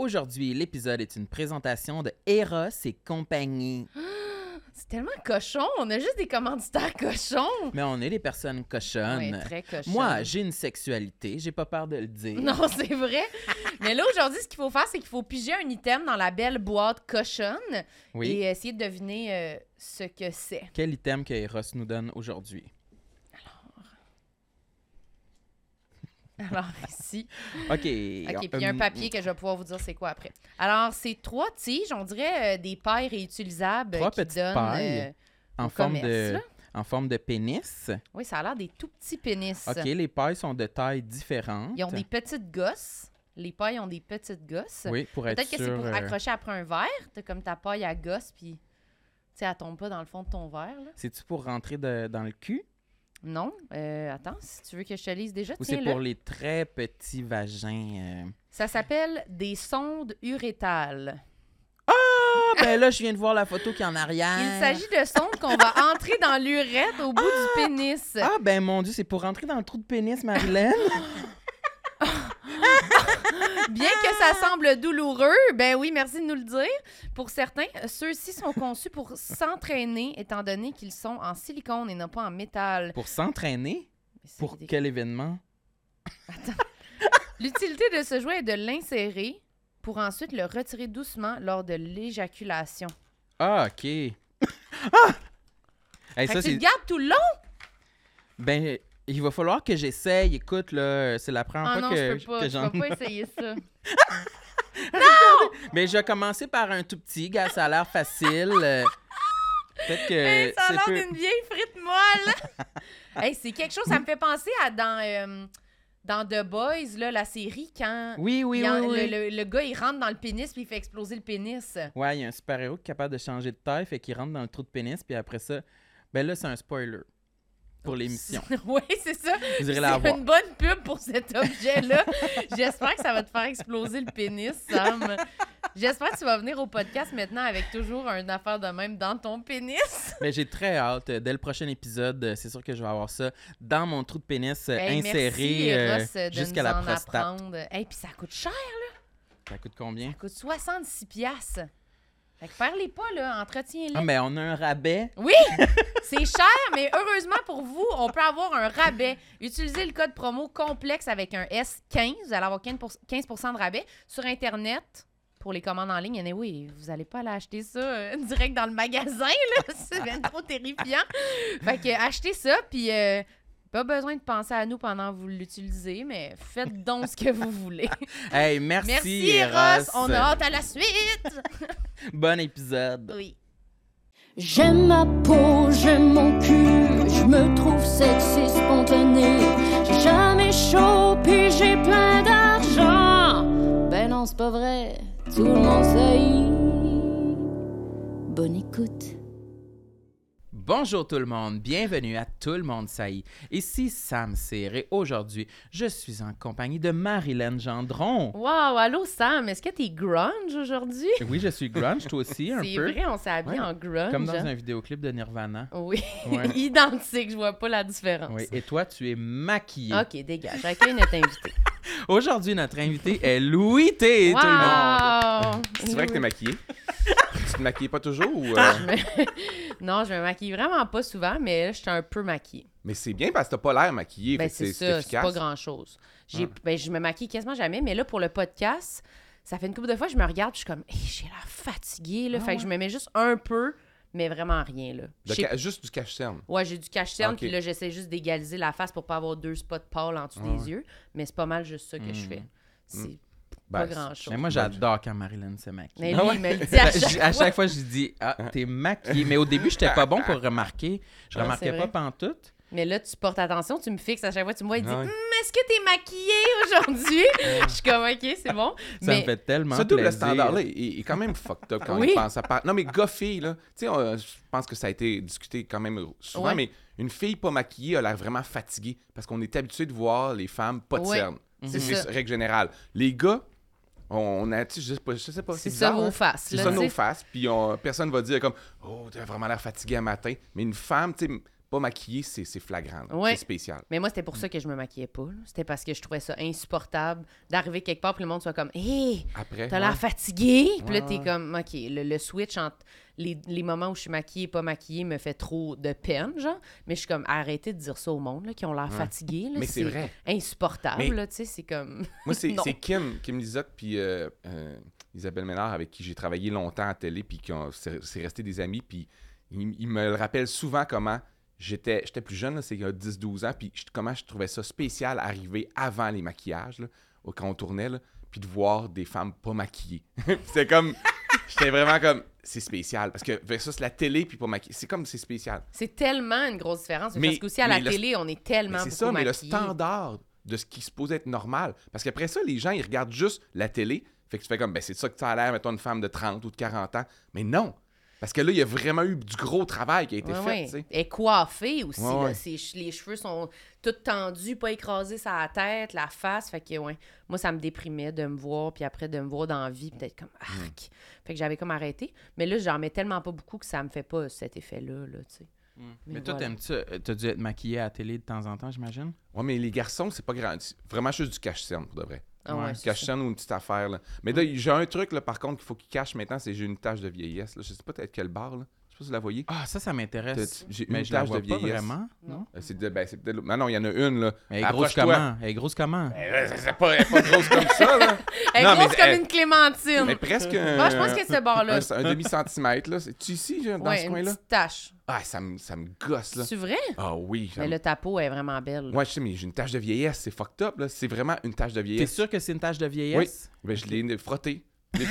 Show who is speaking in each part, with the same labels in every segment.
Speaker 1: Aujourd'hui, l'épisode est une présentation de Eros et compagnie.
Speaker 2: C'est tellement cochon. On a juste des commanditaires cochons.
Speaker 1: Mais on est des personnes cochonnes.
Speaker 2: Ouais, très cochon.
Speaker 1: Moi, j'ai une sexualité, j'ai pas peur de le dire.
Speaker 2: Non, c'est vrai. Mais là, aujourd'hui, ce qu'il faut faire, c'est qu'il faut piger un item dans la belle boîte cochonne
Speaker 1: Oui.
Speaker 2: et essayer de deviner euh, ce que c'est.
Speaker 1: Quel item que Eros nous donne aujourd'hui?
Speaker 2: Alors, ici.
Speaker 1: OK. euh, OK,
Speaker 2: OK, puis il y a un papier que je vais pouvoir vous dire c'est quoi après. Alors, c'est trois tiges, on dirait euh, des pailles réutilisables
Speaker 1: Trois
Speaker 2: qui
Speaker 1: petites
Speaker 2: donnent... euh,
Speaker 1: pailles.
Speaker 2: au
Speaker 1: en forme,
Speaker 2: commerce,
Speaker 1: de,
Speaker 2: là.
Speaker 1: en forme de pénis.
Speaker 2: Oui, ça a l'air des tout petits pénis.
Speaker 1: OK, les pailles sont de tailles différentes.
Speaker 2: Ils ont des petites gosses. Les pailles ont des petites gosses.
Speaker 1: Oui, pour être
Speaker 2: Peut-être que c'est
Speaker 1: sûr,
Speaker 2: pour
Speaker 1: euh,
Speaker 2: accrocher après un verre. T'as comme ta paille à gosse, puis tu sais, elle tombe pas dans le fond de ton verre. Là.
Speaker 1: C'est-tu pour rentrer de- dans le cul
Speaker 2: Non, euh, attends, si tu veux que je te lise déjà,
Speaker 1: ou c'est
Speaker 2: tiens là.
Speaker 1: pour les très petits vagins? euh?
Speaker 2: Ça s'appelle des sondes urétales.
Speaker 1: Ah, ben là, je viens de voir la photo qui est en arrière.
Speaker 2: Il s'agit de sondes qu'on va entrer dans l'urètre au bout du pénis.
Speaker 1: Ah, ben mon Dieu, c'est pour rentrer dans le trou de pénis, Marilyn.
Speaker 2: Bien que ça semble douloureux, ben oui, merci de nous le dire. Pour certains, ceux-ci sont conçus pour s'entraîner, étant donné qu'ils sont en silicone et non pas en métal.
Speaker 1: pour s'entraîner?
Speaker 2: Mais c'est
Speaker 1: Pour
Speaker 2: des-
Speaker 1: quel événement?
Speaker 2: L'utilité de ce jouet est de l'insérer pour ensuite le retirer doucement lors de l'éjaculation.
Speaker 1: Ah, OK. ah! Hey,
Speaker 2: Fait
Speaker 1: ça,
Speaker 2: que tu
Speaker 1: c'est...
Speaker 2: le gardes tout le long?
Speaker 1: Ben, il va falloir que j'essaye. Écoute, là, c'est la première
Speaker 2: Ah
Speaker 1: fois
Speaker 2: non,
Speaker 1: que,
Speaker 2: je peux
Speaker 1: que
Speaker 2: pas. Je
Speaker 1: j'en...
Speaker 2: peux pas essayer ça.
Speaker 1: Mais Ben, je vais commencer par un tout petit, gars. Ça a l'air facile. euh, Peut-être que
Speaker 2: Hey, ça a
Speaker 1: Eh, c'est
Speaker 2: l'air
Speaker 1: peu-
Speaker 2: d'une vieille frite molle. Hey, c'est quelque chose, ça me fait penser à dans, euh, dans The Boys, là, la série, quand
Speaker 1: Oui, oui,
Speaker 2: il en-
Speaker 1: oui, oui.
Speaker 2: Le, le- le gars, il rentre dans le pénis puis il fait exploser le pénis.
Speaker 1: Ouais, il y a un super-héros qui est capable de changer de taille, fait qu'il rentre dans le trou de pénis, puis après ça... Ben là, c'est un spoiler pour l'émission.
Speaker 2: oui, c'est ça.
Speaker 1: Vous irez
Speaker 2: C'est
Speaker 1: la voir.
Speaker 2: une bonne pub pour cet objet-là. J'espère que ça va te faire exploser le pénis, Sam. J'espère que tu vas venir au podcast maintenant avec toujours une affaire de même dans ton pénis.
Speaker 1: Mais j'ai très hâte. euh, Dès le prochain épisode, euh, c'est sûr que je vais avoir ça dans mon trou de pénis euh,
Speaker 2: Hey,
Speaker 1: inséré
Speaker 2: merci,
Speaker 1: euh,
Speaker 2: Ross, de
Speaker 1: jusqu'à
Speaker 2: nous
Speaker 1: la
Speaker 2: en
Speaker 1: prostate.
Speaker 2: apprendre. Hey, puis ça coûte cher.
Speaker 1: Ça coûte combien?
Speaker 2: Ça coûte 66 piastres. Fait que perds-les pas, là, entretiens-les.
Speaker 1: Ah, mais on a un rabais.
Speaker 2: Oui, c'est cher, mais heureusement pour vous, on peut avoir un rabais. Utilisez le code promo complexe avec un S15, vous allez avoir 15 pour- 15 de rabais sur Internet. Pour les commandes en ligne, et oui, vous n'allez pas aller acheter ça euh, direct dans le magasin, là. C'est bien trop terrifiant. Fait que achetez ça, puis euh, pas besoin de penser à nous pendant que vous l'utilisez, mais faites donc ce que vous voulez.
Speaker 1: Hey, merci,
Speaker 2: Merci,
Speaker 1: Eros.
Speaker 2: Eros. On a hâte à la suite.
Speaker 1: Bon épisode.
Speaker 2: Oui.
Speaker 3: J'aime ma peau, j'aime mon cul, je me trouve sexy spontané. J'ai jamais chaud, puis j'ai plein d'argent. Ben non, c'est pas vrai, tout le monde sait. Bonne écoute.
Speaker 1: Bonjour tout le monde, bienvenue à Tout le monde saillit. Ici Sam Cyr et aujourd'hui, je suis en compagnie de Marilyn Gendron.
Speaker 2: Wow, allô Sam, est-ce que t'es grunge aujourd'hui?
Speaker 1: Oui, je suis grunge, toi aussi, un
Speaker 2: C'est
Speaker 1: peu.
Speaker 2: vrai, on s'est habillé
Speaker 1: Ouais,
Speaker 2: en grunge.
Speaker 1: Comme dans
Speaker 2: hein?
Speaker 1: un vidéoclip de Nirvana.
Speaker 2: Oui,
Speaker 1: Ouais.
Speaker 2: identique, je vois pas la différence.
Speaker 1: Oui, et toi, tu es maquillée.
Speaker 2: Ok, dégage, accueille notre invité.
Speaker 1: Aujourd'hui, notre invité est Louis T, tout le monde.
Speaker 2: Wow!
Speaker 4: C'est vrai que t'es maquillée? tu te maquilles pas toujours ou. euh,
Speaker 2: Ah. Non, je me maquille vraiment pas souvent, mais là, je suis un peu maquillée.
Speaker 4: Mais c'est bien parce que t'as pas l'air maquillée.
Speaker 2: Ben,
Speaker 4: fait que
Speaker 2: c'est
Speaker 4: c'est
Speaker 2: ça, c'est
Speaker 4: efficace.
Speaker 2: pas grand-chose. J'ai-
Speaker 1: Ah.
Speaker 2: Ben, je me maquille quasiment jamais, mais là, pour le podcast, ça fait une couple de fois, je me regarde, puis je suis comme, Hey, j'ai l'air fatiguée,
Speaker 1: Ah
Speaker 2: là. fait que je me mets juste un peu, mais vraiment rien, là.
Speaker 4: De
Speaker 2: Je sais
Speaker 4: ca- Juste du cache-cerne.
Speaker 2: Ouais, j'ai du cache cerne
Speaker 4: Ok.
Speaker 2: puis là, j'essaie juste d'égaliser la face pour pas avoir deux spots pâles en dessous des yeux. Mais c'est pas mal juste ça que
Speaker 1: Hmm.
Speaker 2: je fais. C'est pas
Speaker 4: Ben,
Speaker 2: grand-chose.
Speaker 1: Mais moi, j'adore quand Marilyn se maquille.
Speaker 2: Mais
Speaker 1: Ah
Speaker 2: lui,
Speaker 1: ouais.
Speaker 2: il me le dit à
Speaker 1: Ben,
Speaker 2: chaque
Speaker 1: j- à chaque fois, je dis Ah, t'es maquillée. Mais au début, j'étais pas bon pour remarquer. Je
Speaker 2: Ah,
Speaker 1: remarquais
Speaker 2: c'est
Speaker 1: pas
Speaker 2: vrai.
Speaker 1: pantoute.
Speaker 2: Mais là, tu portes attention, tu me fixes à chaque fois, tu me vois, il
Speaker 1: Ah
Speaker 2: dit
Speaker 4: Ouais.
Speaker 2: Hum, Est-ce que t'es maquillée aujourd'hui Je suis comme Ok, c'est bon.
Speaker 1: Ça
Speaker 2: mais
Speaker 1: me fait tellement
Speaker 4: Ce double
Speaker 1: plaisir.
Speaker 4: standard-là il- il est quand même fucked up quand
Speaker 2: Oui.
Speaker 4: il pense à part. Non, mais gars-fille, là. Tu sais, on- je pense que ça a été discuté quand même souvent,
Speaker 2: Ouais.
Speaker 4: mais une fille pas maquillée a l'air vraiment fatiguée parce qu'on est habitué de voir les femmes pas de
Speaker 2: Ouais. Mhm.
Speaker 4: cerne. C'est
Speaker 2: C'est
Speaker 4: c'est
Speaker 2: ça.
Speaker 4: règle générale. Les gars, on a. tu sais, Je sais pas, je sais pas.
Speaker 2: c'est ça
Speaker 4: bizarre,
Speaker 2: vos
Speaker 4: hein.
Speaker 2: faces.
Speaker 4: C'est
Speaker 2: là,
Speaker 4: ça
Speaker 2: tu
Speaker 4: nos
Speaker 2: sais.
Speaker 4: faces, puis on- personne va dire comme « Oh, t'as vraiment l'air fatigué un matin. » Mais une femme, tu sais, pas maquillée, c'est c'est flagrant. là.
Speaker 2: Ouais.
Speaker 4: C'est spécial.
Speaker 2: Mais moi, c'était pour ça que je me maquillais pas. là. C'était parce que je trouvais ça insupportable d'arriver quelque part, puis le monde soit comme Hé,
Speaker 4: Après,
Speaker 2: t'as
Speaker 4: ouais.
Speaker 2: l'air fatigué. Puis là,
Speaker 4: Ouais,
Speaker 2: t'es
Speaker 4: ouais.
Speaker 2: comme OK, le, le switch entre les, les moments où je suis maquillée et pas maquillée me fait trop de peine, genre. Mais je suis comme arrêtez de dire ça au monde, là, qui ont l'air
Speaker 4: Ouais.
Speaker 2: fatigués. là.
Speaker 4: Mais c'est vrai.
Speaker 2: insupportable,
Speaker 4: Mais-
Speaker 2: là, tu sais. C'est comme.
Speaker 4: Moi, c'est
Speaker 2: Non.
Speaker 4: c'est Kim, Kim Lizotte, puis euh, euh, Isabelle Ménard, avec qui j'ai travaillé longtemps à télé, puis qui ont- c'est c'est resté des amis, puis ils il me le rappellent souvent comment j'étais j'étais plus jeune, là, c'est il y a 10-12 ans, puis je- comment je trouvais ça spécial arriver avant les maquillages, là, au- quand on tournait, là, puis de voir des femmes pas maquillées. c'est comme... J'étais vraiment comme... C'est spécial, parce que versus la télé, puis pas maquillée, c'est comme c'est spécial.
Speaker 2: C'est tellement une grosse différence.
Speaker 4: Mais-
Speaker 2: parce qu'aussi, à la
Speaker 4: mais le-
Speaker 2: télé, on est
Speaker 4: Mais
Speaker 2: tellement.
Speaker 4: Ben, c'est
Speaker 2: beaucoup
Speaker 4: ça, mais le
Speaker 2: maquillés.
Speaker 4: standard de ce qui se posait être normal. Parce qu'après ça, les gens, ils regardent juste la télé. Fait que tu fais comme, ben c'est ça que ça a l'air, mettons, une femme de 30 ou de 40 ans. Mais non! Parce que là, il y a vraiment eu du gros travail qui a été
Speaker 2: Ouais,
Speaker 4: fait,
Speaker 2: ouais.
Speaker 4: tu sais.
Speaker 2: Elle est coiffée aussi.
Speaker 4: Ouais,
Speaker 2: là.
Speaker 4: ouais.
Speaker 2: Ses che- les cheveux sont tout tendus, pas écrasés sur la tête, la face. Fait que, ouais. Moi, ça me déprimait de me voir, puis après de me voir dans la vie, peut-être comme
Speaker 4: Hmm.
Speaker 2: arc. Fait que j'avais comme arrêté. Mais là, j'en mets tellement pas beaucoup que ça me fait pas cet effet-là, là, tu sais.
Speaker 1: Hmm. Mais,
Speaker 2: Mais
Speaker 1: toi,
Speaker 2: voilà.
Speaker 1: t'aimes-tu. euh, T'as dû être maquillée à la télé de temps en temps, j'imagine?
Speaker 4: Ouais, mais les garçons, c'est pas grand. c'est Vraiment juste du cache-cerne, pour de vrai.
Speaker 2: Ah ouais,
Speaker 1: Ouais,
Speaker 2: c'est ça.
Speaker 4: Cache-cerne ou une petite affaire, là. Mais là, j'ai un truc, là, par contre, qu'il faut qu'ils cachent maintenant, c'est j'ai une tache de vieillesse. là. Je sais pas peut-être quel bar, là. Je sais pas si vous la voyez.
Speaker 1: Ah, ça, ça m'intéresse.
Speaker 4: T'as- j'ai une
Speaker 1: Mais je la
Speaker 4: tache
Speaker 1: vois
Speaker 4: de
Speaker 1: pas
Speaker 4: vieillesse.
Speaker 1: vraiment. Non?
Speaker 4: Euh, C'est de- ben, c'est peut-être. l'autre. Non, non, il y en a une, là.
Speaker 1: Mais elle est grosse
Speaker 4: Approche-toi.
Speaker 1: comment? Elle est grosse comment?
Speaker 4: Ben, euh, C'est pas, elle est pas grosse comme ça, là.
Speaker 2: Elle est
Speaker 4: Non, mais
Speaker 2: grosse comme
Speaker 4: elle-
Speaker 2: une clémentine.
Speaker 4: Mais presque.
Speaker 2: Bon, je pense que c'est ce bord-là.
Speaker 4: un, un demi-centimètre, là. C'est-tu ici, là, dans
Speaker 2: ouais,
Speaker 4: ce
Speaker 2: une
Speaker 4: coin-là?
Speaker 2: petite tache.
Speaker 4: Ah, ça me, ça me gosse, là.
Speaker 2: C'est vrai?
Speaker 4: Ah oui. ça
Speaker 2: Mais
Speaker 4: me-
Speaker 2: le tapot est vraiment belle.
Speaker 4: Ouais, je sais, mais j'ai une tache de vieillesse. C'est fucked up, là. C'est vraiment une tache de
Speaker 1: T'es
Speaker 4: vieillesse.
Speaker 1: sûr que c'est une tache de vieillesse?
Speaker 4: Ben, je l'ai frottée. Je l'ai-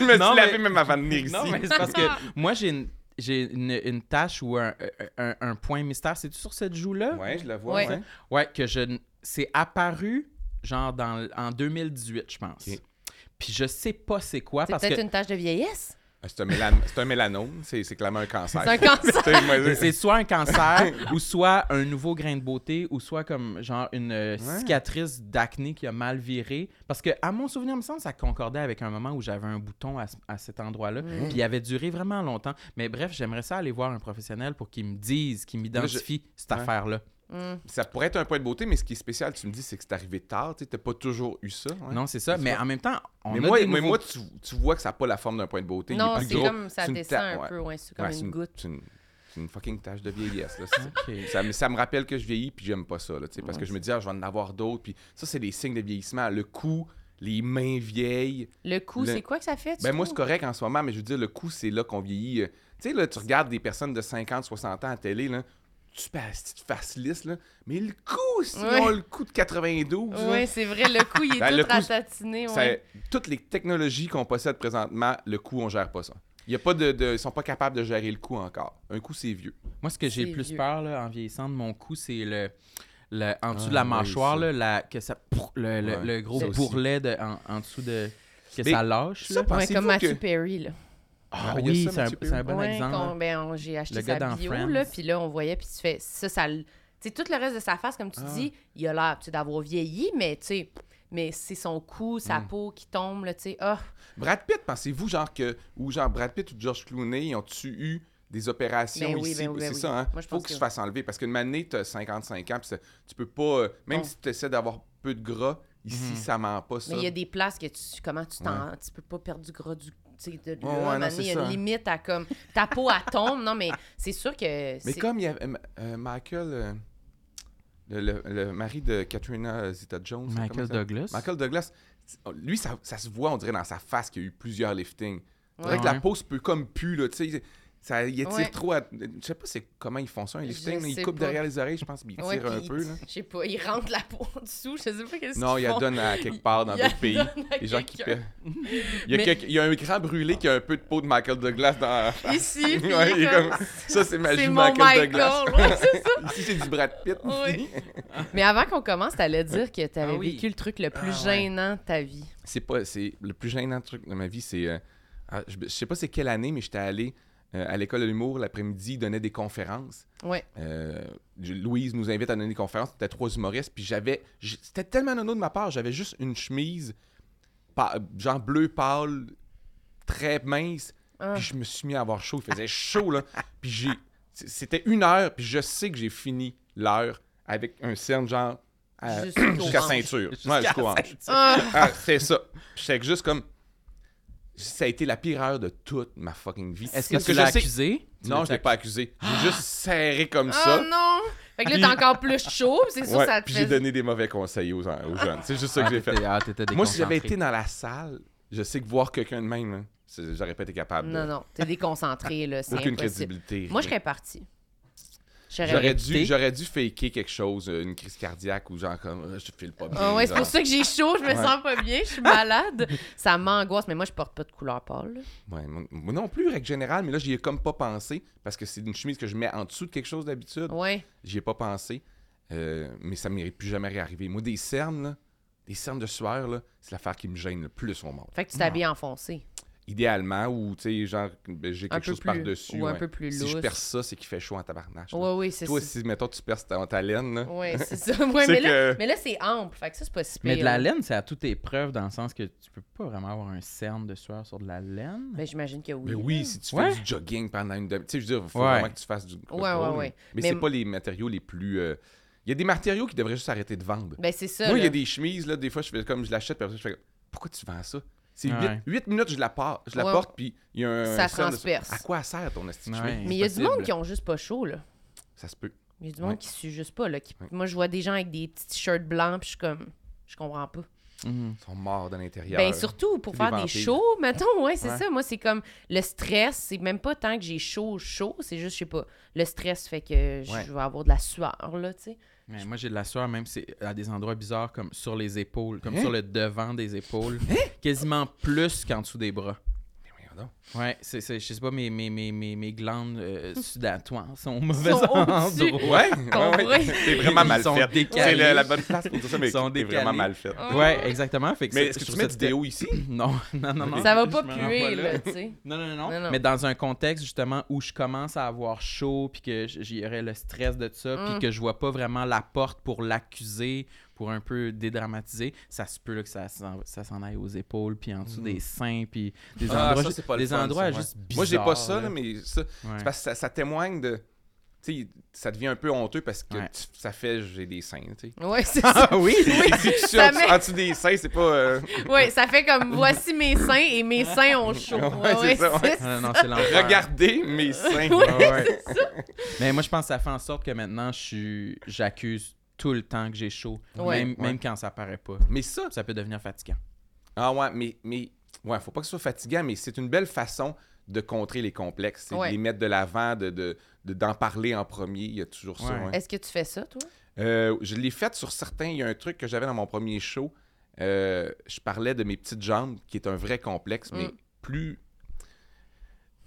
Speaker 4: je me suis
Speaker 1: Non, mais-
Speaker 4: lavé même avant de venir ici.
Speaker 1: Non, mais c'est parce que moi, j'ai une, j'ai une, une tache ou un, un, un point mystère. C'est-tu sur cette joue-là?
Speaker 4: Ouais, je la vois,
Speaker 2: Ouais.
Speaker 4: ouais.
Speaker 1: Ouais, que je. n- C'est apparu, genre, dans, l- en 2018, je pense.
Speaker 4: Ok.
Speaker 1: Puis je sais pas c'est quoi,
Speaker 2: C'est
Speaker 1: parce que.
Speaker 2: peut-être une tache de vieillesse.
Speaker 4: Ah, C'est un, mélan- c'est un mélanome. C'est c'est clairement un cancer.
Speaker 2: C'est un cancer.
Speaker 4: Tu sais, moi,
Speaker 1: Mais C'est soit un cancer, ou soit un nouveau grain de beauté, ou soit comme genre une euh,
Speaker 4: Ouais.
Speaker 1: cicatrice d'acné qui a mal viré. Parce que, à mon souvenir, il me semble que ça concordait avec un moment où j'avais un bouton à, ce- à cet endroit-là. Puis il avait duré vraiment longtemps. Mais bref, j'aimerais ça aller voir un professionnel pour qu'il me dise, qu'il m'identifie cette
Speaker 4: Ouais.
Speaker 1: affaire-là.
Speaker 4: Ça pourrait être un point de beauté, mais ce qui est spécial, tu me dis, c'est que c'est arrivé tard. Tu sais, t'as pas toujours eu ça. ouais.
Speaker 1: Non, c'est ça.
Speaker 4: C'est
Speaker 1: Mais
Speaker 4: ça.
Speaker 1: en même temps, on
Speaker 4: mais
Speaker 1: a
Speaker 4: moi,
Speaker 1: des
Speaker 4: mais
Speaker 1: nouveaux-
Speaker 4: moi tu, tu vois que ça n'a pas la forme d'un point de beauté. il est
Speaker 2: Non,
Speaker 4: plus
Speaker 2: c'est
Speaker 4: gros.
Speaker 2: comme ça
Speaker 4: C'est une
Speaker 2: descend
Speaker 4: ta-
Speaker 2: un
Speaker 4: ouais.
Speaker 2: peu, ouais, c'est comme
Speaker 4: Ouais, c'est
Speaker 2: une goutte.
Speaker 4: C'est une, c'est une fucking tache de vieillesse. Là, ça.
Speaker 1: Ok.
Speaker 4: Ça, me, ça me rappelle que je vieillis, puis j'aime pas ça. Là, tu sais, parce que je me dis, ah, je vais en avoir d'autres. Puis ça, c'est des signes de vieillissement. Le cou, les mains vieilles.
Speaker 2: Le coup,
Speaker 4: Le-
Speaker 2: c'est quoi que ça fait? tu
Speaker 4: Ben, moi, c'est
Speaker 2: trouves?
Speaker 4: correct en ce moment, mais je veux dire, le cou, c'est là qu'on vieillit. euh. Tu sais, là, tu regardes des personnes de 50, 60 ans à télé, là. Tu passes, tu te fasses lisse, là. Mais le cou, sinon,
Speaker 2: Ouais.
Speaker 4: le cou de 92. là.
Speaker 2: Oui, c'est vrai, le coup, il est
Speaker 4: Ben, le
Speaker 2: tout
Speaker 4: coup, c'est-
Speaker 2: ratatiné.
Speaker 4: Ça-
Speaker 2: ouais.
Speaker 4: toutes les technologies qu'on possède présentement, le coût, on gère pas ça. Il y a pas de, de- ils sont pas capables de gérer le coût encore. Un coup, c'est vieux.
Speaker 1: Moi, ce que j'ai
Speaker 2: C'est
Speaker 1: plus
Speaker 2: vieux.
Speaker 1: peur là, en vieillissant de mon cou, c'est le, le- en dessous de la
Speaker 4: Ah, oui,
Speaker 1: mâchoire,
Speaker 4: ça.
Speaker 1: là, la- que ça, prou- le, le-
Speaker 4: Ouais,
Speaker 1: le gros
Speaker 4: ça aussi.
Speaker 1: bourrelet de, en, en dessous de. que
Speaker 4: Mais
Speaker 1: ça lâche.
Speaker 4: ça,
Speaker 1: là.
Speaker 2: Ouais,
Speaker 4: pensez-vous
Speaker 2: comme Matthew
Speaker 4: que-
Speaker 2: Perry. Là.
Speaker 1: Ah
Speaker 4: Ah, il y a
Speaker 1: oui,
Speaker 4: ça,
Speaker 1: c'est un,
Speaker 4: Mathieu
Speaker 1: c'est un bon
Speaker 2: Ouais, qu'on-
Speaker 1: exemple. hein.
Speaker 2: ben, on- J'ai acheté
Speaker 1: Le gars
Speaker 2: sa
Speaker 1: dans
Speaker 2: bio,
Speaker 1: Friends.
Speaker 2: là, puis là, on voyait, puis tu fais ça, ça. l- Tu sais, tout le reste de sa face, comme tu
Speaker 4: Ah.
Speaker 2: dis, il a l'air tu sais, d'avoir vieilli, mais tu sais, mais c'est son cou, sa
Speaker 4: Hmm.
Speaker 2: peau qui tombe, là, tu sais. Ah,
Speaker 4: Brad Pitt, pensez-vous genre que ou genre Brad Pitt ou George Clooney ont tu eu des opérations
Speaker 2: Ben oui,
Speaker 4: ici
Speaker 2: ben oui, ben
Speaker 4: C'est
Speaker 2: oui.
Speaker 4: ça, hein?
Speaker 2: Moi, je
Speaker 4: Faut
Speaker 2: pense
Speaker 4: qu'ils
Speaker 2: que-
Speaker 4: se fassent enlever parce qu'une année, tu as 55 ans, puis ça- tu peux pas euh, même
Speaker 2: Bon.
Speaker 4: si tu essaies d'avoir peu de gras, ici
Speaker 1: Mhm.
Speaker 4: ça ment pas ça.
Speaker 2: mais il y a des places que tu. Comment tu t'en. Tu peux pas perdre du gras du. Tu sais, de, de-
Speaker 4: Ouais,
Speaker 2: là,
Speaker 4: ouais,
Speaker 2: à un
Speaker 4: non,
Speaker 2: moment
Speaker 4: c'est
Speaker 2: donné, il y a
Speaker 4: ça,
Speaker 2: une
Speaker 4: hein.
Speaker 2: limite à comme. Ta peau, elle tombe. Non, mais c'est sûr que.
Speaker 4: Mais
Speaker 2: c'est-
Speaker 4: comme il y a euh, euh, Michael euh, le, le- le mari de Katrina Zeta-Jones, comment
Speaker 1: Michael
Speaker 4: ça-
Speaker 1: Douglas.
Speaker 4: Michael Douglas, lui, ça, ça se voit, on dirait, dans sa face qu'il y a eu plusieurs liftings. On dirait
Speaker 2: Ouais.
Speaker 4: que la
Speaker 1: Ouais.
Speaker 4: peau se peut comme pu, là, tu sais. Ça il étire
Speaker 2: Ouais.
Speaker 4: trop à... Je sais pas c'est comment ils font ça, un
Speaker 2: Je
Speaker 4: lifting. là,
Speaker 2: sais
Speaker 4: Ils coupent
Speaker 2: pas.
Speaker 4: derrière les oreilles, je pense, puis ils
Speaker 2: Ouais,
Speaker 4: tirent un
Speaker 2: puis
Speaker 4: peu,
Speaker 2: il-
Speaker 4: là.
Speaker 2: Je sais pas, il rentre la peau en dessous, je sais pas qu'est-ce
Speaker 4: Non, il
Speaker 2: qu'ils
Speaker 4: la
Speaker 2: font.
Speaker 4: donne à quelque part dans
Speaker 2: Il
Speaker 4: d'autres pays.
Speaker 2: la donne à
Speaker 4: Les gens qui...
Speaker 2: quelqu'un.
Speaker 4: paient. Il y, a
Speaker 2: Mais-
Speaker 4: quelqu'un- il y a un grand brûlé qui a un peu de peau de Michael Douglas dans...
Speaker 2: Ici, puis
Speaker 4: Ouais,
Speaker 2: il
Speaker 4: il
Speaker 2: est
Speaker 4: est
Speaker 2: comme-
Speaker 4: comme- Ça, c'est ma
Speaker 2: c'est
Speaker 4: joue
Speaker 2: mon
Speaker 4: Michael,
Speaker 2: Michael.
Speaker 4: Douglas.
Speaker 2: ouais, c'est ça.
Speaker 4: Ici, c'est du Brad Pitt.
Speaker 2: Ouais. Mais avant qu'on commence, t'allais dire que t'avais
Speaker 1: Ah oui.
Speaker 2: vécu le truc le plus
Speaker 4: Ah ouais.
Speaker 2: gênant de ta vie.
Speaker 4: c'est pas c'est le plus gênant truc de ma vie c'est euh, ah, je, je sais pas c'est quelle année mais j'étais allé euh, à l'école de l'humour l'après-midi ils donnaient des conférences
Speaker 2: Ouais.
Speaker 4: Euh, je- Louise nous invite à donner des conférences c'était trois humoristes puis j'avais j- c'était tellement nono de ma part j'avais juste une chemise pa- genre bleu pâle très mince
Speaker 2: Ah.
Speaker 4: puis je me suis mis à avoir chaud il faisait chaud là puis j'ai c- c'était une heure, puis je sais que j'ai fini l'heure avec un cerne genre à-
Speaker 2: Jusqu'au
Speaker 4: Euh, jusqu'à
Speaker 2: ventre.
Speaker 4: ceinture. Ouais, jusqu'au
Speaker 1: Jusqu'à
Speaker 4: ventre.
Speaker 2: Ah.
Speaker 4: Ah, c'est ça. J'étais juste comme. Ça a été la pire heure de toute ma fucking vie.
Speaker 1: Est-ce que
Speaker 4: Parce
Speaker 1: tu
Speaker 4: je
Speaker 1: l'as
Speaker 4: sais-
Speaker 1: accusé? Tu
Speaker 4: Non,
Speaker 1: l'as
Speaker 4: je l'ai
Speaker 1: accusé?
Speaker 4: pas accusé. J'ai juste serré comme
Speaker 2: Oh
Speaker 4: ça.
Speaker 2: non! Fait que là, t'es encore plus chaud, puis c'est sûr
Speaker 4: Ouais,
Speaker 2: que ça te
Speaker 4: puis
Speaker 2: fait...
Speaker 4: j'ai donné des mauvais conseils aux, aux jeunes. C'est juste ça que j'ai fait.
Speaker 1: T'étais- Ah, t'étais
Speaker 4: Moi, si j'avais
Speaker 1: déconcentré.
Speaker 4: été dans la salle, je sais que voir quelqu'un de même, hein, c'est- j'aurais pas été capable.
Speaker 2: Non,
Speaker 4: de-
Speaker 2: non, t'es déconcentré, là, c'est
Speaker 4: Aucune
Speaker 2: impossible.
Speaker 4: crédibilité.
Speaker 2: Moi, je serais partie. J'aurais...
Speaker 4: J'aurais dû,
Speaker 1: évité.
Speaker 4: j'aurais dû faker quelque chose, euh, une crise cardiaque ou genre comme euh, je te file pas bien.
Speaker 2: Ah ouais, c'est
Speaker 4: genre.
Speaker 2: pour ça que j'ai chaud, je me
Speaker 4: Ouais.
Speaker 2: sens pas bien, je suis malade. Ça m'angoisse, mais moi, je porte pas de couleur pâle. là.
Speaker 4: Ouais, moi, moi non plus, règle générale, mais là, j'y ai comme pas pensé parce que c'est une chemise que je mets en dessous de quelque chose d'habitude.
Speaker 2: Ouais.
Speaker 4: J'y ai pas pensé, euh, mais ça mérite plus jamais réarriver. Moi, des cernes, là, des cernes de sueur, là, c'est l'affaire qui me gêne le plus au monde.
Speaker 2: Fait que tu t'habilles enfoncé.
Speaker 4: Idéalement, ou tu sais, genre, ben, j'ai
Speaker 2: Un
Speaker 4: quelque
Speaker 2: peu
Speaker 4: chose
Speaker 2: plus-
Speaker 4: par-dessus.
Speaker 2: ou un
Speaker 4: ouais.
Speaker 2: peu plus
Speaker 4: Si je
Speaker 2: lousse.
Speaker 4: perds ça, c'est qu'il fait chaud en tabarnache. là.
Speaker 2: Ouais, oui, c'est
Speaker 4: Toi,
Speaker 2: ça.
Speaker 4: si, mettons, tu perds ta, ta laine,
Speaker 1: hein.
Speaker 4: là,
Speaker 2: Ouais, c'est ça. Ouais,
Speaker 4: C'est
Speaker 2: mais, là,
Speaker 4: que-
Speaker 2: mais là, c'est ample, fait que ça, c'est pas si pire.
Speaker 1: Mais de la laine, c'est à toute épreuve dans le sens que tu peux pas vraiment avoir un cerne de sueur sur de la laine.
Speaker 2: Ben, j'imagine que oui.
Speaker 4: Mais oui, si tu fais
Speaker 1: Ouais.
Speaker 4: du jogging pendant une demi, tu sais, je veux dire, faut
Speaker 1: Ouais.
Speaker 4: vraiment que tu fasses du.
Speaker 2: Ouais, ouais, ouais.
Speaker 4: Mais,
Speaker 2: Mais-
Speaker 4: c'est pas les matériaux les plus. euh, Il y a des matériaux qui devraient juste arrêter de vendre.
Speaker 2: Ben, c'est ça,
Speaker 4: Moi, il y
Speaker 2: là.
Speaker 4: a des chemises là, des fois, je fais comme je l'achète, puis après, je fais comme, pourquoi tu vends ça C'est
Speaker 1: Ouais.
Speaker 4: 8, minutes, je la porte, je la
Speaker 2: Ouais.
Speaker 4: porte, puis il y a un.
Speaker 2: Ça
Speaker 4: un cerne de-
Speaker 2: transperce.
Speaker 4: À quoi sert ton esti de
Speaker 1: Ouais.
Speaker 4: chemise?
Speaker 2: Mais il y a du monde
Speaker 1: impossible.
Speaker 2: qui ont juste pas chaud, là.
Speaker 4: Ça se peut.
Speaker 2: Il y a du monde
Speaker 4: Ouais.
Speaker 2: qui suit juste pas, là. qui-
Speaker 4: Ouais.
Speaker 2: Moi, je vois des gens avec des petits t-shirts blancs, puis je suis comme... Je comprends pas.
Speaker 1: Mhm.
Speaker 4: Ils sont morts de l'intérieur.
Speaker 2: Ben surtout pour
Speaker 4: Tous
Speaker 2: faire
Speaker 4: les
Speaker 2: des
Speaker 4: vampires.
Speaker 2: shows, mettons, ouais, c'est
Speaker 4: Ouais.
Speaker 2: ça. Moi, c'est comme le stress, c'est même pas tant que j'ai chaud, chaud, c'est juste, je sais pas, le stress fait que je
Speaker 4: Ouais.
Speaker 2: je vais avoir de la sueur, là, tu sais.
Speaker 1: Mais moi, j'ai de la sueur, même si à des endroits bizarres, comme sur les épaules, comme
Speaker 4: Hein?
Speaker 1: sur le devant des épaules. Quasiment plus qu'en dessous des bras.
Speaker 4: Mais voyons donc.
Speaker 1: Ouais, c'est, c'est- je sais pas, mes, mes, mes, mes, mes glandes euh, sudatoires sont au mauvais
Speaker 2: Sont au-dessus.
Speaker 1: endroit.
Speaker 4: Ouais,
Speaker 2: Ton bras,
Speaker 4: ouais, ouais. T'es vraiment
Speaker 1: Ils
Speaker 4: mal
Speaker 1: sont
Speaker 4: faite. C'est
Speaker 1: décalés.
Speaker 4: la, la bonne place pour dire ça, mais
Speaker 1: Ils sont
Speaker 4: t'es
Speaker 1: décalés.
Speaker 4: vraiment mal faite.
Speaker 1: Ouais, exactement. Fait que
Speaker 4: Mais
Speaker 1: c'est-
Speaker 4: est-ce
Speaker 1: je
Speaker 4: que tu
Speaker 1: trouve
Speaker 4: mets
Speaker 1: ça
Speaker 4: du
Speaker 1: très-
Speaker 4: déo ici
Speaker 1: Non, non, non, non.
Speaker 2: Ça va pas
Speaker 1: Je me rends pas
Speaker 2: puer,
Speaker 1: là.
Speaker 2: là, tu sais.
Speaker 1: Non, non, non,
Speaker 2: Non, non.
Speaker 1: Mais dans un contexte, justement, où je commence à avoir chaud, puis que j- j'y aurais le stress de ça,
Speaker 2: Mm.
Speaker 1: puis que je vois pas vraiment la porte pour l'accuser, pour un peu dédramatiser, ça se peut là, que ça s'en, ça s'en aille aux épaules, puis en dessous des seins, puis des
Speaker 4: Mm. Ah,
Speaker 1: endroits,
Speaker 4: ça,
Speaker 1: ju-
Speaker 4: c'est pas le
Speaker 1: des
Speaker 4: fun,
Speaker 1: endroits
Speaker 4: ça, ouais.
Speaker 1: juste bizarres.
Speaker 4: Moi, j'ai pas ça, là,
Speaker 1: là.
Speaker 4: mais ça,
Speaker 1: Ouais.
Speaker 4: c'est parce que ça, ça témoigne de. Tu sais, ça devient un peu honteux parce que
Speaker 1: Ouais.
Speaker 4: tu- ça fait j'ai des seins, tu sais.
Speaker 2: Ouais, c'est ça.
Speaker 1: Ah oui!
Speaker 4: Si tu
Speaker 2: ça
Speaker 4: ça
Speaker 2: met-
Speaker 4: en dessous des seins, c'est pas. euh,
Speaker 2: Ouais, ça fait comme voici mes seins et mes seins ont chaud. Ouais,
Speaker 4: Ouais, c'est
Speaker 2: ouais,
Speaker 4: ça, ouais.
Speaker 2: c'est
Speaker 1: Ah,
Speaker 2: ça.
Speaker 1: non, non, c'est l'enfer.
Speaker 4: Regardez mes seins. Ah.
Speaker 1: Ouais, Ah ouais. Mais moi, je pense que ça fait en sorte que maintenant, je suis- j'accuse tout le temps que j'ai chaud,
Speaker 2: Ouais.
Speaker 1: même, même
Speaker 4: Ouais.
Speaker 1: quand ça paraît pas.
Speaker 4: Mais ça,
Speaker 1: Ça peut devenir fatigant.
Speaker 4: Ah ouais, mais, mais ouais, faut pas que ce soit fatigant, mais c'est une belle façon de contrer les complexes, c'est
Speaker 2: Ouais.
Speaker 4: de les mettre de l'avant, de, de, de- d'en parler en premier, il y a toujours ça.
Speaker 1: Ouais.
Speaker 4: ouais.
Speaker 2: Est-ce que tu fais ça, toi?
Speaker 4: Euh, je l'ai fait sur certains, il y a un truc que j'avais dans mon premier show, euh, je parlais de mes petites jambes, qui est un vrai complexe, mais
Speaker 2: Mm.
Speaker 4: plus...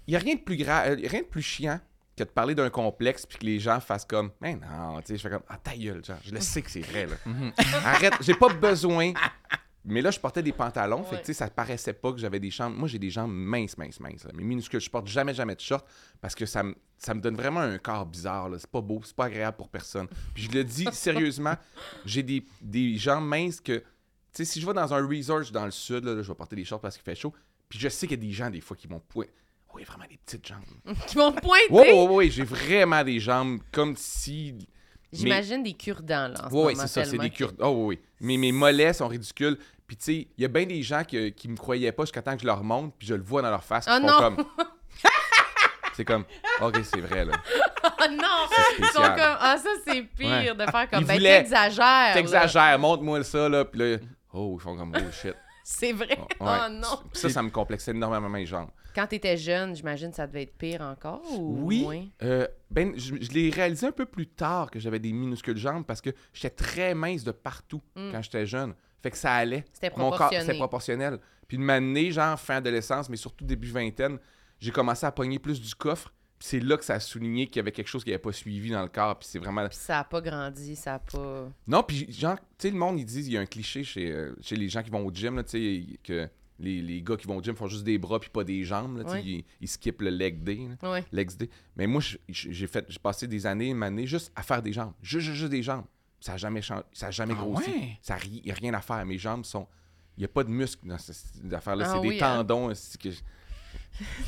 Speaker 4: Il y a rien de plus grave, rien de plus chiant que de parler d'un complexe puis que les gens fassent comme mais non tu sais je fais comme ah ta gueule genre je le sais que c'est vrai là arrête j'ai pas besoin mais là je portais des pantalons fait
Speaker 2: Ouais.
Speaker 4: que tu sais ça paraissait pas que j'avais des jambes moi j'ai des jambes minces minces minces là, mais minuscules je porte jamais jamais de short parce que ça me ça me donne vraiment un corps bizarre là. c'est pas beau c'est pas agréable pour personne puis je le dis sérieusement j'ai des, des jambes minces que tu sais si je vais dans un resort dans le sud là, là, je vais porter des shorts parce qu'il fait chaud puis je sais qu'il y a des gens des fois qui vont point oui vraiment des petites jambes
Speaker 2: Qui vont pointer.
Speaker 4: oui, oui, oui, j'ai vraiment des jambes comme si.
Speaker 2: J'imagine des cure-dents, là. en ce
Speaker 4: Oui, oui,
Speaker 2: moment,
Speaker 4: c'est ça, c'est
Speaker 2: tellement.
Speaker 4: des cures. Oh, oui, oui. Mais mes mollets sont ridicules. Puis, tu sais, il y a bien des gens que- qui me croyaient pas jusqu'à temps que je leur montre, puis je le vois dans leur face. qui
Speaker 2: Ah,
Speaker 4: font
Speaker 2: non!
Speaker 4: comme. c'est comme, OK, c'est vrai, là.
Speaker 2: Ah non!
Speaker 4: C'est
Speaker 2: Ils sont
Speaker 4: spécial.
Speaker 2: comme, ah, ça, c'est pire de faire comme,
Speaker 4: Ils
Speaker 2: ben,
Speaker 4: voulaient-
Speaker 2: t'exagères. là.
Speaker 4: T'exagères, montre-moi ça, là. Puis là, oh, ils font comme, oh shit.
Speaker 2: C'est vrai.
Speaker 4: Oh,
Speaker 2: Oh non!
Speaker 4: Puis Ça, ça me complexait énormément mes jambes.
Speaker 2: Quand t'étais jeune, j'imagine que ça devait être pire encore ou
Speaker 4: Oui.
Speaker 2: moins?
Speaker 4: euh, ben, je, je l'ai réalisé un peu plus tard que j'avais des minuscules jambes parce que j'étais très mince de partout quand j'étais jeune. Fait que ça allait.
Speaker 2: Mm. C'était
Speaker 4: Mon corps,
Speaker 2: proportionné.
Speaker 4: c'était proportionnel. Puis de m'amener, genre, fin adolescence, mais surtout début vingtaine, j'ai commencé à pogner plus du coffre. Puis c'est là que ça a souligné qu'il y avait quelque chose qui n'avait pas suivi dans le corps. Puis c'est vraiment.
Speaker 2: Puis ça a pas grandi, ça a pas...
Speaker 4: Non, puis genre, tu sais, le monde, ils disent, il y a un cliché chez, euh, chez les gens qui vont au gym, là, tu sais, que les, les gars qui vont au gym font juste des bras puis pas des jambes, là, tu sais,
Speaker 2: Ouais.
Speaker 4: ils, ils skippent le leg day. là.
Speaker 2: Ouais.
Speaker 4: Lex Day. Mais moi, je- je- j'ai fait, j'ai passé des années, une année, juste à faire des jambes. Juste, juste, juste des jambes. Ça n'a jamais changé, ça a jamais
Speaker 1: Ah
Speaker 4: grossi.
Speaker 1: ouais?
Speaker 4: Ça n'y a rien à faire. Mes jambes sont. Il n'y a pas de muscles dans cette affaire-là.
Speaker 2: Ah
Speaker 4: c'est
Speaker 2: oui,
Speaker 4: des
Speaker 2: hein?
Speaker 4: tendons. c'est que-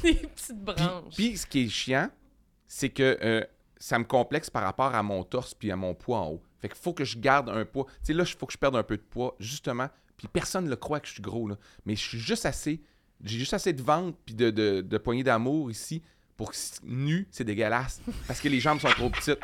Speaker 2: des petites
Speaker 4: Puis,
Speaker 2: branches.
Speaker 4: puis ce qui est chiant, c'est que euh, ça me complexe par rapport à mon torse puis à mon poids en haut. Fait qu'il faut que je garde un poids. Tu sais, là, il faut que je perde un peu de poids, justement. Puis personne ne le croit que je suis gros, là. Mais je suis juste assez. J'ai juste assez de ventre puis de, de, de poignée d'amour ici pour que si- nu, c'est dégueulasse. Parce que les jambes sont trop petites.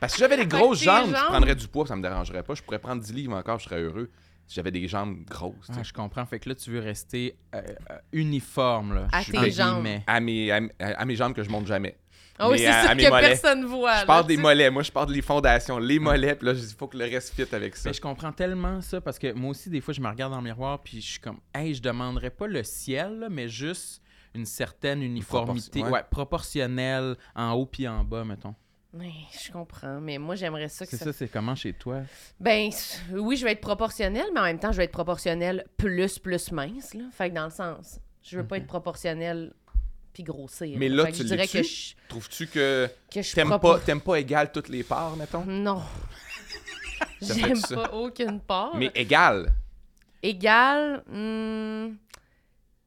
Speaker 4: Parce que si j'avais des
Speaker 2: que
Speaker 4: grosses
Speaker 2: tes
Speaker 4: jambes, je
Speaker 2: jambes-
Speaker 4: prendrais du poids, ça me dérangerait pas. Je pourrais prendre 10 livres encore, je serais heureux. Si j'avais des jambes grosses, tu sais.
Speaker 1: Ah, je comprends. Fait que là, tu veux rester euh, euh, uniforme. Là,
Speaker 2: À
Speaker 1: je-
Speaker 2: tes
Speaker 1: entre
Speaker 2: jambes.
Speaker 1: guillemets.
Speaker 4: à, mes, à, à mes jambes que je monte jamais.
Speaker 2: Ah oui,
Speaker 4: Mais
Speaker 2: c'est
Speaker 4: à-
Speaker 2: ça
Speaker 4: à
Speaker 2: que
Speaker 4: mes mollets.
Speaker 2: personne voit.
Speaker 4: Je
Speaker 2: là,
Speaker 4: pars des
Speaker 2: Ah, ben, tu-
Speaker 4: mollets. Moi, je pars des fondations, les mollets, puis là, il faut que le reste fit avec ça.
Speaker 1: Mais je comprends tellement ça parce que moi aussi, des fois, je me regarde dans le miroir puis je suis comme, hey, je demanderais pas le ciel, là, mais juste une certaine uniformité,
Speaker 4: proportion- ouais.
Speaker 1: ouais, proportionnelle en haut puis en bas, mettons.
Speaker 2: Oui, je comprends, mais moi, j'aimerais ça que
Speaker 1: C'est
Speaker 2: ça...
Speaker 1: ça, c'est comment chez toi?
Speaker 2: Ben, s- oui, je vais être proportionnelle, mais en même temps, je vais être proportionnelle plus, plus mince, là. Fait que dans le sens, je veux pas être proportionnelle puis grossir.
Speaker 4: Mais là,
Speaker 2: Fait que
Speaker 4: tu
Speaker 2: je dirais
Speaker 4: l'es-tu?
Speaker 2: que je,
Speaker 4: Trouves-tu que
Speaker 2: que je
Speaker 4: t'aimes
Speaker 2: propor-
Speaker 4: pas, t'aimes pas égal toutes les parts, mettons?
Speaker 2: Non.
Speaker 4: Ça fait
Speaker 2: J'aime
Speaker 4: ça.
Speaker 2: pas aucune part.
Speaker 4: Mais égal.
Speaker 2: Égal, hmm,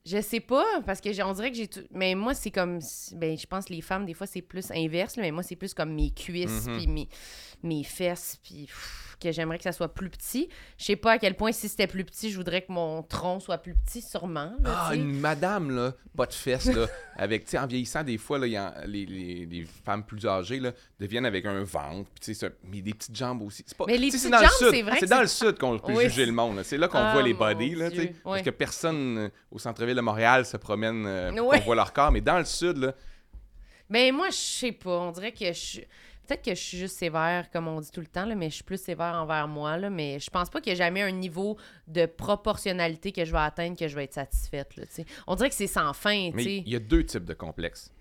Speaker 2: je sais pas, parce que j'ai- on dirait que j'ai tout. Mais moi, c'est comme. si- Ben, je pense que les femmes, des fois, c'est plus inverse, là, mais moi, c'est plus comme mes cuisses,
Speaker 4: Mhm.
Speaker 2: puis mes, mes fesses, puis pff, que j'aimerais que ça soit plus petit. Je sais pas à quel point, si c'était plus petit, je voudrais que mon tronc soit plus petit, sûrement. là,
Speaker 4: Ah,
Speaker 2: tu sais.
Speaker 4: une madame, là, pas de fesses, là. avec, tu sais, en vieillissant, des fois, là, il y a- les, les- les femmes plus âgées, là, deviennent avec un ventre, puis tu sais, ça- mais des petites jambes aussi. C'est pas-
Speaker 2: Mais les
Speaker 4: tu sais, c'est
Speaker 2: petites
Speaker 4: dans le
Speaker 2: jambes,
Speaker 4: sud.
Speaker 2: c'est vrai que
Speaker 4: C'est dans le sud qu'on peut
Speaker 2: Oui.
Speaker 4: juger le monde, là. C'est là qu'on
Speaker 2: Ah,
Speaker 4: voit les
Speaker 2: mon
Speaker 4: bodies, là, tu sais.
Speaker 2: Dieu.
Speaker 4: Parce
Speaker 2: Ouais.
Speaker 4: que personne euh, au centre-ville de Montréal se promène euh, pour
Speaker 2: Ouais.
Speaker 4: qu'on voit leur corps, mais dans le sud, là,
Speaker 2: Ben moi, je sais pas. On dirait que je suis- Peut-être que je suis juste sévère, comme on dit tout le temps, là, mais je suis plus sévère envers moi. Là, mais je pense pas qu'il y a jamais un niveau de proportionnalité que je vais atteindre que je vais être satisfaite. Là, tu sais. on dirait que c'est sans fin. tu
Speaker 4: Mais
Speaker 2: sais.
Speaker 4: il y a deux types de complexes.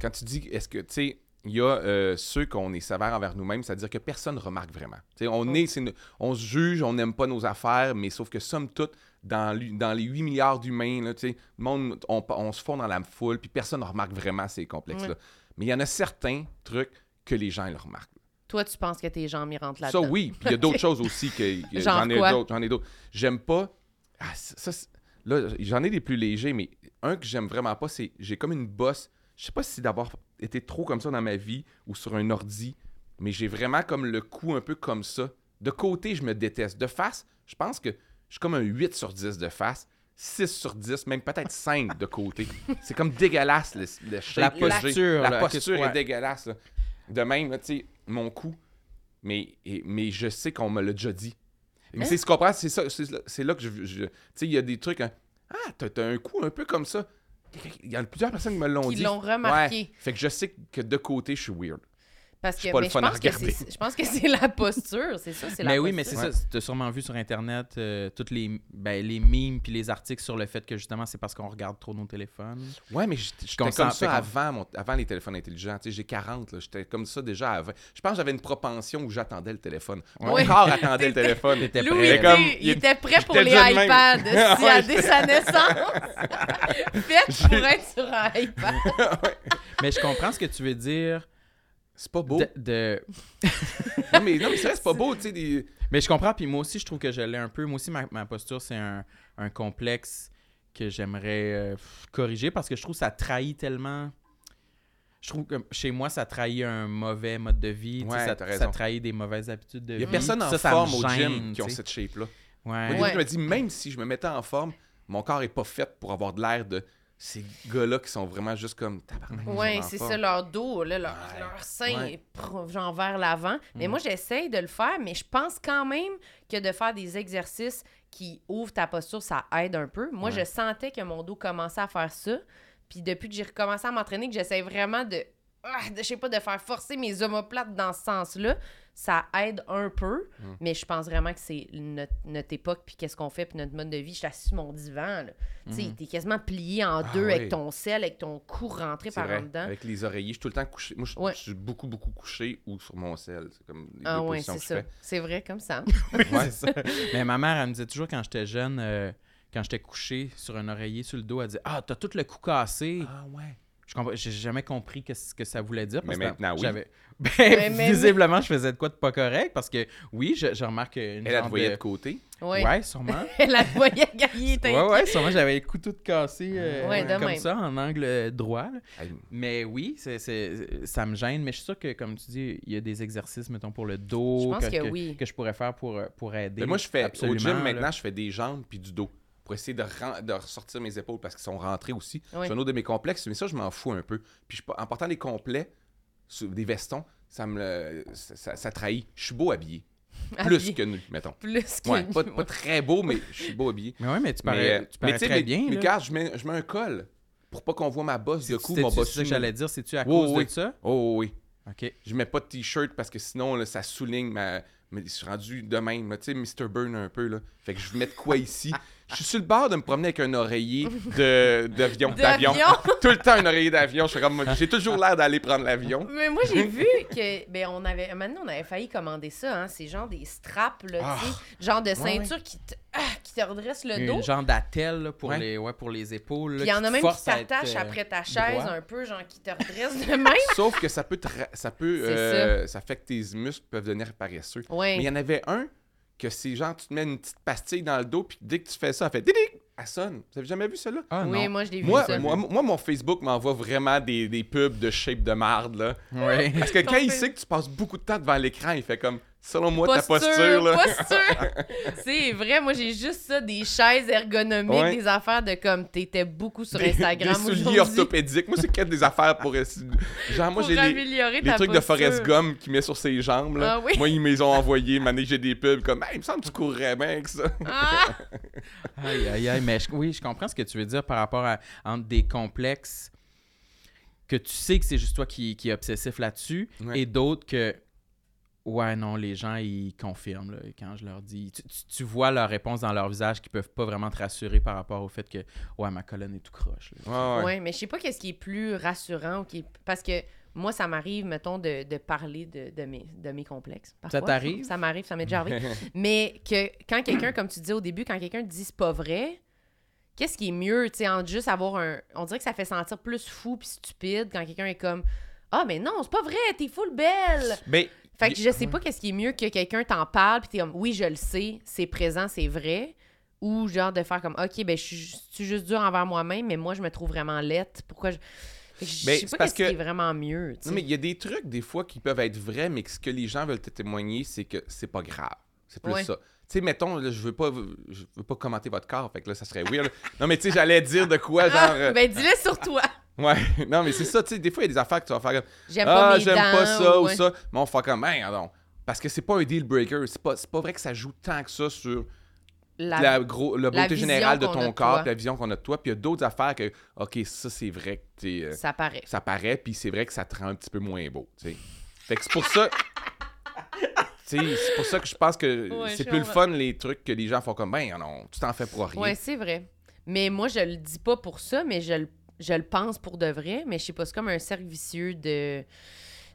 Speaker 4: Quand tu dis, est-ce que, tu sais, il y a euh, ceux qu'on est sévère envers nous-mêmes, c'est-à-dire que personne ne remarque vraiment. Tu sais, on
Speaker 2: Oh.
Speaker 4: est, c'est une- on se juge, on n'aime pas nos affaires, mais sauf que somme toute, dans, l'hu- dans les 8 milliards d'humains, là, tu sais, le monde, on, on se fond dans la foule, puis personne ne remarque vraiment ces complexes-là. Mais il y en a certains trucs que les gens ils le remarquent.
Speaker 2: Toi, tu penses que tes jambes y rentrent là-dedans.
Speaker 4: Ça, oui. Puis il y a d'autres choses aussi que. que
Speaker 2: Genre
Speaker 4: j'en ai
Speaker 2: quoi?
Speaker 4: d'autres. J'en ai d'autres. J'aime pas. Ah, ça, ça, c'est- là, j'en ai des plus légers, mais un que j'aime vraiment pas, c'est. J'ai comme une bosse. Je sais pas si d'avoir été trop comme ça dans ma vie ou sur un ordi, mais j'ai vraiment comme le cou un peu comme ça. De côté, je me déteste. De face, je pense que je suis comme un 8 sur 10 de face. 6 sur 10, même peut-être 5 de côté. C'est comme dégueulasse le, le shape
Speaker 1: La
Speaker 4: que j'ai.
Speaker 1: posture,
Speaker 4: La
Speaker 1: là, ok,
Speaker 4: posture est
Speaker 1: ouais.
Speaker 4: dégueulasse. là. De même, là, tu sais, mon cou, mais, et- mais je sais qu'on me l'a déjà dit. Mais c'est ce qu'on comprends, c'est ça, c'est là- c'est là que je. je- tu sais, il y a des trucs. hein, ah, t'as t'as un coup un peu comme ça. Il y a plusieurs personnes qui me l'ont
Speaker 2: Qui
Speaker 4: dit.
Speaker 2: l'ont remarqué.
Speaker 4: Ouais. Fait que je sais que de côté, je suis weird.
Speaker 2: Parce
Speaker 4: suis
Speaker 2: que,
Speaker 4: pas
Speaker 2: mais
Speaker 4: le
Speaker 2: je
Speaker 4: fun à
Speaker 2: pense que
Speaker 4: regarder.
Speaker 2: c'est- je pense que c'est la posture. C'est ça, c'est la
Speaker 1: Mais oui,
Speaker 2: posture.
Speaker 1: mais c'est
Speaker 4: posture.
Speaker 1: ça. Tu as sûrement vu sur Internet euh, toutes les, ben, les mimes puis les articles sur le fait que justement, c'est parce qu'on regarde trop nos téléphones.
Speaker 4: Ouais, mais j'étais j'étais
Speaker 1: Qu'on
Speaker 4: comme
Speaker 1: sent- fait
Speaker 4: ça
Speaker 1: qu'on-
Speaker 4: avant, mon- avant les téléphones intelligents. Tu sais, j'ai 40, là. J'étais comme ça déjà avant. Je pense que j'avais une propension où j'attendais le téléphone. Mon
Speaker 2: Ouais.
Speaker 4: corps attendait le téléphone.
Speaker 1: T'étais
Speaker 2: Louis,
Speaker 1: prêt.
Speaker 2: était-
Speaker 4: comme-
Speaker 2: il
Speaker 4: il-
Speaker 2: était prêt pour
Speaker 4: j'étais
Speaker 2: les
Speaker 4: déjà de même.
Speaker 2: iPads. Si
Speaker 4: Ouais,
Speaker 2: à dès sa naissance, faites pour être sur un iPad.
Speaker 1: Mais je comprends ce que tu veux dire
Speaker 4: C'est pas beau.
Speaker 1: de- de
Speaker 4: Non, mais, non, mais c'est vrai, c'est pas beau, tu sais. Des...
Speaker 1: Mais je comprends, puis moi aussi, je trouve que je l'ai un peu. Moi aussi, ma, ma posture, c'est un, un complexe que j'aimerais euh, pff, corriger parce que je trouve que ça trahit tellement. Je trouve que chez moi, ça trahit un mauvais mode de vie. tu sais,
Speaker 4: Ouais,
Speaker 1: ça,
Speaker 4: t'as
Speaker 1: ça
Speaker 4: raison.
Speaker 1: trahit des mauvaises habitudes de
Speaker 4: Il y a
Speaker 1: vie.
Speaker 4: personne en
Speaker 1: Ça, ça me
Speaker 4: forme au
Speaker 1: gêne,
Speaker 4: gym qui ont
Speaker 1: tu sais.
Speaker 4: cette shape-là. Au
Speaker 1: Ouais.
Speaker 4: début,
Speaker 2: Ouais.
Speaker 4: je me dis, même si je me mettais en forme, mon corps est pas fait pour avoir de l'air de ces gars-là qui sont vraiment juste comme tabarnak. ils
Speaker 2: Oui,
Speaker 4: sont en
Speaker 2: c'est
Speaker 4: forme.
Speaker 2: ça, leur dos, là, leur,
Speaker 4: Ouais.
Speaker 2: leur sein
Speaker 4: Ouais. Mm.
Speaker 2: est pro- genre vers l'avant. Mais moi, j'essaye de le faire, mais je pense quand même que de faire des exercices qui ouvrent ta posture, ça aide un peu. Moi, je sentais que mon dos commençait à faire ça. Puis depuis que j'ai recommencé à m'entraîner, que j'essaie vraiment de, ah, de, je sais pas, de faire forcer mes omoplates dans ce sens-là, ça aide un peu.
Speaker 4: Mm.
Speaker 2: Mais je pense vraiment que c'est notre, notre époque, puis qu'est-ce qu'on fait, puis notre mode de vie. Je suis assise sur mon divan, là. Tu sais, t'es quasiment plié en deux avec
Speaker 4: Mm-hmm. Ah oui.
Speaker 2: ton sel, avec ton cou rentré
Speaker 4: C'est
Speaker 2: par en
Speaker 4: vrai.
Speaker 2: dedans.
Speaker 4: Avec les oreillers, je suis tout le temps couché. Moi, je,
Speaker 2: Ouais.
Speaker 4: je suis beaucoup, beaucoup couché ou sur mon sel. C'est comme les
Speaker 2: Ah
Speaker 4: deux
Speaker 2: ouais,
Speaker 4: positions
Speaker 2: c'est
Speaker 4: que je
Speaker 2: ça.
Speaker 4: fais.
Speaker 2: C'est vrai, comme ça.
Speaker 4: Ouais.
Speaker 1: Mais ma mère, elle me disait toujours quand j'étais jeune, euh, quand j'étais couché sur un oreiller sur le dos, elle disait Ah, t'as tout le cou cassé.
Speaker 4: Ah ouais.
Speaker 1: Je comp- J'ai jamais compris que ce que ça voulait dire.
Speaker 4: Mais
Speaker 1: parce que
Speaker 4: maintenant, oui.
Speaker 1: j'avais- Ben,
Speaker 2: Mais- mais-
Speaker 1: visiblement, je faisais de quoi de pas correct parce que, oui, je, je remarque une
Speaker 4: Elle, elle te
Speaker 1: genre
Speaker 4: voyait
Speaker 1: de-
Speaker 4: de côté.
Speaker 2: Oui.
Speaker 1: Ouais, sûrement.
Speaker 2: Elle la voyait gagner. t'inquiète.
Speaker 1: ouais, ouais, sûrement, j'avais les couteaux de cassé euh,
Speaker 2: Ouais, de
Speaker 1: comme
Speaker 2: même.
Speaker 1: ça, en angle euh, droit. là.
Speaker 4: Elle-
Speaker 1: Mais oui, c'est, c'est- ça me gêne, mais je suis sûr que, comme tu dis, il y a des exercices, mettons, pour le dos.
Speaker 2: Je pense que
Speaker 1: que,
Speaker 2: oui.
Speaker 1: que je pourrais faire pour, euh, pour aider.
Speaker 4: Mais moi, je fais au
Speaker 1: Absolument,
Speaker 4: gym
Speaker 1: là.
Speaker 4: maintenant, je fais des jambes puis du dos pour essayer de, ren- de ressortir mes épaules parce qu'ils sont rentrés aussi.
Speaker 2: Oui.
Speaker 4: C'est un autre de mes complexes, mais ça, je m'en fous un peu. Puis je- en portant des complets, sur- des vestons, ça me le- ça, ça- ça trahit. Je suis beau habillé. Plus
Speaker 2: Habillé.
Speaker 4: que nu, mettons.
Speaker 2: Plus que
Speaker 4: Ouais,
Speaker 2: nous.
Speaker 4: pas, pas très beau, mais je suis beau habillé.
Speaker 1: Mais ouais, mais tu
Speaker 4: Mais,
Speaker 1: parais,
Speaker 4: euh,
Speaker 1: tu parais
Speaker 4: mais tu sais,
Speaker 1: très
Speaker 4: mais-
Speaker 1: bien.
Speaker 4: mais
Speaker 1: là.
Speaker 4: regarde, je mets, je mets un col pour pas qu'on voit ma bosse de
Speaker 1: C'est-tu-
Speaker 4: cou,
Speaker 1: c'est-tu
Speaker 4: mon
Speaker 1: ça
Speaker 4: bosse.
Speaker 1: que
Speaker 4: nu.
Speaker 1: j'allais dire, c'est-tu à
Speaker 4: Oui,
Speaker 1: cause
Speaker 4: oui.
Speaker 1: de ça?
Speaker 4: Oh oui.
Speaker 1: OK.
Speaker 4: Je mets pas de t-shirt parce que sinon, là, ça souligne ma. Mais je suis rendu de même, là, tu sais, Mr. Burn un peu, là. Fait que je mets de quoi ici. Je suis sur le bord de me promener avec un oreiller de- d'avion.
Speaker 2: D'avion.
Speaker 4: D'avion. Tout le temps un oreiller d'avion. Je suis comme- J'ai toujours l'air d'aller prendre l'avion.
Speaker 2: Mais moi, j'ai vu que. Ben, on avait. Maintenant, on avait failli commander ça, hein. C'est genre des straps, là,
Speaker 4: Ah.
Speaker 2: tu sais. Genre de
Speaker 4: ouais. Euh,
Speaker 2: ceinture qui te. ah, qui te redresse le dos.
Speaker 1: Une genre d'attelle là, pour,
Speaker 4: Ouais.
Speaker 1: les, ouais, pour les épaules. là,
Speaker 2: Puis il y en
Speaker 1: qui
Speaker 2: a
Speaker 1: te
Speaker 2: même qui
Speaker 1: force à être,
Speaker 2: t'attachent
Speaker 1: euh,
Speaker 2: après ta chaise
Speaker 1: droit.
Speaker 2: un peu, genre qui te redresse de même.
Speaker 4: Sauf que ça peut. tra- Ça peut.
Speaker 2: C'est
Speaker 4: euh, ça fait que tes muscles peuvent devenir paresseux. Mais il y
Speaker 2: Ouais.
Speaker 4: en avait un que c'est genre, tu te mets une petite pastille dans le dos, puis dès que tu fais ça, elle fait. Didic Elle sonne. Vous avez jamais vu celle-là?
Speaker 1: Ah, non.
Speaker 2: Oui, moi, je l'ai vu.
Speaker 4: Moi,
Speaker 2: ça.
Speaker 4: moi, moi, mon Facebook m'envoie vraiment des, des pubs de shape de marde, là.
Speaker 1: Ouais.
Speaker 4: Parce que quand il
Speaker 2: Ton
Speaker 4: sait que tu passes beaucoup de temps devant l'écran, il fait comme, selon moi, ta posture,
Speaker 2: posture,
Speaker 4: là.
Speaker 2: posture. C'est vrai, moi j'ai juste ça, des chaises ergonomiques,
Speaker 4: Ouais.
Speaker 2: des affaires de comme t'étais beaucoup sur
Speaker 4: Des, des
Speaker 2: Instagram
Speaker 4: souliers
Speaker 2: aujourd'hui
Speaker 4: orthopédiques. Moi, c'est quatre des affaires pour. euh, si- Genre, moi,
Speaker 2: pour
Speaker 4: j'ai les,
Speaker 2: améliorer
Speaker 4: les
Speaker 2: ta
Speaker 4: trucs de
Speaker 2: posture.
Speaker 4: Forrest Gum qu'il met sur ses jambes. Là.
Speaker 2: Ah oui.
Speaker 4: Moi, ils me les ont envoyés. Mané, j'ai des pubs comme, hey, il me semble que tu courrais bien avec ça.
Speaker 2: Ah!
Speaker 1: Aïe, aïe, aïe. Mais je- oui, je comprends ce que tu veux dire par rapport à entre des complexes que tu sais que c'est juste toi qui, qui est obsessif là-dessus
Speaker 4: Ouais.
Speaker 1: et d'autres que. Ouais, non, les gens, ils confirment là, quand je leur dis. Tu, tu- tu vois leur réponse dans leur visage qu'ils peuvent pas vraiment te rassurer par rapport au fait que, ouais, ma colonne est tout croche. là.
Speaker 2: Ouais, mais je sais pas qu'est-ce qui est plus rassurant ou qui est- parce que moi ça m'arrive mettons de, de parler de, de mes de mes complexes. parfois.
Speaker 1: t'arrive?
Speaker 2: Ça m'arrive, ça m'est déjà arrivé. mais que quand quelqu'un comme tu dis au début quand quelqu'un te dit c'est pas vrai, qu'est-ce qui est mieux, tu sais, entre juste avoir un on dirait que ça fait sentir plus fou puis stupide quand quelqu'un est comme ah mais non, c'est pas vrai, t'es full belle.
Speaker 4: Mais
Speaker 2: Fait que je sais pas qu'est-ce qui est mieux que quelqu'un t'en parle puis t'es comme oui je le sais c'est présent c'est vrai ou genre de faire comme ok ben je suis ju- je suis juste dur envers moi-même mais moi je me trouve vraiment laite pourquoi je Fait que je
Speaker 4: Ben,
Speaker 2: sais
Speaker 4: c'est
Speaker 2: pas
Speaker 4: parce
Speaker 2: qu'est-ce qui
Speaker 4: que-
Speaker 2: est vraiment mieux tu sais.
Speaker 4: Non, mais il y a des trucs, des fois, qui peuvent être vrais, mais que ce que les gens veulent te témoigner, c'est que c'est pas grave. C'est plus
Speaker 2: Ouais.
Speaker 4: ça. Tu sais, mettons, là, je veux pas je veux pas commenter votre corps, fait que là, ça serait weird. non, mais tu sais, j'allais dire de quoi, genre...
Speaker 2: Ah,
Speaker 4: euh,
Speaker 2: ben dis-le sur toi
Speaker 4: Ouais, non, mais c'est ça, tu sais, des fois, il y a des affaires que tu vas faire comme...
Speaker 2: j'aime pas
Speaker 4: Ah,
Speaker 2: mes
Speaker 4: j'aime
Speaker 2: dents
Speaker 4: pas ça ou,
Speaker 2: ouais.
Speaker 4: ça. Mais on fait comme, ben, non. Parce que c'est pas un deal breaker. C'est pas, c'est pas vrai que ça joue tant que ça sur
Speaker 2: La-
Speaker 4: la, gros,
Speaker 2: la
Speaker 4: la beauté
Speaker 2: vision
Speaker 4: générale de
Speaker 2: qu'on a
Speaker 4: ton
Speaker 2: de
Speaker 4: corps,
Speaker 2: toi.
Speaker 4: puis la vision qu'on a de toi. Puis il y a d'autres affaires que, OK, ça, c'est vrai que t'es... euh,
Speaker 2: ça paraît
Speaker 4: ça paraît, puis c'est vrai que ça te rend un petit peu moins beau, tu sais. Fait que c'est pour ça... Tu sais, c'est pour ça que je pense que
Speaker 2: Ouais,
Speaker 4: c'est
Speaker 2: je
Speaker 4: plus le
Speaker 2: comprends.
Speaker 4: fun, les trucs que les gens font comme, ben non, tu t'en fais pour rien.
Speaker 2: ouais c'est vrai mais moi je le dis pas pour ça mais je le je le pense pour de vrai mais je sais pas c'est comme un cercle vicieux de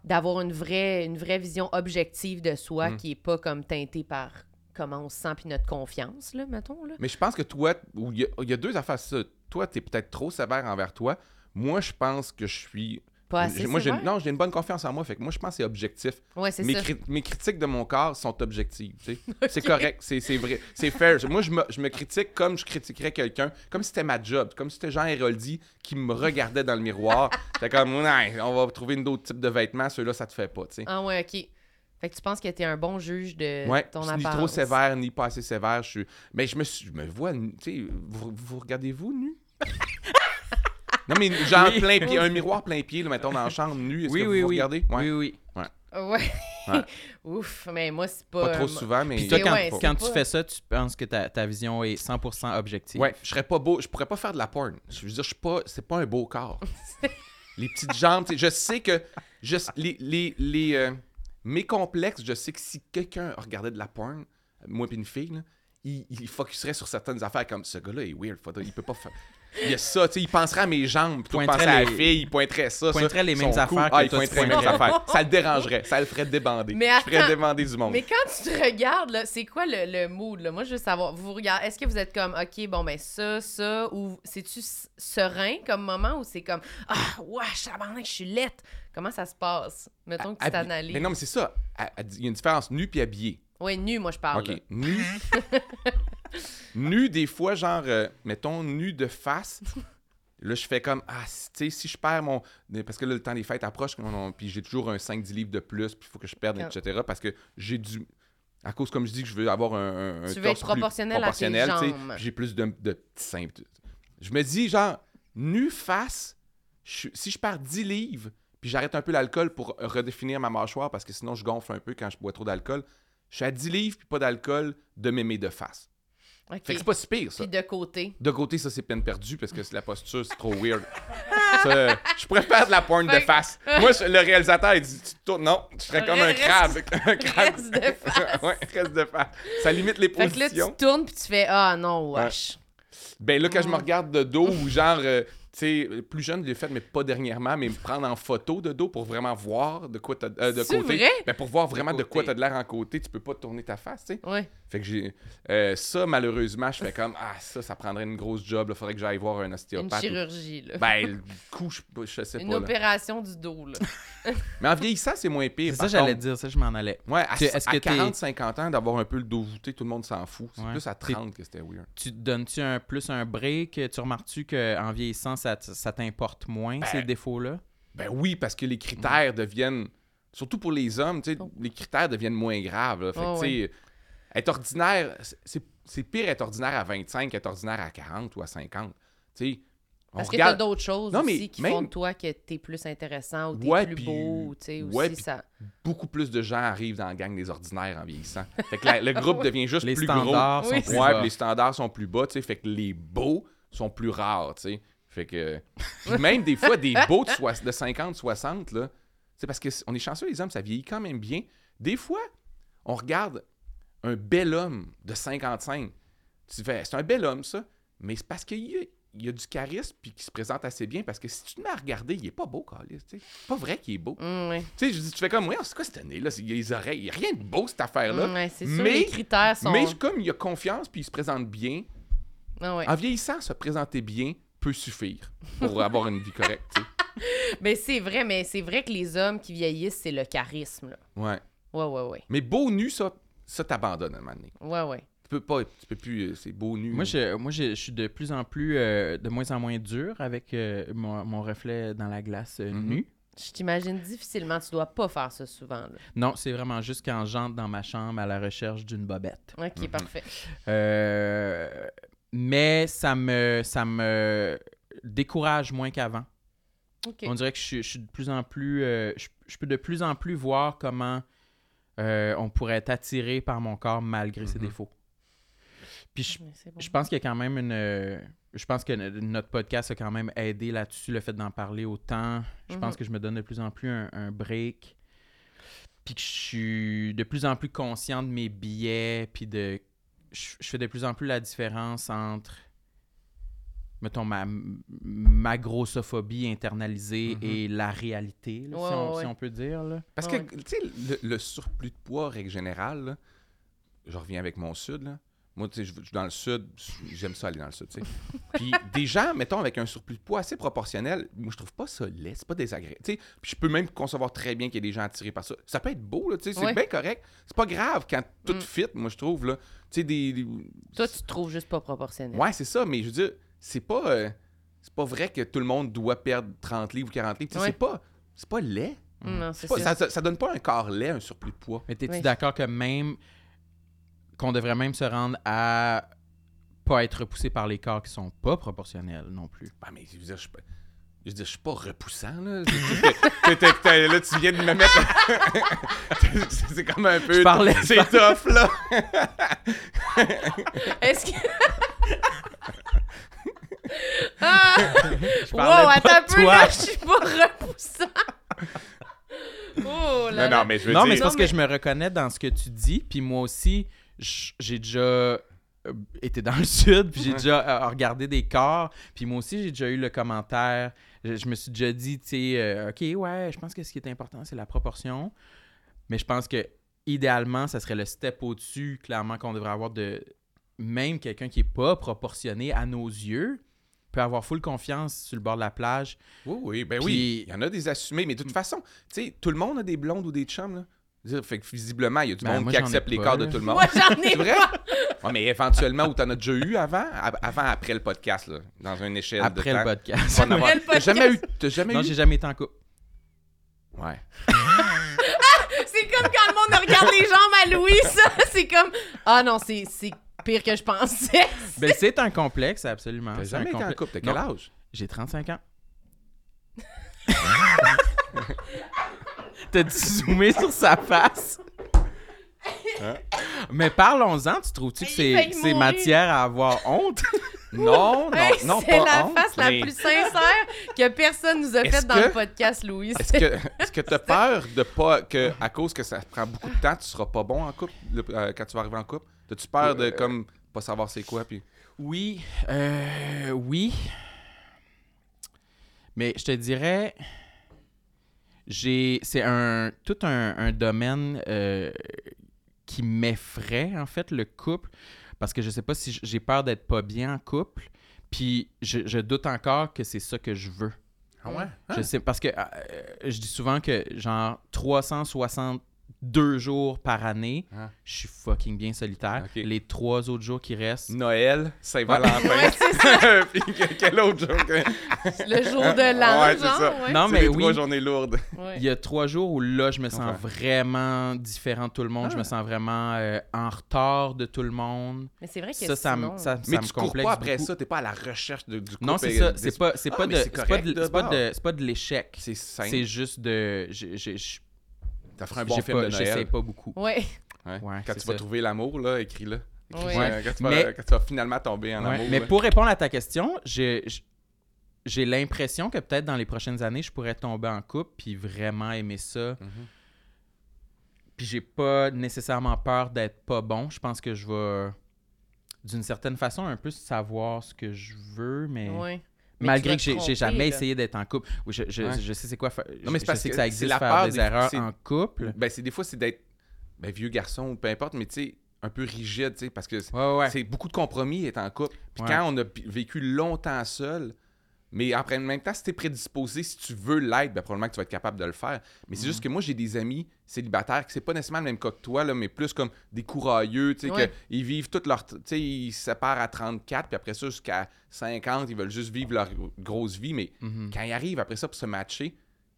Speaker 2: d'avoir une vraie, une vraie vision objective de soi
Speaker 4: Mm.
Speaker 2: qui est pas comme teintée par comment on se sent puis notre confiance, là, mettons. Là.
Speaker 4: Mais je pense que toi, ou il y, a- il y a deux affaires à ça. Toi, t'es peut-être trop sévère envers toi. Moi, je pense que je suis...
Speaker 2: Pas assez.
Speaker 4: j'ai- moi, j'ai,
Speaker 2: sévère.
Speaker 4: non, j'ai une bonne confiance en moi, fait que moi, je pense que c'est objectif.
Speaker 2: Ouais, c'est
Speaker 4: mes,
Speaker 2: ça.
Speaker 4: cri- mes critiques de mon corps sont objectives. tu sais. C'est correct, c'est c'est vrai, c'est fair. Je- Moi, je me, je me critique comme je critiquerais quelqu'un, comme si c'était ma job, comme si c'était Jean Héroldi qui me regardait dans le miroir. J'étais comme, Ouais, on va trouver une autre type de vêtements, ceux-là, ça te fait pas. tu sais.
Speaker 2: Ah ouais, OK. Fait que tu penses que t'es un bon juge
Speaker 1: euh,
Speaker 2: de
Speaker 4: Ouais,
Speaker 2: ton
Speaker 4: je suis
Speaker 2: apparence.
Speaker 4: ni trop sévère, ni pas assez sévère. Je suis... Mais je me, suis- je me vois, nu- tu sais, vous, vous regardez-vous nu? non, mais genre
Speaker 1: Oui.
Speaker 4: plein pied, un miroir plein pied, là, mettons, dans la chambre, nu, est-ce
Speaker 1: Oui,
Speaker 4: que
Speaker 1: oui,
Speaker 4: vous vous
Speaker 1: oui.
Speaker 4: regardez?
Speaker 1: Oui,
Speaker 4: Ouais.
Speaker 1: oui.
Speaker 2: Ouais.
Speaker 4: Ouais.
Speaker 2: Ouf, mais moi, c'est pas...
Speaker 4: Pas trop
Speaker 2: euh,
Speaker 4: souvent, mais...
Speaker 1: Puis toi,
Speaker 2: Mais
Speaker 1: quand,
Speaker 2: ouais,
Speaker 1: quand
Speaker 2: c'est
Speaker 1: tu
Speaker 2: pas-
Speaker 1: fais ça, tu penses que ta, ta vision est 100% objective.
Speaker 4: Ouais, je serais pas beau, je pourrais pas faire de la porn. Je veux dire, je suis pas, c'est pas un beau corps. les petites jambes, tu sais, je sais que je, les, les, les, euh, mes complexes, je sais que si quelqu'un regardait de la porn, moi et une fille, là, il, il focuserait sur certaines affaires comme ce gars-là est weird, faudrait- il peut pas faire. Il y a ça, tu sais, il penserait à mes jambes, plutôt que
Speaker 1: Pointerait
Speaker 4: penser à la
Speaker 1: les-
Speaker 4: fille, il pointerait ça. ça,
Speaker 1: pointerait les
Speaker 4: son
Speaker 1: mêmes
Speaker 4: cou.
Speaker 1: affaires que
Speaker 4: ah, il
Speaker 1: toi, tu
Speaker 4: pointerait les mêmes
Speaker 1: pointerais.
Speaker 4: affaires. Ça le dérangerait, ça le ferait débander.
Speaker 2: Mais
Speaker 4: Je ferais
Speaker 2: attends,
Speaker 4: débander du monde.
Speaker 2: Mais quand tu te regardes, là, c'est quoi le, le mood? Là? Moi, je veux savoir. Vous regardez, est-ce que vous êtes comme, OK, bon, ben ça, ça, ou c'est-tu s- serein comme moment ou c'est comme, ah, wesh, abandonné, je suis lette? Comment ça se passe? Mettons que tu
Speaker 4: Ah, Habillé-
Speaker 2: t'analyses.
Speaker 4: Mais non, mais c'est ça. À- à- Il y a une différence nu puis habillé.
Speaker 2: Ouais, nu, moi, je parle. là.
Speaker 4: OK. Nu. nu, des fois, genre, euh, mettons, nu de face. Là, je fais comme, ah, si- tu sais, si je perds mon. Parce que là, le temps des fêtes approche, on- on- puis j'ai toujours un 5-10 livres de plus, puis il faut que je perde,
Speaker 2: Ok.
Speaker 4: etc. Parce que j'ai du. À cause, comme je dis, que je veux avoir un. un- un
Speaker 2: Tu veux
Speaker 4: torse
Speaker 2: être
Speaker 4: plus
Speaker 2: proportionnel à tes
Speaker 4: proportionnel, tu sais,
Speaker 2: jambes.
Speaker 4: puis J'ai plus de, de petits seins, puis tout. Je me dis, genre, nu face, je suis- si je perds 10 livres, puis j'arrête un peu l'alcool pour redéfinir ma mâchoire, parce que sinon, je gonfle un peu quand je bois trop d'alcool. Je suis à 10 livres puis pas d'alcool de mémé de face.
Speaker 2: OK.
Speaker 4: Fait que c'est pas si pire, ça.
Speaker 2: Puis de côté.
Speaker 4: De côté, ça, c'est peine perdue parce que c'est la posture, c'est trop weird. Ça, je préfère de la pointe de
Speaker 2: Fait que-
Speaker 4: face. Moi, je- le réalisateur, il dit tu te tournes. Non, je serais comme un
Speaker 2: Reste-
Speaker 4: crabe. Un crabe.
Speaker 2: Reste de face.
Speaker 4: ouais, reste de face. Ça limite les
Speaker 2: Fait que là,
Speaker 4: positions.
Speaker 2: tu tournes puis tu fais, ah, non, wesh.
Speaker 4: Ben là, quand
Speaker 2: Hmm.
Speaker 4: je me regarde de dos ou genre, euh, tu sais, plus jeune, je l'ai fait, mais pas dernièrement, mais me prendre en photo de dos pour vraiment voir de quoi t'as euh, de
Speaker 2: C'est
Speaker 4: côté.
Speaker 2: vrai?
Speaker 4: Ben pour voir vraiment de,
Speaker 1: côté.
Speaker 4: quoi t'as de l'air en côté, tu peux pas tourner ta face, tu sais.
Speaker 2: Ouais.
Speaker 4: Fait que j'ai. euh, ça, malheureusement, je fais comme Ah, ça, ça prendrait une grosse job, il faudrait que j'aille voir un
Speaker 2: Une
Speaker 4: ostéopathe.
Speaker 2: chirurgie, là.
Speaker 4: Ben, le coup, je, je sais
Speaker 2: Une
Speaker 4: pas. là.
Speaker 2: opération du dos, là.
Speaker 4: Mais en vieillissant, c'est moins pire.
Speaker 1: C'est ça,
Speaker 4: par
Speaker 1: j'allais
Speaker 4: contre.
Speaker 1: dire, ça, je m'en allais.
Speaker 4: Ouais, à,
Speaker 1: Tu- est-ce
Speaker 4: à
Speaker 1: que t'es-
Speaker 4: 40, 50 ans, d'avoir un peu le dos voûté, tout le monde s'en fout. C'est
Speaker 1: Ouais.
Speaker 4: plus à
Speaker 1: T'es-
Speaker 4: 30 que c'était weird.
Speaker 1: Tu te donnes-tu un, plus un break? Tu remarques-tu qu'en vieillissant, ça, t- ça t'importe moins, ces défauts-là?
Speaker 4: Ben oui, parce que les critères deviennent, surtout pour les hommes, tu sais, les critères deviennent moins graves. là. Fait que,
Speaker 2: Oh,
Speaker 4: tu sais, être ordinaire, c'est- c'est c'est pire être ordinaire à 25 qu'être ordinaire à 40 ou à 50. Tu sais, on
Speaker 2: Parce que
Speaker 4: regarde.
Speaker 2: t'as d'autres choses
Speaker 4: Non, mais
Speaker 2: aussi qui
Speaker 4: même-
Speaker 2: font de toi que t'es plus intéressant ou t'es
Speaker 4: Ouais,
Speaker 2: plus
Speaker 4: puis-
Speaker 2: beau, ou tu sais, aussi
Speaker 4: ouais, puis-
Speaker 2: ça...
Speaker 4: Beaucoup plus de gens arrivent dans la gang des ordinaires en vieillissant. Fait que la- le groupe devient juste
Speaker 1: Les
Speaker 4: plus gros.
Speaker 1: standards
Speaker 2: Oui,
Speaker 1: sont
Speaker 2: c'est
Speaker 1: plus
Speaker 4: Ouais,
Speaker 1: bas.
Speaker 4: puis les standards sont plus bas, tu sais. Fait que les beaux sont plus rares, tu sais. Fait que. Puis même des fois, des beaux de, soi- de 50, 60, là. C'est parce qu'on est chanceux, les hommes, ça vieillit quand même bien. Des fois, on regarde un bel homme de 55. Tu fais, c'est un bel homme, ça. Mais c'est parce qu'il y a, il y a du charisme puis qu'il se présente assez bien. Parce que si tu te mets à regarder, il est pas beau, Carlis. tu sais. C'est pas vrai qu'il est beau.
Speaker 2: Hum, ouais.
Speaker 4: Tu sais, je dis, tu fais comme, ouais, c'est quoi cette année-là? C'est- Il y a les oreilles. Il y a rien de beau, cette affaire-là.
Speaker 2: Mm, ouais, c'est sûr,
Speaker 4: Mais-
Speaker 2: les critères sont.
Speaker 4: Mais comme il a confiance puis il se présente bien,
Speaker 2: Ah ouais.
Speaker 4: en vieillissant, se présenter bien peut suffire pour avoir une vie correcte. tu sais.
Speaker 2: Mais c'est vrai, mais c'est vrai que les hommes qui vieillissent, c'est le charisme. Là.
Speaker 4: Ouais.
Speaker 2: Ouais, ouais, ouais.
Speaker 4: Mais beau nu, ça, ça t'abandonne à un moment donné.
Speaker 2: Ouais, ouais.
Speaker 4: Tu peux pas, tu peux plus, euh, c'est beau nu.
Speaker 1: Moi, je, moi je, je suis de plus en plus, euh, de moins en moins dur avec euh, mon, mon reflet dans la glace euh,
Speaker 4: Mhm.
Speaker 1: nu.
Speaker 2: Je t'imagine difficilement, tu dois pas faire ça souvent. Là.
Speaker 1: Non, c'est vraiment juste quand j'entre dans ma chambre à la recherche d'une bobette.
Speaker 2: Ok, parfait.
Speaker 1: Euh, mais ça me, ça me décourage moins qu'avant.
Speaker 2: Ok.
Speaker 1: On dirait que je, suis- je suis de plus en plus, euh, je, je peux de plus en plus voir comment euh, on pourrait être attiré par mon corps malgré ses
Speaker 4: Mhm.
Speaker 1: défauts. Puis je,
Speaker 2: Mais c'est bon.
Speaker 1: je pense qu'il y a quand même une. euh, Je pense que no- notre podcast a quand même aidé là-dessus, le fait d'en parler autant. Je pense
Speaker 2: Mhm.
Speaker 1: que je me donne de plus en plus un, un break. Puis que je suis de plus en plus conscient de mes billets. Puis de. Je, je fais de plus en plus la différence entre. Mettons, ma, ma grossophobie internalisée
Speaker 4: Mhm.
Speaker 1: et la réalité, là,
Speaker 2: Ouais,
Speaker 1: si, on,
Speaker 2: ouais,
Speaker 1: si
Speaker 2: ouais.
Speaker 1: on peut dire. Là.
Speaker 4: Parce que,
Speaker 2: Ah Ouais.
Speaker 4: tu sais, le, le surplus de poids, règle générale, là, je reviens avec mon sud, là. Moi, tu sais, je je suis dans le sud, j'aime ça aller dans le sud, tu sais. Puis des gens, mettons, avec un surplus de poids assez proportionnel, moi, je trouve pas ça laid, c'est pas désagréable. Tu sais, puis je peux même concevoir très bien qu'il y ait des gens attirés par ça. Ça peut être beau, là, tu sais, c'est
Speaker 2: Ouais.
Speaker 4: bien correct. C'est pas grave quand tout
Speaker 2: Mm.
Speaker 4: fit, moi, je trouve, là. Tu sais, des... des-
Speaker 2: Toi, tu te trouves juste pas proportionnel.
Speaker 4: Ouais, c'est ça, mais je veux dire, c'est pas... euh, c'est pas vrai que tout le monde doit perdre 30 livres ou 40 livres. Tu sais,
Speaker 2: Ouais.
Speaker 4: c'est pas... C'est pas laid.
Speaker 2: Mm, Non, c'est
Speaker 4: C'est pas-
Speaker 2: sûr.
Speaker 4: ça, ça- ça donne pas un corps laid, un surplus de poids.
Speaker 1: Mais t'es-tu
Speaker 2: Oui.
Speaker 1: d'accord que même qu'on devrait même se rendre à pas être repoussé par les corps qui sont pas proportionnels non plus.
Speaker 4: Ben, mais je veux dire, je suis pas, je veux dire, je suis pas repoussant, là. Je veux dire, t'es- t'es- t'es- là, tu viens de me mettre. c'est c'est comme un peu.
Speaker 1: Je parlais-
Speaker 4: C'est tough, là.
Speaker 2: Oh Est-ce que. ah!
Speaker 1: parlais
Speaker 2: Wow, attends
Speaker 1: pas
Speaker 2: un
Speaker 1: de
Speaker 2: peu,
Speaker 1: toi.
Speaker 2: là, je suis pas repoussant. oh là là.
Speaker 4: mais je
Speaker 1: Non, mais c'est
Speaker 2: Non,
Speaker 1: parce que je me reconnais dans ce que tu dis, puis moi aussi, j- j'ai déjà euh, été dans le sud, puis j'ai déjà euh, regardé des corps, puis moi aussi j'ai déjà eu le commentaire, je, je me suis déjà dit, tu sais, euh, ok, ouais, je pense que ce qui est important, c'est la proportion, mais je pense que idéalement, ça serait le step au-dessus, clairement, qu'on devrait avoir de même quelqu'un qui est pas proportionné à nos yeux peut avoir full confiance sur le bord de la plage.
Speaker 4: Oui, oui, ben
Speaker 1: Puis-
Speaker 4: oui. Il y en a des assumés, mais de toute façon, tu sais, tout le monde a des blondes ou des chums, là. Je veux dire, Fait que visiblement, il y a du
Speaker 1: Ben,
Speaker 4: monde
Speaker 1: moi,
Speaker 4: qui
Speaker 1: j'en ai
Speaker 4: accepte les
Speaker 1: pas,
Speaker 4: corps de
Speaker 1: là.
Speaker 4: tout le monde.
Speaker 2: Moi, j'en ai
Speaker 4: C'est vrai? Ouais, mais éventuellement, où t'en as déjà eu avant, av- avant, après le podcast, là, dans une échelle de
Speaker 1: Après le
Speaker 4: temps.
Speaker 1: podcast.
Speaker 4: Pas en avoir-
Speaker 2: Après le
Speaker 4: T'as jamais eu?
Speaker 2: podcast.
Speaker 4: T'as jamais
Speaker 1: Non,
Speaker 4: eu?
Speaker 1: j'ai jamais été en couple.
Speaker 4: Ouais.
Speaker 2: C'est comme quand le monde regarde les jambes à Louis, ça. C'est comme Ah non, c'est c'est pire que je pensais.
Speaker 1: Ben, c'est un complexe, absolument.
Speaker 4: T'as
Speaker 1: C'est un
Speaker 4: jamais été en
Speaker 1: complexe.
Speaker 4: couple. T'as quel
Speaker 1: Non.
Speaker 4: âge?
Speaker 1: J'ai 35 ans. T'as-tu zoomé sur sa face?
Speaker 4: Hein?
Speaker 1: Mais parlons-en, tu trouves-tu que
Speaker 2: Ben, Il
Speaker 1: c'est
Speaker 2: faillit
Speaker 1: c'est
Speaker 2: mourir.
Speaker 1: matière à avoir honte?
Speaker 4: Non, non,
Speaker 2: Hey,
Speaker 4: non,
Speaker 2: c'est
Speaker 4: pas
Speaker 2: la
Speaker 4: honte,
Speaker 2: face
Speaker 4: mais-
Speaker 2: la plus sincère que personne nous a
Speaker 4: Est-ce
Speaker 2: faite dans
Speaker 4: que-
Speaker 2: le podcast, Louis.
Speaker 4: Est-ce que est-ce que t'as peur de pas que à cause que ça te prend beaucoup de temps, tu seras pas bon en couple le- euh, quand tu vas arriver en couple? T'as-tu peur de comme pas savoir c'est quoi puis
Speaker 1: Oui, euh, oui. Mais je te dirais, j'ai, c'est un tout un, un domaine euh, qui m'effraie en fait le couple parce que je sais pas si j- j'ai peur d'être pas bien en couple. Puis je, je doute encore que c'est ça que je veux.
Speaker 4: Ah ouais?
Speaker 1: Je sais parce que euh, je dis souvent que genre 362 jours par année,
Speaker 4: Hein?
Speaker 1: je suis fucking bien solitaire.
Speaker 4: Ok.
Speaker 1: Les trois autres jours qui restent,
Speaker 4: Noël, Saint-Valentin.
Speaker 2: Ouais, c'est ça,
Speaker 4: Puis que- quel autre jour? que-
Speaker 2: le jour de l'an,
Speaker 4: Ouais, c'est
Speaker 2: genre.
Speaker 4: ça.
Speaker 2: ouais.
Speaker 1: Non,
Speaker 4: C'est
Speaker 1: mais
Speaker 4: les
Speaker 1: oui.
Speaker 4: trois journées lourdes.
Speaker 2: Ouais.
Speaker 1: Il y a trois jours où là, je me sens
Speaker 4: Comprends.
Speaker 1: vraiment différent de tout le monde. Je
Speaker 4: Ah.
Speaker 1: me sens vraiment euh, en retard de tout le monde.
Speaker 2: Mais c'est vrai que
Speaker 1: Ça, ça, me-
Speaker 2: sinon-
Speaker 1: ça,
Speaker 4: Mais
Speaker 1: ça me
Speaker 4: tu cours
Speaker 1: complexe
Speaker 4: pas après
Speaker 1: beaucoup.
Speaker 4: ça, t'es pas à la recherche de- du couple.
Speaker 1: Non, c'est
Speaker 4: et
Speaker 1: ça.
Speaker 4: des-
Speaker 1: C'est pas, c'est
Speaker 4: Ah,
Speaker 1: pas
Speaker 4: mais
Speaker 1: de,
Speaker 4: c'est
Speaker 1: c'est pas
Speaker 4: correct,
Speaker 1: de,
Speaker 4: de
Speaker 1: c'est pas
Speaker 4: bord.
Speaker 1: de, c'est pas de l'échec.
Speaker 4: C'est simple.
Speaker 1: C'est juste de, je, je, je-
Speaker 4: T'as fait un
Speaker 1: j'ai
Speaker 4: bon film
Speaker 1: pas-
Speaker 4: de
Speaker 1: j'essaie
Speaker 4: Noël.
Speaker 1: pas beaucoup.
Speaker 2: Ouais.
Speaker 4: Ouais.
Speaker 1: Ouais,
Speaker 4: Quand
Speaker 1: c'est
Speaker 4: tu vas
Speaker 1: ça.
Speaker 4: trouver l'amour, là, écris-le. Écris,
Speaker 2: Ouais.
Speaker 4: euh, Quand tu vas-
Speaker 1: Mais-
Speaker 4: quand tu vas finalement tomber en
Speaker 1: Ouais.
Speaker 4: amour.
Speaker 1: Mais
Speaker 4: là.
Speaker 1: pour répondre à ta question, je- je- j'ai l'impression que peut-être dans les prochaines années, je pourrais tomber en couple puis vraiment aimer ça.
Speaker 4: Mhm.
Speaker 1: Puis j'ai pas nécessairement peur d'être pas bon. Je pense que je vais, d'une certaine façon, un peu savoir ce que je veux,
Speaker 4: Eh,
Speaker 1: mais.
Speaker 2: ouais. Mais
Speaker 1: Malgré
Speaker 2: tu vas
Speaker 1: que j'ai-
Speaker 2: te
Speaker 1: j'ai
Speaker 2: tromper,
Speaker 1: jamais
Speaker 2: là.
Speaker 1: essayé d'être en couple. Oui, Je, je,
Speaker 4: Ouais.
Speaker 1: je sais c'est quoi faire.
Speaker 4: Non, mais
Speaker 1: je
Speaker 4: c'est parce
Speaker 1: sais
Speaker 4: que
Speaker 1: que ça
Speaker 4: c'est
Speaker 1: existe
Speaker 4: la
Speaker 1: faire
Speaker 4: peur
Speaker 1: des,
Speaker 4: des-
Speaker 1: erreurs
Speaker 4: c'est-
Speaker 1: en couple.
Speaker 4: Ben, c'est des fois, c'est d'être ben, vieux garçon ou peu importe, mais tu sais, un peu rigide, tu sais, parce que c'est-
Speaker 1: Ouais, ouais, ouais.
Speaker 4: c'est beaucoup de compromis être en couple. Puis
Speaker 1: Ouais.
Speaker 4: quand on a pi- vécu longtemps seul, mais après, en même temps, si t'es prédisposé, si tu veux l'être, ben, probablement que tu vas être capable de le faire. Mais
Speaker 1: Mm-hmm.
Speaker 4: c'est juste que moi, j'ai des amis célibataires qui c'est pas nécessairement le même cas que toi, là, mais plus comme des courailleux, tu sais,
Speaker 2: Ouais.
Speaker 4: que ils vivent toute leur... Tu sais, ils se séparent à 34, puis après ça, jusqu'à 50, ils veulent juste vivre leur grosse vie, mais
Speaker 1: Mhm.
Speaker 4: quand ils arrivent après ça pour se matcher,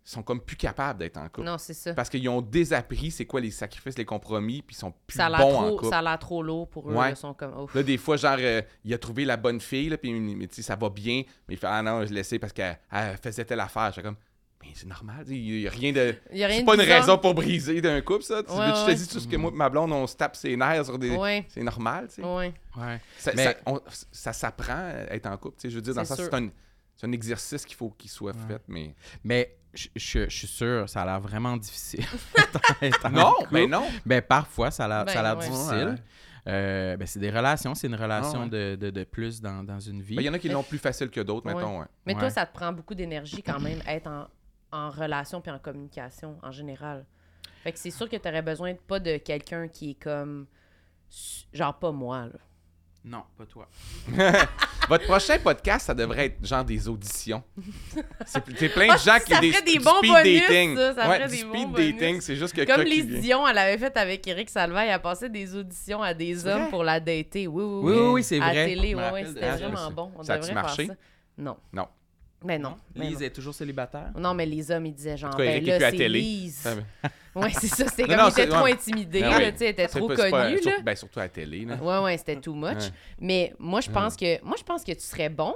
Speaker 4: ils sont comme plus capables d'être en couple.
Speaker 2: Non, c'est ça.
Speaker 4: Parce qu'ils ont désappris c'est quoi les sacrifices, les compromis, puis ils sont plus
Speaker 2: Ça a l'air
Speaker 4: bons en
Speaker 2: trop,
Speaker 4: couple.
Speaker 2: ça a l'air trop lourd pour eux.
Speaker 4: Ouais.
Speaker 2: là, Ils sont comme ouf.
Speaker 4: Là, des fois, genre, euh, il a trouvé la bonne fille, là, puis une- mais tu sais, ça va bien, mais il fait Ah non, je laissais parce qu'elle elle faisait telle affaire. Je fais comme Mais c'est normal, tu sais, il n'y a rien de.
Speaker 2: Il y a rien
Speaker 4: C'est
Speaker 2: de
Speaker 4: pas une
Speaker 2: bizarre.
Speaker 4: raison pour briser d'un couple, ça. Tu,
Speaker 2: Ouais,
Speaker 4: tu te
Speaker 2: ouais.
Speaker 4: dis tout ce que moi et ma blonde, on se tape ses nerfs sur des.
Speaker 2: Ouais.
Speaker 4: C'est normal, tu sais.
Speaker 2: Ouais.
Speaker 1: Ouais.
Speaker 4: Ça,
Speaker 1: Mais-
Speaker 4: ça, on- ça s'apprend à être en couple, tu sais. Je veux dire, dans
Speaker 2: C'est
Speaker 4: ça, c'est
Speaker 2: sûr.
Speaker 4: un, c'est un exercice qu'il faut qu'il soit fait, mais.
Speaker 1: Mais je, je- je suis sûr, ça a l'air vraiment difficile.
Speaker 4: Non, Ah, mais
Speaker 1: mais
Speaker 4: non!
Speaker 1: Ben, parfois, ça a l'air,
Speaker 2: Ben,
Speaker 1: ça a l'air
Speaker 2: ouais.
Speaker 1: difficile.
Speaker 4: Ouais.
Speaker 1: Euh, ben, c'est des relations, c'est une relation
Speaker 4: Ah, ouais.
Speaker 1: de, de- de plus dans, dans une vie.
Speaker 4: Ben, Il y en a qui l'ont plus facile que d'autres,
Speaker 2: Ouais.
Speaker 4: mettons. ouais.
Speaker 2: Mais toi,
Speaker 1: Ouais.
Speaker 2: ça te prend beaucoup d'énergie quand même, être en, en relation puis en communication en général. Fait que c'est sûr que tu aurais besoin de, pas de quelqu'un qui est comme. su- Genre, pas moi, là.
Speaker 1: Non, pas toi.
Speaker 4: Votre prochain podcast, ça devrait être genre des auditions. C'est pl- c'est plein de gens qui
Speaker 2: Ah, ça
Speaker 4: des,
Speaker 2: ferait des
Speaker 4: du
Speaker 2: bons
Speaker 4: speed
Speaker 2: bonus,
Speaker 4: dating.
Speaker 2: ça, ça
Speaker 4: ouais,
Speaker 2: ferait
Speaker 4: du
Speaker 2: des
Speaker 4: speed
Speaker 2: bons
Speaker 4: dating,
Speaker 2: bonus.
Speaker 4: c'est juste quelqu'un
Speaker 2: Comme les
Speaker 4: qui vient.
Speaker 2: Dion, elle avait fait avec Eric Salva, elle a passé des auditions à des hommes
Speaker 4: vrai?
Speaker 2: pour la dater. Oui, oui,
Speaker 1: Oui,
Speaker 2: oui.
Speaker 1: oui, oui, c'est
Speaker 2: à
Speaker 1: vrai.
Speaker 2: télé,
Speaker 1: Je me
Speaker 2: ouais, ouais,
Speaker 1: rappelle de
Speaker 2: c'était
Speaker 1: ça.
Speaker 2: vraiment bon. On
Speaker 4: Ça a-tu
Speaker 2: devrait
Speaker 4: marché?
Speaker 2: faire ça. Non.
Speaker 4: Non.
Speaker 2: Mais non. mais
Speaker 1: Lise est toujours célibataire?
Speaker 2: non. Non, mais les hommes, ils disaient genre,
Speaker 4: tout cas,
Speaker 2: ben
Speaker 4: Eric est
Speaker 2: là,
Speaker 4: plus à
Speaker 2: c'est
Speaker 4: télé.
Speaker 2: Lise.
Speaker 4: Ah, ben,
Speaker 2: Ouais, c'est ça. C'était
Speaker 4: Non,
Speaker 2: comme,
Speaker 4: non,
Speaker 2: il était
Speaker 4: c'est-
Speaker 2: trop
Speaker 4: ouais.
Speaker 2: intimidé,
Speaker 4: Ben
Speaker 2: là,
Speaker 4: oui.
Speaker 2: tu sais, il était
Speaker 4: c'est
Speaker 2: trop
Speaker 4: pas- c'est
Speaker 2: connu,
Speaker 4: pas-
Speaker 2: là. Ah,
Speaker 4: surtout- ben, surtout à la télé. Là.
Speaker 2: Ouais, ouais, c'était too much.
Speaker 4: Ouais.
Speaker 2: Mais moi, je pense que moi, je pense que tu serais bon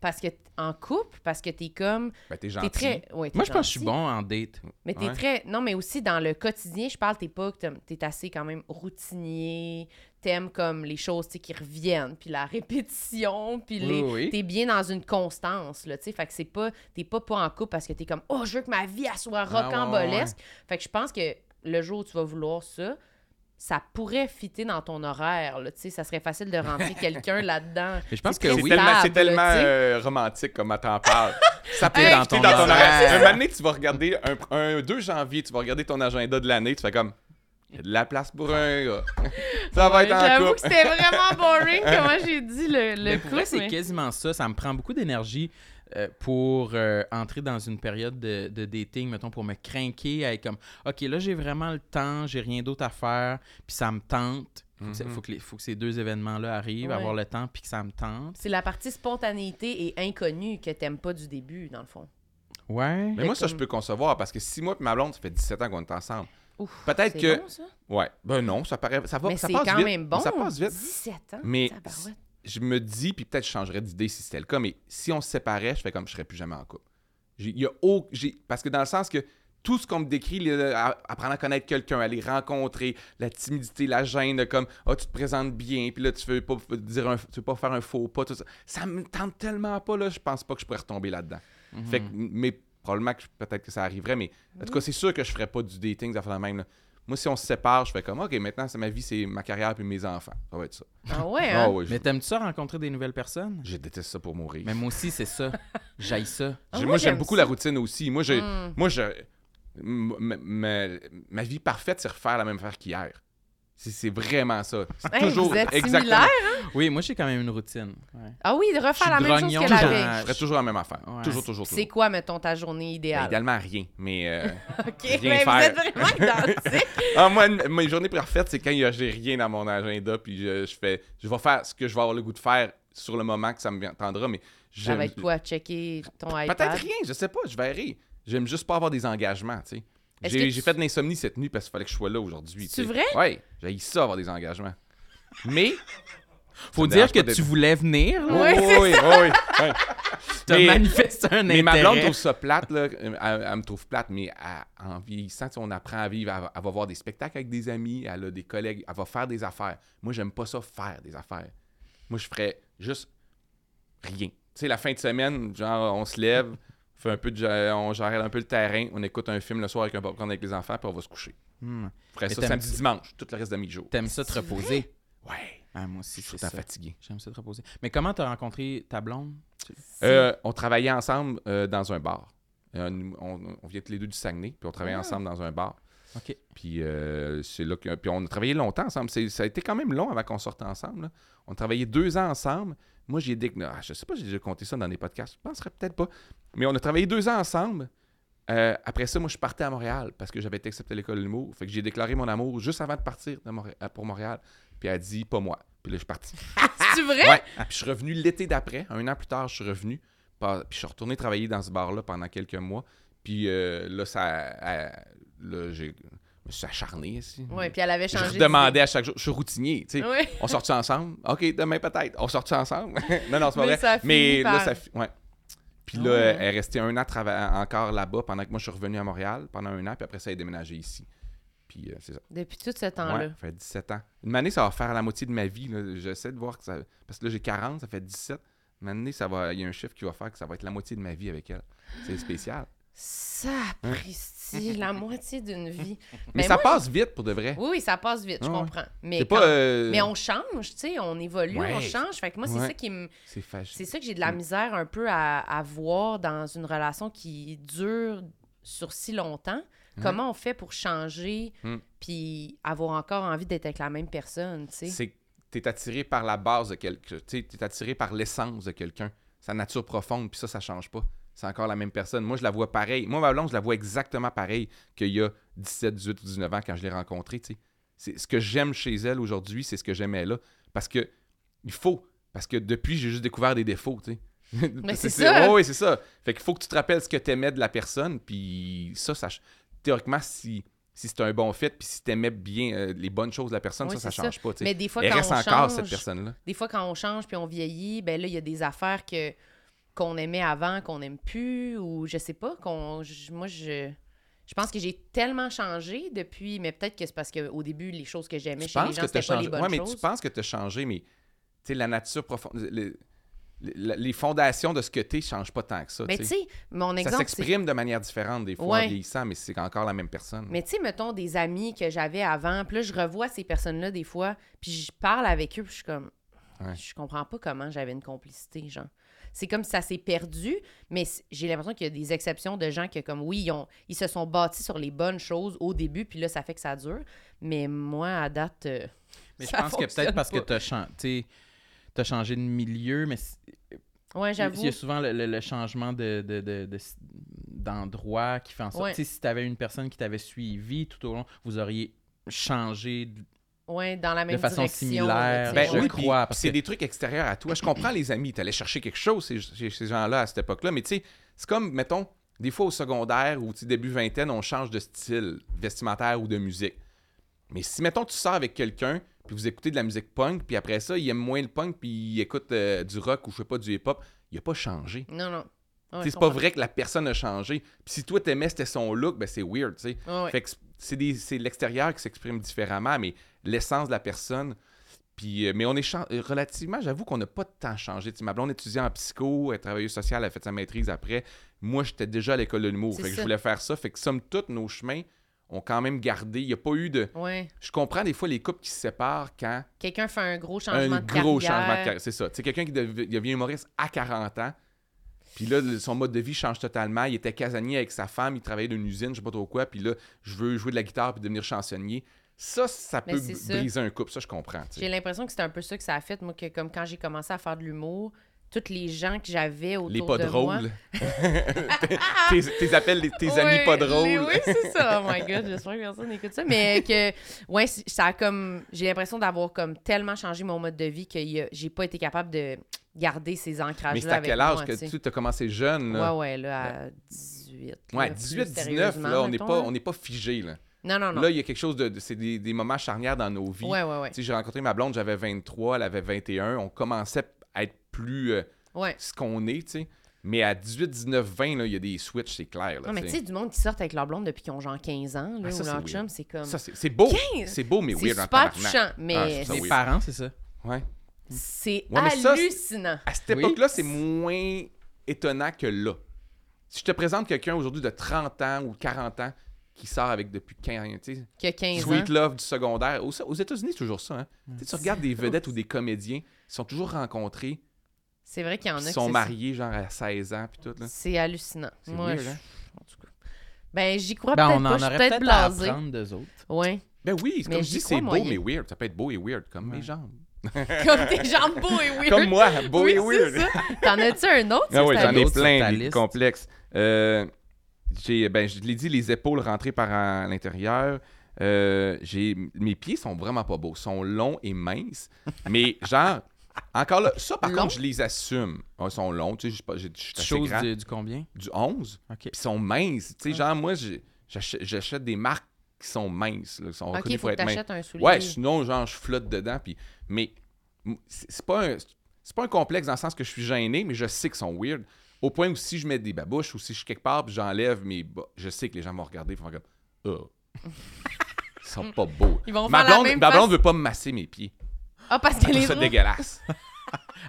Speaker 2: parce que t- en couple, parce que t'es comme,
Speaker 4: Ben, t'es
Speaker 2: t'es
Speaker 4: gentil.
Speaker 2: très, ouais, t'es
Speaker 1: Moi, je pense que je suis
Speaker 2: gentil,
Speaker 1: bon en date.
Speaker 2: Mais t'es
Speaker 4: Ouais.
Speaker 2: très, non, mais aussi dans le quotidien, je parle, t'es pas, t'es t'es assez quand même routinier, t'aimes comme les choses, tu sais, qui reviennent, puis la répétition, puis les,
Speaker 1: oui.
Speaker 2: t'es bien dans une constance, là, tu sais, fait que c'est pas, t'es pas pas en couple parce que t'es comme, oh, je veux que ma vie, elle soit
Speaker 4: Ah, ouais, ouais,
Speaker 2: rocambolesque, fait que je pense que le jour où tu vas vouloir ça, ça pourrait fitter dans ton horaire. Là, tu sais, ça serait facile de rentrer quelqu'un là-dedans.
Speaker 1: Mais je pense
Speaker 2: C'est
Speaker 1: que
Speaker 2: très
Speaker 4: C'est
Speaker 1: oui.
Speaker 2: stable, là,
Speaker 4: tellement, c'est tellement,
Speaker 2: tu sais.
Speaker 4: euh, romantique comme elle t'en parle. Ça peut
Speaker 1: Hey,
Speaker 4: dans
Speaker 1: t'es
Speaker 4: ton,
Speaker 1: dans ton
Speaker 4: horaire.
Speaker 1: horaire.
Speaker 4: Un moment donné, tu vas regarder un, un 2 janvier, tu vas regarder ton agenda de l'année, tu fais comme y a de la place pour un gars. Ça va
Speaker 2: Ouais,
Speaker 4: être en
Speaker 2: J'avoue
Speaker 4: couple.
Speaker 2: que c'était vraiment boring comment j'ai dit le, le
Speaker 1: Mais
Speaker 2: coup.
Speaker 1: pour vrai, c'est
Speaker 2: mais-
Speaker 1: quasiment ça. Ça me prend beaucoup d'énergie euh, pour euh, entrer dans une période de, de dating, mettons, pour me craquer à être comme OK, là, j'ai vraiment le temps, j'ai rien d'autre à faire, puis ça me tente. Faut, que, c'est-
Speaker 4: Mhm.
Speaker 1: faut que les- faut que ces deux événements-là arrivent,
Speaker 2: Ouais.
Speaker 1: avoir le temps, puis que ça me tente.
Speaker 2: C'est la partie spontanéité et inconnue que t'aimes pas du début, dans le fond.
Speaker 1: Ouais.
Speaker 4: Mais moi, ça, je peux concevoir parce que si moi et ma blonde, ça fait 17 ans qu'on est ensemble.
Speaker 2: Ouf,
Speaker 4: Peut-être
Speaker 2: c'est
Speaker 4: que-
Speaker 2: bon, ça?
Speaker 4: Ouais. Ben non, ça paraît. Ça va
Speaker 2: Mais
Speaker 4: ça
Speaker 2: c'est
Speaker 4: passe
Speaker 2: quand
Speaker 4: vite.
Speaker 2: même bon.
Speaker 4: Ça passe vite.
Speaker 2: 17 ans.
Speaker 4: Mais-
Speaker 2: tabarouette.
Speaker 4: Je me dis, puis peut-être je changerais d'idée si c'était le cas, mais si on se séparait, je fais comme je serais plus jamais en couple. J'ai- il y a au- j'ai- parce que dans le sens que tout ce qu'on me décrit, le- à- apprendre à connaître quelqu'un, aller rencontrer, la timidité, la gêne, comme ah tu te présentes bien, puis là tu veux pas f- dire un- tu veux pas faire un faux pas, tout ça, ça me tente tellement pas là, je pense pas que je pourrais retomber là-dedans. Fait que, mais probablement que je- peut-être que ça arriverait, mais en tout cas c'est sûr que je ferais pas du dating, ça fait la même. là. Moi si on se sépare, je fais comme ok maintenant c'est ma vie, c'est ma carrière puis mes enfants, ça va être ça.
Speaker 2: Ah ouais,
Speaker 4: Ah
Speaker 2: hein?
Speaker 4: ouais, je-
Speaker 1: Mais t'aimes-tu ça rencontrer des nouvelles personnes?
Speaker 4: je déteste ça pour mourir.
Speaker 1: Mais moi aussi, c'est ça. J'aille ça.
Speaker 2: Ah,
Speaker 4: J'ai-
Speaker 2: moi,
Speaker 4: moi, j'aime
Speaker 2: j'aime
Speaker 4: beaucoup
Speaker 2: ça.
Speaker 4: la routine aussi. Moi, j'ai,
Speaker 2: Mm.
Speaker 4: moi, je, m- m- ma, ma vie parfaite, c'est refaire la même affaire qu'hier. C'est, c'est vraiment ça. C'est
Speaker 2: Hey,
Speaker 4: toujours
Speaker 2: vous êtes
Speaker 4: exactement.
Speaker 2: similaires?
Speaker 1: Oui, moi, j'ai quand même une routine. Ouais.
Speaker 2: Ah oui, de
Speaker 1: Je suis
Speaker 2: refaire la même chose
Speaker 1: grognon,
Speaker 2: que la
Speaker 1: genre.
Speaker 2: veille.
Speaker 4: Je ferais toujours la même affaire.
Speaker 1: Ouais.
Speaker 4: Toujours, toujours,
Speaker 2: hein? C'est
Speaker 4: toujours.
Speaker 2: quoi, mettons, ta journée
Speaker 4: Ben,
Speaker 2: idéale?
Speaker 4: idéalement, rien. Mais. euh,
Speaker 2: Ok,
Speaker 4: rien
Speaker 2: mais vous
Speaker 4: faire.
Speaker 2: êtes vraiment identiques.
Speaker 4: ah, moi, une- ma journée parfaite, c'est quand il y a- j'ai rien dans mon agenda. Puis je, je fais. Je vais faire ce que je vais avoir le goût de faire sur le moment que ça me viendra. Mais
Speaker 2: Ça va
Speaker 4: j'aime,
Speaker 2: être quoi? Checker ton iPad?
Speaker 4: Peut-être rien, je sais pas, je verrai. J'aime juste pas avoir des engagements, tu sais.
Speaker 2: Est-ce
Speaker 4: J'ai
Speaker 2: que tu-
Speaker 4: j'ai fait de l'insomnie cette nuit parce qu'il fallait que je sois là aujourd'hui.
Speaker 2: C'est
Speaker 4: tu sais.
Speaker 2: vrai?
Speaker 4: Ouais, j'ai ça avoir des engagements. Mais
Speaker 1: Faut
Speaker 4: me
Speaker 1: dire
Speaker 4: dérange
Speaker 1: que
Speaker 4: pas d'être-
Speaker 1: tu voulais venir, là.
Speaker 2: Ouais,
Speaker 4: oui,
Speaker 2: c'est
Speaker 4: oui, oui, oui.
Speaker 1: T'as
Speaker 4: Mais-
Speaker 1: manifesté un
Speaker 4: Mais
Speaker 1: intérêt.
Speaker 4: ma blonde trouve ça plate là, elle, elle me trouve plate mais elle- en vieillissant, tu sais, on apprend à vivre, elle, elle va voir des spectacles avec des amis, elle a des collègues, elle va faire des affaires. Moi, j'aime pas ça faire des affaires. Moi, je ferais juste rien. Tu sais, la fin de semaine, genre, on se lève, on fait un peu de, ja- on gère un peu le terrain, on écoute un film le soir avec un popcorn avec les enfants, puis on va se coucher.
Speaker 1: Hmm.
Speaker 4: Je ferais
Speaker 1: Mais
Speaker 4: ça
Speaker 1: t'aimes-
Speaker 4: samedi, dimanche, tout le reste de mi-jour.
Speaker 1: T'aimes ça te
Speaker 2: C'est
Speaker 1: reposer?
Speaker 4: Ouais,
Speaker 1: Ah, moi
Speaker 4: je
Speaker 1: aussi,
Speaker 4: suis tout
Speaker 1: c'est
Speaker 4: le temps
Speaker 1: ça.
Speaker 4: fatigué.
Speaker 1: J'aime ça te reposer. Mais comment t'as rencontré ta blonde?
Speaker 4: Euh, on travaillait ensemble euh, dans un bar. Euh, nous- on, on vient tous les deux du Saguenay, puis on travaillait ensemble dans un bar.
Speaker 1: OK.
Speaker 4: Puis euh, c'est là que, puis on a travaillé longtemps ensemble. C'est- ça a été quand même long avant qu'on sorte ensemble. là. On travaillait deux ans ensemble. Moi, j'ai dit que, ah, je sais pas, si j'ai déjà compté ça dans des podcasts. Je penserais peut-être pas. Mais on a travaillé deux ans ensemble. Euh, après ça, moi, je partais à Montréal parce que j'avais été accepté à l'école de l'humour. Fait que j'ai déclaré mon amour juste avant de partir de Montré- pour Montréal. Puis elle a dit, pas moi. Puis là, je suis parti.
Speaker 2: C'est vrai?
Speaker 4: Ah, Ouais. Puis je suis revenu l'été d'après, un an plus tard, je suis revenu. Pas- Puis je suis retourné travailler dans ce bar-là pendant quelques mois. Puis euh, là, ça. euh, là, j'ai- je me suis acharné ici.
Speaker 2: Ouais, puis elle avait
Speaker 4: je
Speaker 2: changé.
Speaker 4: demandais à chaque jour. Je suis routinier, tu sais.
Speaker 2: Oui.
Speaker 4: On sort-tu ensemble? OK, demain peut-être. On sort-tu ensemble? non, non, c'est
Speaker 2: Mais
Speaker 4: pas vrai.
Speaker 2: ça a fini
Speaker 4: Mais là,
Speaker 2: par-
Speaker 4: ça. fi- Ouais. Puis
Speaker 1: Ah
Speaker 4: là,
Speaker 1: ouais.
Speaker 4: elle est restée un an trava- encore là-bas pendant que moi, je suis revenu à Montréal pendant un an. Puis après ça, elle est déménagée ici. Puis euh, c'est ça.
Speaker 2: Depuis tout ce
Speaker 4: Ouais,
Speaker 2: temps-là.
Speaker 4: ça fait 17 ans. Une année, ça va faire la moitié de ma vie. là. J'essaie de voir que ça. Parce que là, j'ai 40, ça fait 17. Une année, ça va... il y a un chiffre qui va faire que ça va être la moitié de ma vie avec elle. C'est spécial.
Speaker 2: Ça précise la moitié d'une vie. Ben,
Speaker 4: Mais, ça
Speaker 2: moi,
Speaker 4: passe vite pour de vrai.
Speaker 2: Oui, oui, ça passe vite, je
Speaker 4: Ah ouais.
Speaker 2: comprends. Mais,
Speaker 4: c'est
Speaker 2: quand-
Speaker 4: pas. euh,
Speaker 2: mais on change, tu sais, on évolue, on
Speaker 4: Ouais.
Speaker 2: change. Fait que moi, c'est
Speaker 4: Ouais.
Speaker 2: ça qui me.
Speaker 4: C'est
Speaker 2: C'est
Speaker 4: fâché.
Speaker 2: ça que j'ai de la
Speaker 4: Mm.
Speaker 2: misère un peu à, à voir dans une relation qui dure sur si longtemps.
Speaker 4: Ouais.
Speaker 2: Comment on fait pour changer
Speaker 4: Mm.
Speaker 2: puis avoir encore envie d'être avec la même personne, tu sais?
Speaker 4: C'est que t'es attiré par la base de quelqu'un. Tu sais, t'es attiré par l'essence de quelqu'un. Sa nature profonde, puis ça, ça change pas. C'est encore la même personne. Moi, je la vois pareil. Moi, ma blonde, je la vois exactement pareil qu'il y a 17, 18 ou 19 ans quand je l'ai rencontrée. tu sais. C'est ce que j'aime chez elle aujourd'hui, c'est ce que j'aimais là. Parce que il faut. Parce que depuis, j'ai juste découvert des défauts, tu sais.
Speaker 2: Mais c'est ça.
Speaker 4: Oui, c'est ça. Fait qu'il faut que tu te rappelles ce que t'aimais de la personne, puis ça, ça ch- théoriquement, si, si c'est un bon fit, puis si t'aimais bien euh, les bonnes choses de la personne,
Speaker 2: Oui,
Speaker 4: ça, ça
Speaker 2: c'est ça.
Speaker 4: change pas, tu sais.
Speaker 2: Mais des fois,
Speaker 4: Elle
Speaker 2: quand
Speaker 4: reste
Speaker 2: on
Speaker 4: encore,
Speaker 2: change,
Speaker 4: cette personne-là.
Speaker 2: des fois, quand on change puis on vieillit, ben là, il y a des affaires que qu'on aimait avant, qu'on n'aime plus, ou je sais pas, qu'on. j- Moi, je. Je pense que j'ai tellement changé depuis, mais peut-être que c'est parce qu'au début, les choses que j'aimais
Speaker 4: Tu
Speaker 2: chez les
Speaker 4: penses
Speaker 2: gens,
Speaker 4: que t'as
Speaker 2: c'était pas les
Speaker 4: changé.
Speaker 2: bonnes
Speaker 4: Ouais, mais
Speaker 2: choses.
Speaker 4: tu penses que t'as changé, mais tu sais, la nature profonde. le- l- la- les fondations de ce que t'es changent pas tant que ça.
Speaker 2: Mais
Speaker 4: tu
Speaker 2: Ben, tu
Speaker 4: sais.
Speaker 2: sais, mon
Speaker 4: ça
Speaker 2: exemple, c'est
Speaker 4: s'exprime de manière différente des fois en
Speaker 2: Ouais.
Speaker 4: vieillissant, mais c'est encore la même personne.
Speaker 2: Mais tu sais, mettons des amis que j'avais avant, puis là, je revois ces personnes-là des fois, puis je parle avec eux, puis je suis comme.
Speaker 4: Ouais.
Speaker 2: Je comprends pas comment j'avais une complicité, genre. C'est comme si ça s'est perdu, mais c- j'ai l'impression qu'il y a des exceptions de gens que, comme, oui, ils, ont, ils se sont bâtis sur les bonnes choses au début, puis là, ça fait que ça dure. Mais moi, à date. euh,
Speaker 1: Mais je
Speaker 2: ça
Speaker 1: pense que
Speaker 2: fonctionne
Speaker 1: peut-être parce que
Speaker 2: pas.
Speaker 1: tu as, changé de milieu, mais c-
Speaker 2: Ouais,
Speaker 1: il
Speaker 2: j'avoue.
Speaker 1: y a souvent le, le- le changement de, de- de- de- d'endroit qui fait en sorte.
Speaker 2: Ouais.
Speaker 1: tu sais, Si tu avais une personne qui t'avait suivi tout au long, vous auriez changé. de-
Speaker 2: Ouais, dans la même
Speaker 1: façon
Speaker 2: direction,
Speaker 1: similaire.
Speaker 2: tu sais,
Speaker 4: Ben
Speaker 1: Je
Speaker 2: ouais.
Speaker 4: oui,
Speaker 1: crois,
Speaker 4: puis
Speaker 1: parce
Speaker 4: puis c'est
Speaker 1: que-
Speaker 4: des trucs extérieurs à toi. Je comprends les amis, t'allais chercher quelque chose chez, chez ces gens-là à cette époque-là, mais tu sais, c'est comme, mettons, des fois au secondaire ou tu sais, début vingtaine, on change de style vestimentaire ou de musique. Mais si, mettons, tu sors avec quelqu'un, puis vous écoutez de la musique punk, puis après ça, il aime moins le punk, puis il écoute euh, du rock ou je sais pas, du hip-hop, il a pas changé.
Speaker 2: Non, non. Ouais,
Speaker 4: Tu
Speaker 2: je
Speaker 4: sais, c'est pas
Speaker 2: comprends.
Speaker 4: vrai que la personne a changé. Puis si toi, t'aimais, c'était son look, ben c'est weird, tu sais.
Speaker 2: Ouais, ouais.
Speaker 4: Fait que c'est des- c'est l'extérieur qui s'exprime différemment, mais l'essence de la personne. Puis, euh, mais on est chan- euh, relativement, j'avoue qu'on n'a pas tant changé. Tu sais, ma blonde étudiant en psycho, elle travailleuse sociale, elle a fait sa maîtrise après. Moi, j'étais déjà à l'école de l'humour.
Speaker 2: C'est
Speaker 4: Fait que je
Speaker 2: ça.
Speaker 4: voulais faire ça. Fait que somme toute, nos chemins ont quand même gardé. Il n'y a pas eu de.
Speaker 2: Ouais.
Speaker 4: Je comprends des fois les couples qui se séparent quand
Speaker 2: Quelqu'un fait un gros changement
Speaker 4: un
Speaker 2: de carrière.
Speaker 4: gros changement de carrière. C'est ça. Tu sais, quelqu'un qui dev- devient humoriste à 40 ans, puis là, le- son mode de vie change totalement. Il était casanier avec sa femme, il travaillait dans une usine, je sais pas trop quoi, puis là, je veux jouer de la guitare puis devenir chansonnier. Ça, ça
Speaker 2: Mais
Speaker 4: peut
Speaker 2: c'est
Speaker 4: b-
Speaker 2: ça.
Speaker 4: briser un couple, ça, je comprends. tu sais.
Speaker 2: J'ai l'impression que c'est un peu ça que ça a fait, moi, que comme quand j'ai commencé à faire de l'humour, tous les gens que j'avais autour
Speaker 4: Les pas
Speaker 2: de moi...
Speaker 4: drôles. tes, tes appels, les- tes amis
Speaker 2: Ouais,
Speaker 4: pas
Speaker 2: les-
Speaker 4: drôles.
Speaker 2: Oui, c'est ça. Oh my God, j'espère que personne n'écoute ça. Mais que, ouais, c- ça a comme... J'ai l'impression d'avoir comme tellement changé mon mode de vie que y a- j'ai pas été capable de garder ces ancrages-là
Speaker 4: Mais c'est à
Speaker 2: avec
Speaker 4: quel âge
Speaker 2: moi,
Speaker 4: que
Speaker 2: tu sais.
Speaker 4: tu as commencé jeune?
Speaker 2: Ouais,
Speaker 4: Là?
Speaker 2: ouais, là, à 18. là,
Speaker 4: Ouais,
Speaker 2: plus
Speaker 4: 18, 19,
Speaker 2: sérieusement,
Speaker 4: là, on n'est
Speaker 2: mettons,
Speaker 4: pas,
Speaker 2: là.
Speaker 4: on n'est pas figé. Là.
Speaker 2: Non, non, non.
Speaker 4: là, il y a quelque chose de. de- c'est des, des moments charnières dans nos vies.
Speaker 2: ouais, ouais, ouais.
Speaker 4: Tu sais, j'ai rencontré ma blonde, j'avais 23, elle avait 21. On commençait à être plus euh,
Speaker 2: Ouais.
Speaker 4: ce qu'on est, tu sais. Mais à 18, 19, 20, là, il y a des switches, c'est clair. Là,
Speaker 2: Non, mais tu
Speaker 4: tu
Speaker 2: sais, du monde qui sort avec leur blonde depuis qu'ils ont genre 15 ans, là,
Speaker 4: Ah, ça,
Speaker 2: ou
Speaker 4: c'est
Speaker 2: leur
Speaker 4: weird.
Speaker 2: chum, c'est comme...
Speaker 4: Ça, c'est c'est Oh! beau.
Speaker 2: 15!
Speaker 4: C'est beau, mais
Speaker 2: C'est
Speaker 4: weird en
Speaker 2: super
Speaker 4: tabarnak.
Speaker 2: touchant,
Speaker 4: Ah, je
Speaker 2: mais
Speaker 4: trouve
Speaker 1: Les
Speaker 4: oui.
Speaker 1: parents, c'est ça.
Speaker 4: Ouais.
Speaker 2: c'est
Speaker 4: Ouais, mais ça, c'est-
Speaker 2: hallucinant.
Speaker 4: À cette
Speaker 1: Oui.
Speaker 4: époque-là, c'est moins étonnant que là. Si je te présente quelqu'un aujourd'hui de 30 ans ou 40 ans qui sort avec depuis 15 ans, tu sais,
Speaker 2: Que 15 ans. Mm.
Speaker 4: Sweet Love du secondaire. Aux, aux États-Unis, c'est toujours ça. Hein? Tu sais, tu regardes des vedettes ou des comédiens, ils sont toujours rencontrés,
Speaker 2: C'est vrai qu'il y en a
Speaker 4: ils
Speaker 2: qui
Speaker 4: sont
Speaker 2: c'est-
Speaker 4: mariés genre à 16 ans, puis tout. Là.
Speaker 2: C'est hallucinant.
Speaker 4: C'est
Speaker 2: Moi,
Speaker 4: weird,
Speaker 2: je-
Speaker 4: hein?
Speaker 2: en tout cas. Ben, j'y crois
Speaker 1: Ben,
Speaker 2: peut-être
Speaker 1: on
Speaker 2: pas.
Speaker 1: en
Speaker 2: Je suis
Speaker 1: aurait
Speaker 2: peut-être
Speaker 1: peut-être à
Speaker 2: blasée.
Speaker 1: apprendre d'eux autres.
Speaker 2: Ouais.
Speaker 4: Ben oui, c'est
Speaker 2: Mais
Speaker 4: comme je
Speaker 2: j'y
Speaker 4: dis,
Speaker 2: crois,
Speaker 4: c'est beau,
Speaker 2: moi, y-
Speaker 4: mais weird. Ça peut être beau et weird, comme mes
Speaker 1: Ouais.
Speaker 4: jambes.
Speaker 2: Comme tes jambes beaux et weird.
Speaker 4: Comme moi, beau
Speaker 2: oui,
Speaker 4: et
Speaker 2: c'est
Speaker 4: weird.
Speaker 2: ça. T'en as-tu un autre? ça,
Speaker 4: Ah oui,
Speaker 2: c'est
Speaker 4: j'en ai
Speaker 1: liste. Sur ta
Speaker 4: plein, des
Speaker 1: liste.
Speaker 4: complexes. Euh, j'ai, ben, je l'ai dit, les épaules rentrées par en- à l'intérieur. Euh, j'ai, mes pieds sont vraiment pas beaux. Ils sont longs et minces. Mais genre, encore là, ça par
Speaker 2: Longs?
Speaker 4: contre, je les assume. Ouais, ils sont longs, tu sais, je suis pas- je je suis assez
Speaker 1: Chose
Speaker 4: grand.
Speaker 1: du, du combien?
Speaker 4: Du 11,
Speaker 1: OK.
Speaker 4: puis ils sont minces. Tu sais,
Speaker 1: Ah.
Speaker 4: genre, moi, j'ai- j'achète, j'achète des marques qui sont minces. Là, qui sont
Speaker 2: Ok,
Speaker 4: reconnues
Speaker 2: il
Speaker 4: pour
Speaker 2: faut que
Speaker 4: être minces.
Speaker 2: t'achètes un soulier.
Speaker 4: Ouais, sinon, genre, je flotte dedans. Puis... Mais m- c'est c'est pas, un... c'est pas un complexe dans le sens que je suis gêné, mais je sais qu'ils sont weird. Au point où si je mets des babouches ou si je suis quelque part, puis j'enlève mes bas, je sais que les gens vont regarder et vont faire comme Oh. Ils sont pas beaux.
Speaker 2: Ils vont
Speaker 4: Ma
Speaker 2: faire la
Speaker 4: blonde,
Speaker 2: même
Speaker 4: ma
Speaker 2: face.
Speaker 4: blonde veut pas me masser mes pieds.
Speaker 2: Ah, parce
Speaker 4: Je
Speaker 2: qu'elle
Speaker 4: trouve
Speaker 2: est
Speaker 4: ça
Speaker 2: rouge.
Speaker 4: dégueulasse.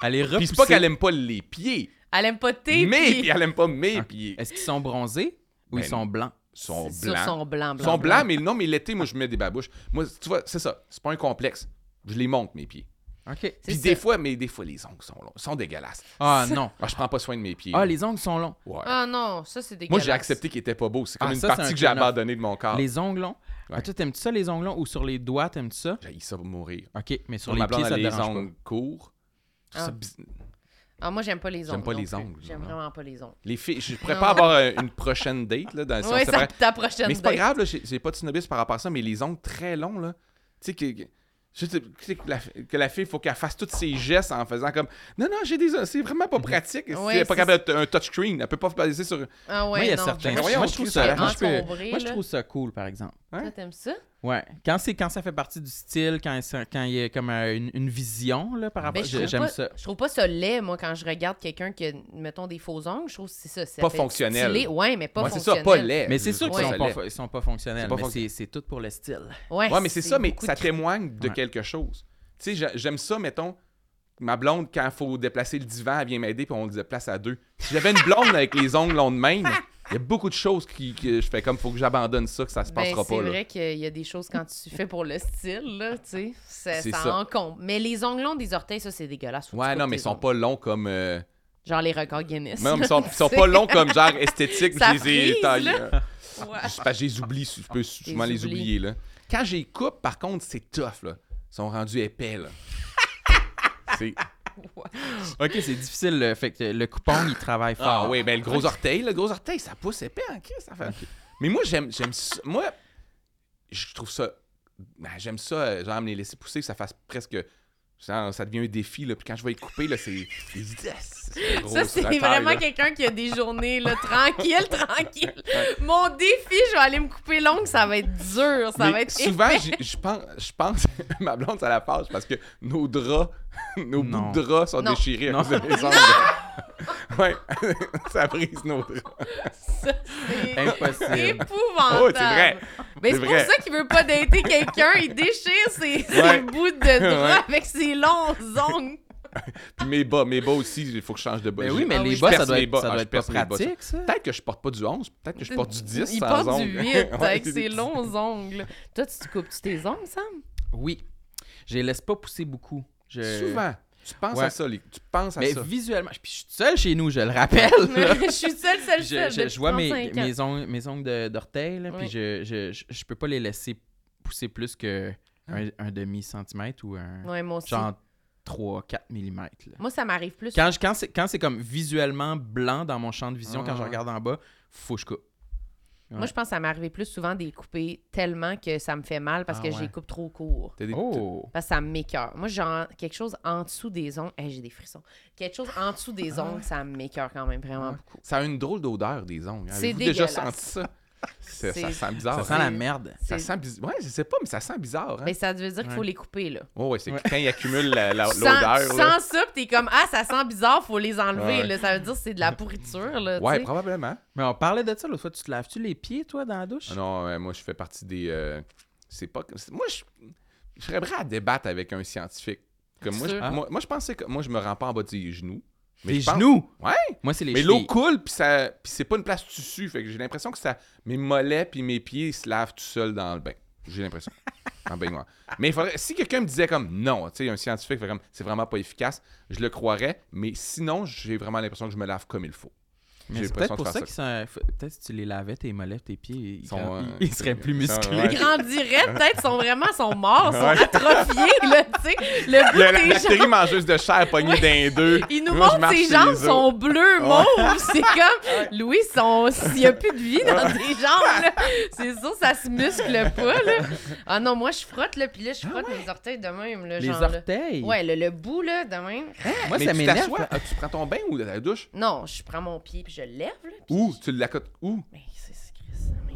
Speaker 1: Elle est
Speaker 4: Puis
Speaker 1: repoussée.
Speaker 4: c'est pas qu'elle aime pas les pieds,
Speaker 2: Elle aime pas tes
Speaker 4: mais
Speaker 2: pieds.
Speaker 4: puis elle aime pas mes
Speaker 1: Ah.
Speaker 4: pieds. Ils
Speaker 1: Est-ce qu'ils sont bronzés ou
Speaker 4: Ben
Speaker 1: ils sont blancs?
Speaker 4: sont
Speaker 2: C'est sûr,
Speaker 4: blancs.
Speaker 2: sont blancs,
Speaker 4: Ils
Speaker 2: blancs.
Speaker 4: sont blancs, mais non, mais l'été, moi, je mets des babouches. Moi, tu vois, c'est ça. C'est pas un complexe. Je les monte, mes pieds.
Speaker 1: OK.
Speaker 2: C'est
Speaker 4: Puis
Speaker 2: ça.
Speaker 4: des fois, mais des fois, les ongles sont longs. Sont dégueulasses.
Speaker 1: Ah non.
Speaker 4: Ah, je prends pas soin de mes pieds.
Speaker 1: Ah,
Speaker 4: là.
Speaker 1: les ongles sont longs.
Speaker 4: Ouais.
Speaker 2: Ah non, ça, c'est dégueulasse.
Speaker 4: Moi, j'ai accepté qu'il était pas beau. C'est comme
Speaker 1: Ah,
Speaker 4: une
Speaker 1: ça, c'est
Speaker 4: partie
Speaker 1: un
Speaker 4: que j'ai
Speaker 1: turn-off.
Speaker 4: abandonnée de mon corps.
Speaker 1: Les ongles longs.
Speaker 4: Ah. Ouais.
Speaker 1: Ah, toi, t'aimes-tu ça, les ongles longs? Ou sur les doigts, t'aimes-tu ça?
Speaker 4: J'ai ça pour mourir.
Speaker 1: OK, mais sur
Speaker 4: Ma
Speaker 1: les
Speaker 4: blonde
Speaker 1: pieds,
Speaker 4: a
Speaker 1: ça te
Speaker 4: les
Speaker 1: dérange pas.
Speaker 4: ongles courts. Je trouve
Speaker 2: Ah.
Speaker 4: ça biz-
Speaker 2: Ah, moi, j'aime pas les
Speaker 4: J'aime
Speaker 2: ongles.
Speaker 4: pas
Speaker 2: non
Speaker 4: les
Speaker 2: plus.
Speaker 4: ongles,
Speaker 2: J'aime
Speaker 4: non.
Speaker 2: vraiment pas les ongles.
Speaker 4: Les filles, je pourrais
Speaker 2: Non.
Speaker 4: pas avoir euh, une prochaine date là, dans si on
Speaker 2: Ah, ouais,
Speaker 4: se
Speaker 2: ça,
Speaker 4: séparait.
Speaker 2: ta prochaine
Speaker 4: Mais c'est pas
Speaker 2: date.
Speaker 4: grave, là, j'ai j'ai pas de snobisme par rapport à ça, mais les ongles très longs, là. Tu sais que. que- je sais- tu sais que la, que la fille, il faut qu'elle fasse tous ses gestes en faisant comme Non, non, j'ai des. ongles. C'est vraiment pas pratique. Si
Speaker 2: Mhm. Ouais,
Speaker 4: elle est pas
Speaker 2: c'est-
Speaker 4: capable d'un touchscreen. Elle peut pas baser sur.
Speaker 2: Ah ouais,
Speaker 1: Moi, il y a
Speaker 2: non,
Speaker 1: certains.
Speaker 2: j'aime
Speaker 4: voyons,
Speaker 1: Moi, je trouve
Speaker 4: Chris,
Speaker 1: ça.
Speaker 4: elle
Speaker 1: Moi, je
Speaker 2: Vraiment
Speaker 1: peux-
Speaker 2: sombré,
Speaker 1: moi, je
Speaker 2: là.
Speaker 1: trouve ça cool, par exemple.
Speaker 4: hein?
Speaker 2: Toi, t'aimes ça?
Speaker 1: Ouais. Quand, c'est, quand ça fait partie du style, quand, c'est- quand il y a comme euh, une, une vision là, par rapport à
Speaker 2: Ben, je trouve
Speaker 1: J'aime
Speaker 2: pas-
Speaker 1: ça.
Speaker 2: Je trouve pas ça laid, moi, quand je regarde quelqu'un qui a, mettons, des faux ongles. Je trouve que c'est ça. ça
Speaker 4: Pas
Speaker 2: fait
Speaker 4: fonctionnel.
Speaker 2: stylé. Ouais, mais pas
Speaker 4: Ouais, c'est
Speaker 2: fonctionnel.
Speaker 4: ça, pas laid.
Speaker 1: Mais c'est sûr
Speaker 4: Je
Speaker 1: qu'ils
Speaker 4: trouve
Speaker 1: sont,
Speaker 4: ça
Speaker 1: pas
Speaker 4: laid.
Speaker 1: fon- ils sont pas fonctionnels,
Speaker 4: C'est pas
Speaker 1: mais
Speaker 4: fonc-
Speaker 1: c'est, c'est tout pour le style.
Speaker 2: Ouais,
Speaker 4: Ouais, mais c'est ça, mais
Speaker 2: Ben, beaucoup
Speaker 4: ça
Speaker 2: de-
Speaker 4: témoigne de
Speaker 1: Ouais.
Speaker 4: quelque chose. Tu sais, j'a- j'aime ça, mettons, ma blonde, quand il faut déplacer le divan, elle vient m'aider, puis on le déplace à deux. Si j'avais une blonde avec les ongles longs de même, il y a beaucoup de choses qui, que je fais comme, faut que j'abandonne ça, que ça se
Speaker 2: Ben,
Speaker 4: passera
Speaker 2: c'est
Speaker 4: pas. là.
Speaker 2: vrai qu'il y a des choses quand tu fais pour le style, là, tu sais, ça,
Speaker 4: C'est
Speaker 2: ça,
Speaker 4: ça.
Speaker 2: encombre. Mais les onglons des orteils, ça, c'est dégueulasse. Faut que tu
Speaker 4: Ouais, non,
Speaker 2: coupes
Speaker 4: mais
Speaker 2: tes
Speaker 4: ils sont
Speaker 2: ongles.
Speaker 4: pas longs comme. euh,
Speaker 2: Genre les records Guinness.
Speaker 4: non, mais ils sont, ils sont
Speaker 2: C'est-
Speaker 4: pas longs comme genre esthétique,
Speaker 2: Ça
Speaker 4: je les ai
Speaker 2: frise,
Speaker 4: taillés.
Speaker 2: là.
Speaker 4: euh,
Speaker 2: Ouais.
Speaker 4: Je sais pas, je les oublie, je peux souvent les
Speaker 2: oublie.
Speaker 4: oublier. Là. Quand j'ai coupe, par contre, c'est tough. Là. Ils sont rendus épais. Là. C'est-
Speaker 1: Ok, c'est difficile. le- Fait que le coupon, il travaille fort.
Speaker 4: Ah oui, ben le gros orteil, le gros orteil, ça pousse épais, hein, Chris, ça fait- Mais moi, j'aime, j'aime ça- moi, je trouve ça, ben, j'aime ça, euh, genre me les laisser pousser, que ça fasse presque, genre, ça devient un défi, là, puis quand je vais les couper, là, c'est, yes, c'est gros
Speaker 2: Ça, c'est
Speaker 4: orteil,
Speaker 2: vraiment
Speaker 4: là.
Speaker 2: quelqu'un qui a des journées là, tranquille, tranquille. Mon défi, je vais aller me couper l'ongle, ça va être dur, ça
Speaker 4: Mais
Speaker 2: va être
Speaker 4: souvent, j'ai- je pense, je pense, ma blonde, ça la passe parce que nos draps,
Speaker 1: Non.
Speaker 4: nos bouts de draps sont
Speaker 2: Non.
Speaker 4: déchirés à
Speaker 1: Non.
Speaker 4: cause de mes ongles. ouais, ça brise nos draps.
Speaker 2: Ça, c'est
Speaker 1: Impossible.
Speaker 2: épouvantable.
Speaker 4: Oh, c'est vrai.
Speaker 2: Mais
Speaker 4: C'est
Speaker 2: c'est pour
Speaker 4: vrai.
Speaker 2: ça qu'il veut pas dater quelqu'un, il déchire ses, ses
Speaker 4: Ouais.
Speaker 2: bouts de drap
Speaker 4: Ouais.
Speaker 2: avec ses longs ongles.
Speaker 4: Puis mes bas, mes bas aussi, il faut que je change de bas.
Speaker 1: Mais
Speaker 4: Je-
Speaker 1: Ben oui, mais
Speaker 2: Ah oui,
Speaker 1: les
Speaker 4: je
Speaker 1: bas, ça
Speaker 4: perce
Speaker 1: doit
Speaker 4: mes
Speaker 1: être, ça
Speaker 4: Ah,
Speaker 1: doit
Speaker 4: je
Speaker 1: être pas
Speaker 4: perce mes bas, ça.
Speaker 1: pratique, ça.
Speaker 4: Peut-être que je porte pas du 11, peut-être que je porte du 10
Speaker 2: Il
Speaker 4: sans
Speaker 2: porte
Speaker 4: ongles.
Speaker 2: du 8
Speaker 4: Ouais,
Speaker 2: avec
Speaker 4: c'est-
Speaker 2: ses longs ongles. Toi, tu te coupes-tu tes ongles, Sam?
Speaker 1: Oui. Je les laisse pas pousser beaucoup. Je-
Speaker 4: Souvent, tu penses
Speaker 1: Ouais.
Speaker 4: à ça, les- tu penses à
Speaker 1: Mais
Speaker 4: ça.
Speaker 1: visuellement, puis je suis seul chez nous, je le rappelle. là.
Speaker 2: je suis seule, seule,
Speaker 1: je,
Speaker 2: seule.
Speaker 1: je-
Speaker 2: depuis
Speaker 1: je vois mes,
Speaker 2: 35 ans.
Speaker 1: mes ongles, mes ongles de- d'orteil, là,
Speaker 2: Oui.
Speaker 1: puis je, je, je, je peux pas les laisser pousser plus que un, un demi-centimètre ou un
Speaker 2: Ouais, moi aussi.
Speaker 1: genre 3-4 millimètres. là.
Speaker 2: Moi, ça m'arrive plus.
Speaker 1: Quand, je- quand c'est, quand c'est comme visuellement blanc dans mon champ de vision, quand je
Speaker 4: Ah.
Speaker 1: regarde en bas, faut que je coupe.
Speaker 2: Moi, je pense que ça m'est arrivé plus souvent des coupés tellement que ça me fait mal parce
Speaker 1: Ah
Speaker 2: que
Speaker 1: ouais.
Speaker 2: j'ai coupe trop court.
Speaker 4: T'as des-
Speaker 1: Oh!
Speaker 2: Parce que ça m'écœure. Moi, genre, quelque chose en dessous des ongles. Hey, j'ai des frissons. Quelque chose en dessous des
Speaker 4: Ah.
Speaker 2: ongles, ça m'écœure quand même vraiment
Speaker 4: Ouais. Ça a une drôle d'odeur des ongles.
Speaker 2: C'est
Speaker 4: Avez-vous déjà
Speaker 2: dégueulasse.
Speaker 4: senti ça? C'est-
Speaker 2: C'est-
Speaker 4: Ça sent
Speaker 1: Ça
Speaker 4: bizarre.
Speaker 1: sent
Speaker 4: hein?
Speaker 1: la merde.
Speaker 2: C'est-
Speaker 4: Ça sent bizarre. Ouais, je sais pas, mais ça sent bizarre. Hein?
Speaker 2: Mais ça veut dire qu'il faut
Speaker 1: Ouais.
Speaker 2: les couper, là.
Speaker 4: Ouais, ouais, c'est quand il accumule la- la-
Speaker 2: Tu sens,
Speaker 4: l'odeur.
Speaker 2: tu
Speaker 4: là.
Speaker 2: sens ça, pis t'es comme, ah, ça sent bizarre, faut les enlever,
Speaker 4: Ouais.
Speaker 2: là. Ça veut dire que c'est de la pourriture, là.
Speaker 4: Ouais,
Speaker 2: tu sais.
Speaker 4: probablement.
Speaker 1: Mais on parlait de ça l'autre fois. Tu te laves-tu les pieds, toi, dans la douche?
Speaker 4: Ah Non, euh, moi, je fais partie des. euh, c'est pas. c'est- Moi, je, je serais prêt à débattre avec un scientifique. Comme moi, je,
Speaker 2: Sûr.
Speaker 4: moi, moi, je pensais que moi, je me rends pas en bas des genoux. Mais
Speaker 1: les
Speaker 4: je pense-
Speaker 1: genoux!
Speaker 4: Ouais!
Speaker 1: Moi, c'est les
Speaker 4: mais l'eau
Speaker 1: chevilles.
Speaker 4: coule, puis ça, puis c'est pas une place tissu. Fait que j'ai l'impression que ça, mes mollets puis mes pieds ils se lavent tout seuls dans le bain. J'ai l'impression. en baignoire. Mais il faudrait, si quelqu'un me disait comme non, tu sais, un scientifique fait comme c'est vraiment pas efficace, je le croirais. Mais sinon, j'ai vraiment l'impression que je me lave comme il faut.
Speaker 1: Mais
Speaker 4: J'ai
Speaker 1: c'est peut-être
Speaker 4: l'impression
Speaker 1: pour
Speaker 4: de
Speaker 1: ça
Speaker 4: faire
Speaker 1: qu'ils sont... faut- Peut-être si tu les lavais, tes mollets, tes pieds, ils,
Speaker 4: Ils sont,
Speaker 1: ils-
Speaker 4: euh,
Speaker 1: ils seraient plus
Speaker 4: ils sont- euh,
Speaker 1: musclés.
Speaker 4: ouais.
Speaker 2: Ils grandiraient, peut-être, sont vraiment, sont morts, sont
Speaker 4: Ouais.
Speaker 2: atrophiés, là, tu sais. Le
Speaker 4: Il y a la
Speaker 2: bout des
Speaker 4: bactérie
Speaker 2: jambes.
Speaker 4: mangeuse de chair pognée
Speaker 2: Ouais.
Speaker 4: d'un deux.
Speaker 2: Il nous
Speaker 4: Moi, je
Speaker 2: montre
Speaker 4: marche
Speaker 2: ses
Speaker 4: chez
Speaker 2: jambes,
Speaker 4: les autres.
Speaker 2: sont bleues, mauves. C'est comme, Louis, son- s'il n'y a plus de vie dans tes jambes, là, c'est sûr, ça se muscle pas, là. Ah non, moi, je frotte, là, puis là, je
Speaker 4: Ah
Speaker 2: frotte mes orteils de même, là,
Speaker 1: Les
Speaker 2: genre, là.
Speaker 1: orteils?
Speaker 2: Ouais, le, le bout, là, de même.
Speaker 1: Moi,
Speaker 4: Mais
Speaker 1: ça
Speaker 4: tu
Speaker 1: m'énerve.
Speaker 4: t'assois, ah, tu prends ton bain ou de la douche
Speaker 2: Non, je prends mon pied, puis je le lève, là. puis-
Speaker 4: ou tu l'accotes où
Speaker 2: Mais c'est c'est Chris, ça, mais-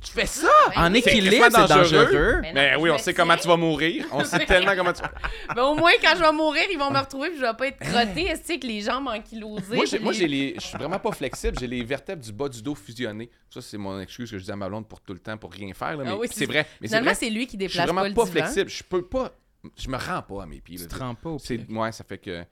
Speaker 4: Tu fais ça
Speaker 1: En
Speaker 2: Mais oui.
Speaker 1: équilibre, c'est
Speaker 4: quasiment
Speaker 1: dangereux.
Speaker 4: dangereux.
Speaker 2: Mais non,
Speaker 4: Mais
Speaker 2: je
Speaker 4: oui, on
Speaker 2: me
Speaker 4: sait
Speaker 2: tiens.
Speaker 4: comment tu vas mourir. On sait tellement comment tu
Speaker 2: Ben, au moins, quand je vais mourir, ils vont me retrouver, puis je vais pas être crottée, est-ce que les jambes ankylosées.
Speaker 4: Hein? Moi, j'ai, moi,
Speaker 2: puis-
Speaker 4: j'ai les, je suis vraiment pas flexible. J'ai les vertèbres du bas du dos fusionnées. Ça, c'est mon excuse que je dis à ma blonde pour tout le temps, pour rien faire. là, mais
Speaker 2: Ah oui,
Speaker 4: c'est
Speaker 2: c'est-
Speaker 4: vrai. Mais c'est
Speaker 2: Finalement,
Speaker 4: vrai.
Speaker 2: c'est lui qui
Speaker 4: Je suis
Speaker 2: déplace
Speaker 4: vraiment
Speaker 2: pas
Speaker 4: pas,
Speaker 2: le divan.
Speaker 4: flexible. Je peux pas. Je me rends pas à mes pieds.
Speaker 1: Tu
Speaker 4: là.
Speaker 1: te rends pas au
Speaker 4: C'est,
Speaker 1: pied.
Speaker 4: ouais, ça fait que.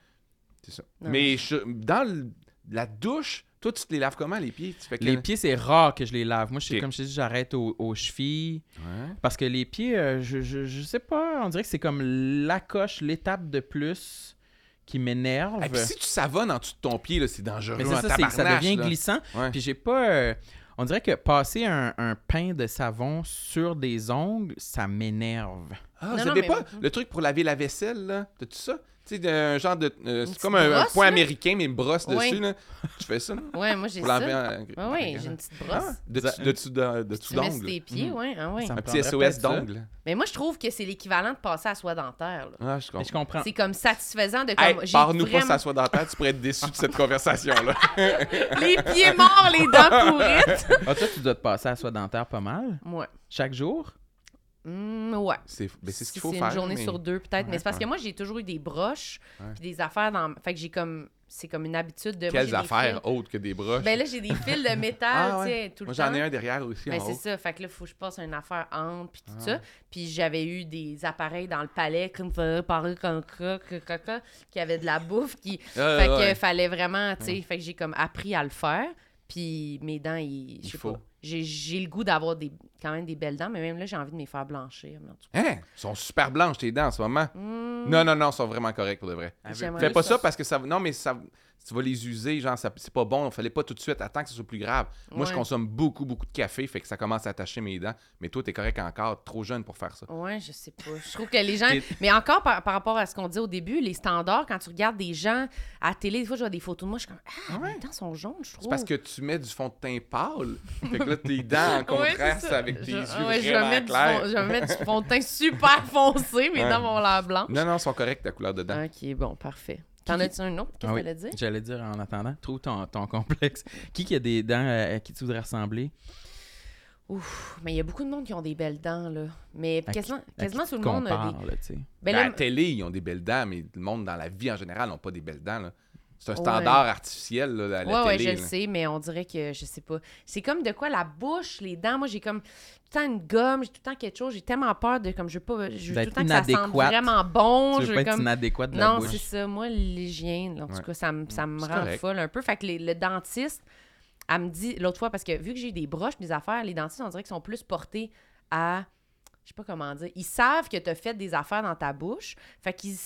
Speaker 4: C'est ça.
Speaker 2: Non.
Speaker 4: Mais je- dans le- la douche, toi, tu te les laves comment les pieds Tu fais
Speaker 1: Les
Speaker 4: quel-
Speaker 1: pieds, c'est rare que je les lave. Moi, je,
Speaker 4: Ok.
Speaker 1: comme je te dis, j'arrête aux, aux chevilles.
Speaker 4: Ouais.
Speaker 1: Parce que les pieds, euh, je, je, je sais pas, on dirait que c'est comme la coche, l'étape de plus qui m'énerve.
Speaker 4: Et Ah, puis si tu savonnes en dessous de ton pied, là, c'est dangereux.
Speaker 1: Mais c'est
Speaker 4: en
Speaker 1: ça, c'est que ça
Speaker 4: tabarnache,
Speaker 1: devient
Speaker 4: là.
Speaker 1: glissant.
Speaker 4: Ouais.
Speaker 1: Puis j'ai pas. euh, on dirait que passer un, un pain de savon sur des ongles, ça m'énerve.
Speaker 4: Ah,
Speaker 2: Non,
Speaker 4: vous
Speaker 2: non,
Speaker 4: avez
Speaker 2: mais-
Speaker 4: pas le truc pour laver la vaisselle, là? T'as-tu ça? Tu sais, un genre de. euh, c'est
Speaker 2: petite
Speaker 4: comme un, un
Speaker 2: brosse,
Speaker 4: point
Speaker 2: là?
Speaker 4: américain, mais une brosse
Speaker 2: Oui.
Speaker 4: dessus, là. Tu fais ça, là?
Speaker 2: Ouais, moi, j'ai
Speaker 4: Pour Ah,
Speaker 2: ça.
Speaker 4: laver un.
Speaker 2: Ah oui, j'ai une petite brosse.
Speaker 4: de, de, dessous de, de,
Speaker 2: Tu
Speaker 4: dessous
Speaker 2: mets sur
Speaker 4: d'ongle.
Speaker 2: tes pieds, ouais, ah ouais.
Speaker 1: Ça me
Speaker 4: Un petit
Speaker 1: prendrait
Speaker 4: SOS
Speaker 1: peut-être ça.
Speaker 4: d'ongle.
Speaker 2: Mais moi, je trouve que c'est l'équivalent de passer à soie dentaire. là.
Speaker 4: Ah, je
Speaker 1: Mais
Speaker 4: comprends.
Speaker 1: je comprends.
Speaker 2: C'est comme satisfaisant de
Speaker 4: Hey,
Speaker 2: comme j'ai
Speaker 4: Parle-nous
Speaker 2: vraiment...
Speaker 4: pas ça soit dans la tête, tu pourrais être déçu de cette conversation-là.
Speaker 2: les pieds morts, les dents pourrites.
Speaker 1: Ah, toi, tu dois te passer à soie dentaire pas mal.
Speaker 2: Moi,
Speaker 1: Chaque jour?
Speaker 2: Hmm, ouais.
Speaker 4: C'est ben, c'est ce
Speaker 2: Si
Speaker 4: qu'il faut
Speaker 2: c'est
Speaker 4: faire.
Speaker 2: une journée
Speaker 4: mais-
Speaker 2: sur deux, peut-être. mais
Speaker 4: Ouais,
Speaker 2: c'est parce que
Speaker 4: ouais.
Speaker 2: moi, j'ai toujours eu des broches
Speaker 4: Ouais.
Speaker 2: puis des affaires dans. Fait que j'ai comme. C'est comme une habitude de. moi, j'ai
Speaker 4: Quelles
Speaker 2: des
Speaker 4: affaires
Speaker 2: fils-
Speaker 4: autres que des broches?
Speaker 2: Ben là, j'ai des fils de métal,
Speaker 4: Ah ouais.
Speaker 2: tu sais, tout
Speaker 4: Moi,
Speaker 2: le temps.
Speaker 4: j'en ai un derrière aussi.
Speaker 2: Ben,
Speaker 4: en
Speaker 2: c'est
Speaker 4: haut.
Speaker 2: ça. Fait que là, faut que je passe une affaire entre, puis tout
Speaker 4: Ah.
Speaker 2: ça. Puis j'avais eu des appareils dans le palais, comme ça, paru comme ça, que- que- que- qui avaient de la bouffe, qui...
Speaker 4: Ah,
Speaker 2: fait que
Speaker 4: ouais.
Speaker 2: fallait vraiment, tu sais, fait que j'ai comme appris à le faire. Puis mes dents, ils- je
Speaker 4: Il
Speaker 2: sais
Speaker 4: faut.
Speaker 2: pas. J'ai- J'ai le goût d'avoir des, quand même des belles dents, mais même là, j'ai envie de me les faire blanchir. mais en tout
Speaker 4: Hein? Ils sont super blanches, tes dents, en ce moment.
Speaker 2: cas. Hmm,
Speaker 4: Non, non, non, ils sont vraiment corrects pour de vrai.
Speaker 1: Avec-
Speaker 2: j'aimerais
Speaker 4: Ah, Fais pas ça
Speaker 2: ça.
Speaker 4: parce que ça. Non, mais ça. Tu vas les user, genre, ça- c'est pas bon, fallait pas tout de suite, attends que ce soit plus grave. Moi, je
Speaker 2: Ouais.
Speaker 4: consomme beaucoup, beaucoup de café, fait que ça commence à attacher mes dents. Mais toi, t'es correct encore, trop jeune pour faire ça.
Speaker 2: Ouais, je sais pas. Je trouve que les gens.
Speaker 4: Et-
Speaker 2: Mais encore par, par rapport à ce qu'on dit au début, les standards, quand tu regardes des gens à la télé, des fois, je vois des photos de moi, je suis comme Ah, mes dents sont jaunes, je trouve.
Speaker 4: C'est parce que tu mets du fond de teint pâle. fait que là, tes dents en
Speaker 2: Oh. Ouais, c'est
Speaker 4: contraste
Speaker 2: ça.
Speaker 4: avec tes
Speaker 2: Je-
Speaker 4: yeux
Speaker 2: ah ouais, je vais
Speaker 4: vraiment
Speaker 2: mettre du
Speaker 4: clairs.
Speaker 2: fond- je vais mettre du fond de teint super foncé, mes
Speaker 4: Ouais.
Speaker 2: dents vont l'air blanches.
Speaker 4: Non, non, ils sont corrects, ta couleur de dents.
Speaker 2: Ok, bon, parfait. T'en as-tu un autre? Qu'est-ce
Speaker 1: Ah
Speaker 2: que
Speaker 1: oui.
Speaker 2: t'allais dire?
Speaker 1: J'allais dire en attendant, trouve ton, ton complexe. Qui qui a des dents euh, à qui tu voudrais ressembler?
Speaker 2: Ouf, mais il y a beaucoup de monde qui ont des belles dents, là. Mais
Speaker 1: À qui-
Speaker 2: quasiment,
Speaker 1: À qui
Speaker 2: quasiment
Speaker 1: tu
Speaker 2: tout le monde a
Speaker 1: compares,
Speaker 2: des.
Speaker 1: là, tu sais?
Speaker 2: Ben
Speaker 4: Ben, à
Speaker 2: là,
Speaker 4: la télé, ils ont des belles dents, mais le monde dans la vie en général n'a pas des belles dents. là. C'est un
Speaker 2: Ouais.
Speaker 4: standard artificiel, là, à la
Speaker 2: ouais, ouais,
Speaker 4: télé.
Speaker 2: je le
Speaker 4: là.
Speaker 2: sais, mais on dirait que je sais pas. C'est comme de quoi la bouche, les dents. Moi, j'ai comme tout le temps une gomme, j'ai tout le temps quelque chose. J'ai tellement peur de comme je veux pas, je veux tout
Speaker 1: D'être
Speaker 2: le temps que ça sente
Speaker 1: inadéquate.
Speaker 2: vraiment bon.
Speaker 1: tu
Speaker 2: je
Speaker 1: veux
Speaker 2: veux
Speaker 1: pas être
Speaker 2: comme...
Speaker 1: inadéquat de la
Speaker 2: Non,
Speaker 1: bouche.
Speaker 2: c'est ça. Moi, l'hygiène, en
Speaker 4: Ouais.
Speaker 2: tout cas, ça, me- ça me
Speaker 4: C'est
Speaker 2: rend
Speaker 4: correct.
Speaker 2: folle un peu. Fait que les- le dentiste, elle me dit l'autre fois, parce que vu que j'ai des broches, des affaires, les dentistes, on dirait qu'ils sont plus portés à. Je sais pas comment dire. Ils savent que tu as fait des affaires dans ta bouche. Fait qu'ils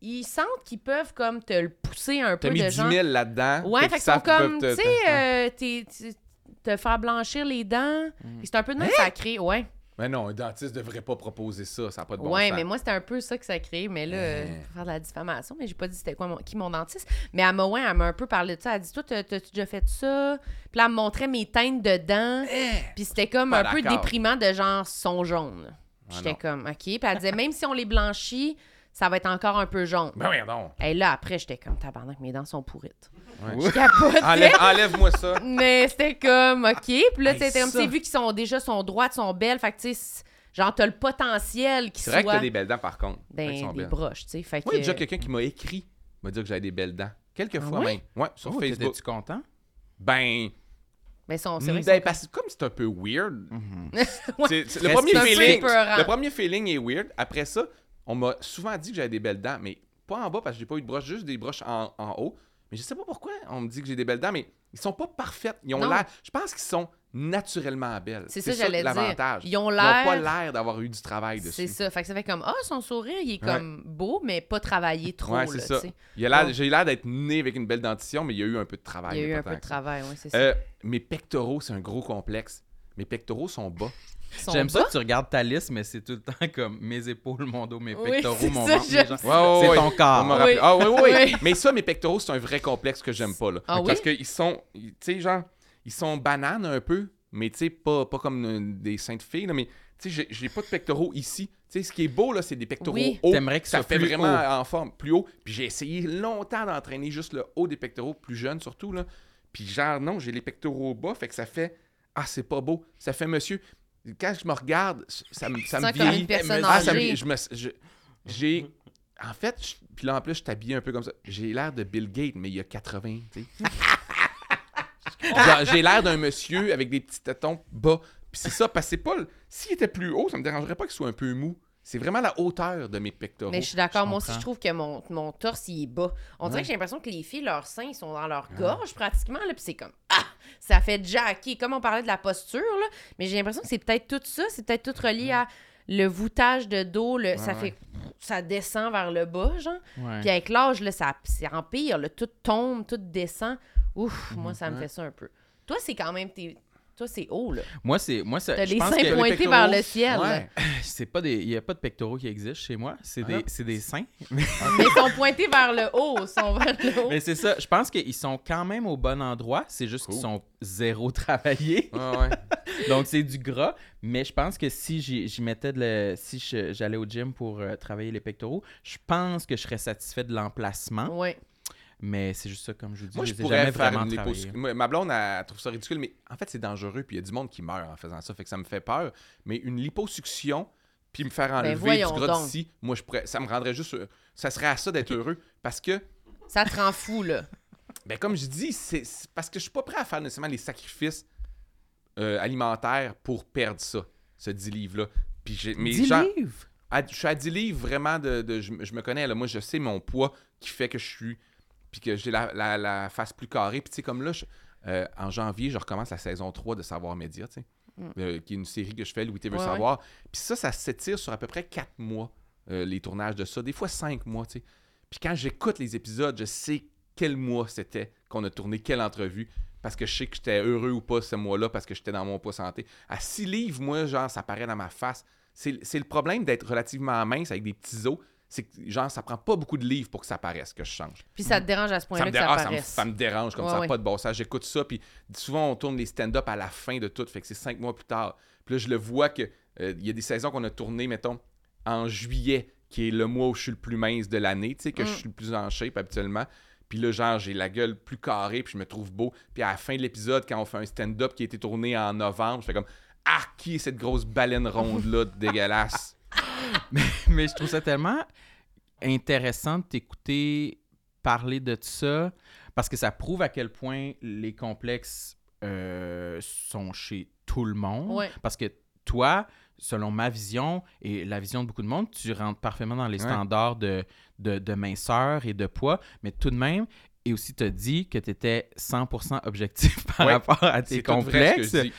Speaker 2: ils sentent qu'ils peuvent comme te le pousser un
Speaker 4: T'as
Speaker 2: peu
Speaker 4: mis
Speaker 2: de
Speaker 4: 10
Speaker 2: genre.
Speaker 4: 000 là-dedans.
Speaker 2: Ouais, fait
Speaker 4: Ah. qu'ils
Speaker 2: que sont
Speaker 4: savent qu'ils
Speaker 2: comme, tu
Speaker 4: peuvent te-
Speaker 2: sais, euh, t'es- tu- te faire blanchir les dents.
Speaker 1: Mm.
Speaker 2: C'est un peu de même
Speaker 4: Hein?
Speaker 2: sacré, ouais.
Speaker 4: Mais non, un dentiste devrait pas proposer ça, ça n'a pas de bon
Speaker 2: ouais,
Speaker 4: sens.
Speaker 2: mais moi, c'était un peu ça que ça crée. Mais là,
Speaker 4: Euh.
Speaker 2: euh, faut faire de la diffamation, mais j'ai pas dit c'était quoi mon- qui mon dentiste. Mais elle m'a, ouais, elle m'a un peu parlé de ça. Elle a dit Toi, t'as- t'as-tu déjà fait ça Puis là, elle me montrait mes teintes de dents. Puis c'était comme
Speaker 4: Hein? Pas
Speaker 2: un peu
Speaker 4: d'accord.
Speaker 2: déprimant de genre, sont jaunes.
Speaker 4: Ah,
Speaker 2: J'étais
Speaker 4: non.
Speaker 2: comme, OK. Puis elle disait Même si on les blanchit, ça va être encore un peu jaune.
Speaker 4: Ben oui, non.
Speaker 2: Et là, après, j'étais comme, tabarnak, mes dents sont pourrites.
Speaker 4: Ouais.
Speaker 2: Je capotais.
Speaker 4: Enlève- Enlève-moi ça.
Speaker 2: Mais c'était comme, OK. Puis là,
Speaker 4: Hey,
Speaker 2: c'était comme, tu
Speaker 4: ça.
Speaker 2: sais, vu qu'ils sont déjà, sont droites, sont belles, fait que, tu sais, c'est- genre, t'as le potentiel qu'ils
Speaker 4: C'est
Speaker 2: soient
Speaker 4: vrai que t'as des belles dents, par contre. Fait qu'ils
Speaker 2: ben,
Speaker 4: sont
Speaker 2: des
Speaker 4: belles.
Speaker 2: broches, tu sais. Fait
Speaker 4: Moi,
Speaker 2: que... Ah
Speaker 4: il y a déjà quelqu'un qui m'a écrit, m'a dit que j'avais des belles dents. Quelques fois
Speaker 1: ouais?
Speaker 4: même. Ouais, sur
Speaker 1: Oh,
Speaker 4: Facebook.
Speaker 1: T'étais-tu content?
Speaker 4: Ben,
Speaker 2: Mais sont, c'est vrai
Speaker 4: ben,
Speaker 2: que c'est-
Speaker 4: parce que comme c'est un peu weird,
Speaker 2: Mhm. Ouais.
Speaker 4: C'est- c'est- le,
Speaker 1: Presque
Speaker 4: premier
Speaker 2: un peu
Speaker 4: feeling,
Speaker 2: épeurant.
Speaker 4: le premier feeling est weird. Après ça, on m'a souvent dit que j'avais des belles dents, mais pas en bas parce que j'ai pas eu de broche, juste des broches en, en haut. Mais je sais pas pourquoi on me dit que j'ai des belles dents, mais ils sont pas parfaites. Ils ont
Speaker 2: Non.
Speaker 4: l'air. Je pense qu'ils sont naturellement belles.
Speaker 2: C'est ça que j'allais dire.
Speaker 4: l'avantage.
Speaker 2: Ils ont
Speaker 4: n'ont pas
Speaker 2: l'air-
Speaker 4: l'air d'avoir eu du travail dessus.
Speaker 2: C'est ça. Fait que ça fait comme, ah, son sourire, il est comme beau, mais pas travaillé trop, là,
Speaker 4: Ouais, c'est
Speaker 2: tu
Speaker 4: ça.
Speaker 2: sais.
Speaker 4: Il a l'air-
Speaker 2: Ouais.
Speaker 4: J'ai l'air d'être né avec une belle dentition, mais Ah, il y a eu un peu de
Speaker 2: Il
Speaker 4: travail.
Speaker 2: y a
Speaker 4: mais
Speaker 2: eu
Speaker 4: pas
Speaker 2: un peu
Speaker 4: tant
Speaker 2: de
Speaker 4: que ça.
Speaker 2: travail, oui, c'est ça.
Speaker 4: Euh, mes pectoraux, c'est un gros complexe. Mes pectoraux sont bas.
Speaker 2: Ils sont
Speaker 1: J'aime ça
Speaker 2: bas.
Speaker 1: que tu regardes ta liste, mais c'est tout le temps comme mes épaules, mon dos, mes
Speaker 2: Oui,
Speaker 1: pectoraux,
Speaker 2: c'est
Speaker 1: mon
Speaker 2: ça,
Speaker 1: ventre, mes
Speaker 2: j'aime
Speaker 1: jambes.
Speaker 4: Ouais, ouais,
Speaker 1: C'est
Speaker 4: ouais.
Speaker 1: ton
Speaker 4: On m'a
Speaker 1: corps.
Speaker 4: rappelé-
Speaker 2: Oui.
Speaker 4: Ah oui, oui, oui.
Speaker 2: Oui.
Speaker 4: Mais ça, mes pectoraux, c'est un vrai complexe que j'aime pas. Là.
Speaker 2: Ah oui?
Speaker 4: Parce qu'ils sont, ils- tu sais, genre, ils sont bananes un peu, mais tu sais, pas, pas comme euh, des saintes filles, là, mais tu sais, j'ai- j'ai pas de pectoraux ici. Tu sais, ce qui est beau, là, c'est des pectoraux
Speaker 2: Oui.
Speaker 4: hauts.
Speaker 1: T'aimerais que
Speaker 4: ça
Speaker 1: ça
Speaker 4: fait
Speaker 1: plus
Speaker 4: vraiment
Speaker 1: haut.
Speaker 4: en forme, plus haut. Puis j'ai essayé longtemps d'entraîner juste le haut des pectoraux, plus jeune surtout, là. Puis genre, non, j'ai les pectoraux bas, fait que ça fait, ah, c'est pas beau. Ça fait, monsieur, quand je me regarde, ça me, ça me
Speaker 2: sens comme une
Speaker 4: vieillit.
Speaker 2: personne
Speaker 4: Ah, ça me-
Speaker 2: âgée.
Speaker 4: je me- je- j'ai en fait, je- puis là en plus, je t'habille un peu comme ça. J'ai l'air de Bill Gates, mais il y a 80, tu sais. Genre, J'ai l'air d'un monsieur avec des petits tétons bas. Puis c'est ça, parce que c'est pas. le- S'il était plus haut, ça me dérangerait pas qu'il soit un peu mou. C'est vraiment la hauteur de mes pectoraux.
Speaker 2: Mais je suis d'accord. Moi aussi,
Speaker 1: comprends.
Speaker 2: je trouve que mon, mon torse, il est bas. On dirait
Speaker 4: Ouais.
Speaker 2: que j'ai l'impression que les filles, leurs seins, ils sont dans leur gorge pratiquement. Là, puis c'est comme, ah, ça fait jacker. Comme on parlait de la posture, là, mais j'ai l'impression que c'est peut-être tout ça. C'est peut-être tout relié à le voûtage de dos. Le, ça
Speaker 4: ouais.
Speaker 2: fait, ça descend vers le bas, genre.
Speaker 1: Ouais.
Speaker 2: Puis avec l'âge, là, ça, c'est en pire. là, tout tombe, tout descend. Ouf, moi, ça me
Speaker 4: Ouais.
Speaker 2: fait ça un peu. Toi, c'est quand même, tes- toi, c'est haut, là.
Speaker 1: Moi, c'est. Moi, ça.
Speaker 2: T'as
Speaker 1: Je
Speaker 2: les
Speaker 1: pense
Speaker 2: seins
Speaker 1: que
Speaker 2: pointés
Speaker 4: pectoraux,
Speaker 2: vers le ciel. là.
Speaker 4: Ouais.
Speaker 1: c'est pas des. Il y a pas de pectoraux qui existent chez moi. C'est
Speaker 4: Ah.
Speaker 1: des. C'est des seins.
Speaker 2: Mais ils sont pointés vers le haut. Ils sont vers le haut.
Speaker 1: Mais c'est ça. Je pense qu'ils sont quand même au bon endroit. C'est juste qu'ils
Speaker 4: Cool.
Speaker 1: sont zéro travaillés.
Speaker 4: Ouais, ouais.
Speaker 1: Donc, c'est du gras. Mais je pense que si j'y j'y mettais de le, si je- j'allais au gym pour euh, travailler les pectoraux, je pense que je serais satisfait de l'emplacement.
Speaker 2: Ouais.
Speaker 1: Mais c'est juste ça, comme je vous dis,
Speaker 4: Moi,
Speaker 1: je
Speaker 4: je
Speaker 1: les ai jamais
Speaker 4: pourrais faire
Speaker 1: vraiment
Speaker 4: une
Speaker 1: travaillés.
Speaker 4: liposuction. Moi, Ma blonde, elle trouve ça ridicule, mais en fait, c'est dangereux. Puis il y a du monde qui meurt en faisant ça. Fait que ça me fait peur. Mais une liposuction, puis me faire
Speaker 2: Ben,
Speaker 4: enlever
Speaker 2: voyons
Speaker 4: du gras
Speaker 2: donc.
Speaker 4: d'ici, moi, je pourrais, ça me rendrait juste. euh, Ça serait à ça d'être heureux. Parce que,
Speaker 2: Ça te rend fou, là.
Speaker 4: ben, comme je dis, c'est c'est parce que je suis pas prêt à faire nécessairement les sacrifices euh, alimentaires pour perdre ça, ce 10 livres-là. Puis j'ai- mes
Speaker 1: 10
Speaker 4: gens-
Speaker 1: livres?
Speaker 4: à- je suis à 10 livres vraiment de. de- je, me- je me connais, là. Moi, je sais mon poids qui fait que je suis. Puis que j'ai la, la- la face plus carrée. Puis, tu sais, comme là, je- euh, en janvier, je recommence la saison 3 de Savoir Média, tu sais, euh, qui est une série que je fais, Louis T veut
Speaker 2: Mm. Ouais, ouais.
Speaker 4: savoir. Puis ça, ça s'étire sur à peu près 4 mois, euh, les tournages de ça. Des fois 5 mois, tu sais. Puis quand j'écoute les épisodes, je sais quel mois c'était qu'on a tourné, quelle entrevue. Parce que je sais que j'étais heureux ou pas ce mois-là, parce que j'étais dans mon poids santé. À 6 livres, moi, genre, ça paraît dans ma face. C'est c'est le problème d'être relativement mince avec des petits os. C'est que, genre, ça prend pas beaucoup de livres pour que ça paraisse, que je change.
Speaker 2: Puis ça te dérange à ce
Speaker 4: Ça
Speaker 2: point-là
Speaker 4: me,
Speaker 2: que ça
Speaker 4: dérange, ça, me,
Speaker 2: paraisse.
Speaker 4: ça me dérange comme
Speaker 2: Ouais,
Speaker 4: ça, a
Speaker 2: ouais.
Speaker 4: pas de bon sens. J'écoute ça, puis souvent on tourne les stand-up à la fin de tout, fait que c'est cinq mois plus tard. Puis là, je le vois que euh, il y a des saisons qu'on a tournées, mettons, en juillet, qui est le mois où je suis le plus mince de l'année, tu sais,
Speaker 2: Mm.
Speaker 4: que je suis le plus en shape habituellement. Puis là, genre, j'ai la gueule plus carrée, puis je me trouve beau. Puis à la fin de l'épisode, quand on fait un stand-up qui a été tourné en novembre, je fais comme Ah, qui est cette grosse baleine ronde-là dégueulasse?
Speaker 1: mais je trouve ça tellement intéressant de t'écouter parler de ça parce que ça prouve à quel point les complexes euh, sont chez tout le monde.
Speaker 2: Ouais.
Speaker 1: Parce que toi, selon ma vision et la vision de beaucoup de monde, tu rentres parfaitement dans les
Speaker 4: Ouais.
Speaker 1: standards de, de, de minceur et de poids, mais tout de même, et aussi te dit que tu étais 100% objectif par
Speaker 4: Ouais.
Speaker 1: rapport à tes
Speaker 4: C'est tout vrai ce que
Speaker 1: complexes.
Speaker 4: je dis.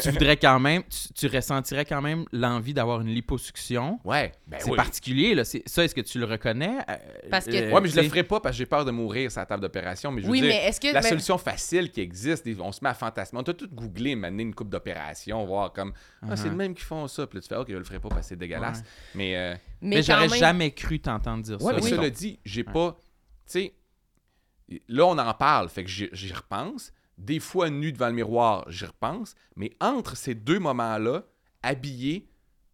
Speaker 1: tu voudrais quand même, tu, tu ressentirais quand même l'envie d'avoir une liposuction.
Speaker 4: Ouais, ben
Speaker 1: C'est
Speaker 4: oui.
Speaker 1: particulier, là. C'est- Ça, est-ce que tu le reconnais? Euh,
Speaker 2: Parce que-
Speaker 1: euh,
Speaker 4: Ouais, mais je le
Speaker 1: t'sais,
Speaker 4: ferai pas parce que j'ai peur de mourir sur la table d'opération. Mais je veux
Speaker 2: Oui,
Speaker 4: dire,
Speaker 2: mais est-ce que.
Speaker 4: la
Speaker 2: mais-
Speaker 4: solution facile qui existe, des- on se met à fantasmer. On t'a tout googlé, m'amener une coupe d'opération, voir comme Ah, c'est
Speaker 1: Uh-huh.
Speaker 4: le même qui font ça. Puis là, tu fais OK, je le ferai pas parce que c'est dégueulasse.
Speaker 1: Ouais.
Speaker 4: Mais, euh,
Speaker 1: Mais,
Speaker 2: Mais, quand
Speaker 1: j'aurais
Speaker 2: même-
Speaker 1: jamais cru t'entendre dire
Speaker 4: ouais,
Speaker 1: ça.
Speaker 4: mais
Speaker 1: mettons.
Speaker 4: cela dit, j'ai pas. Tu sais, là, on en parle, fait que j'y j'y repense. Des fois, nu devant le miroir, j'y repense. Mais entre ces deux moments-là, habillé,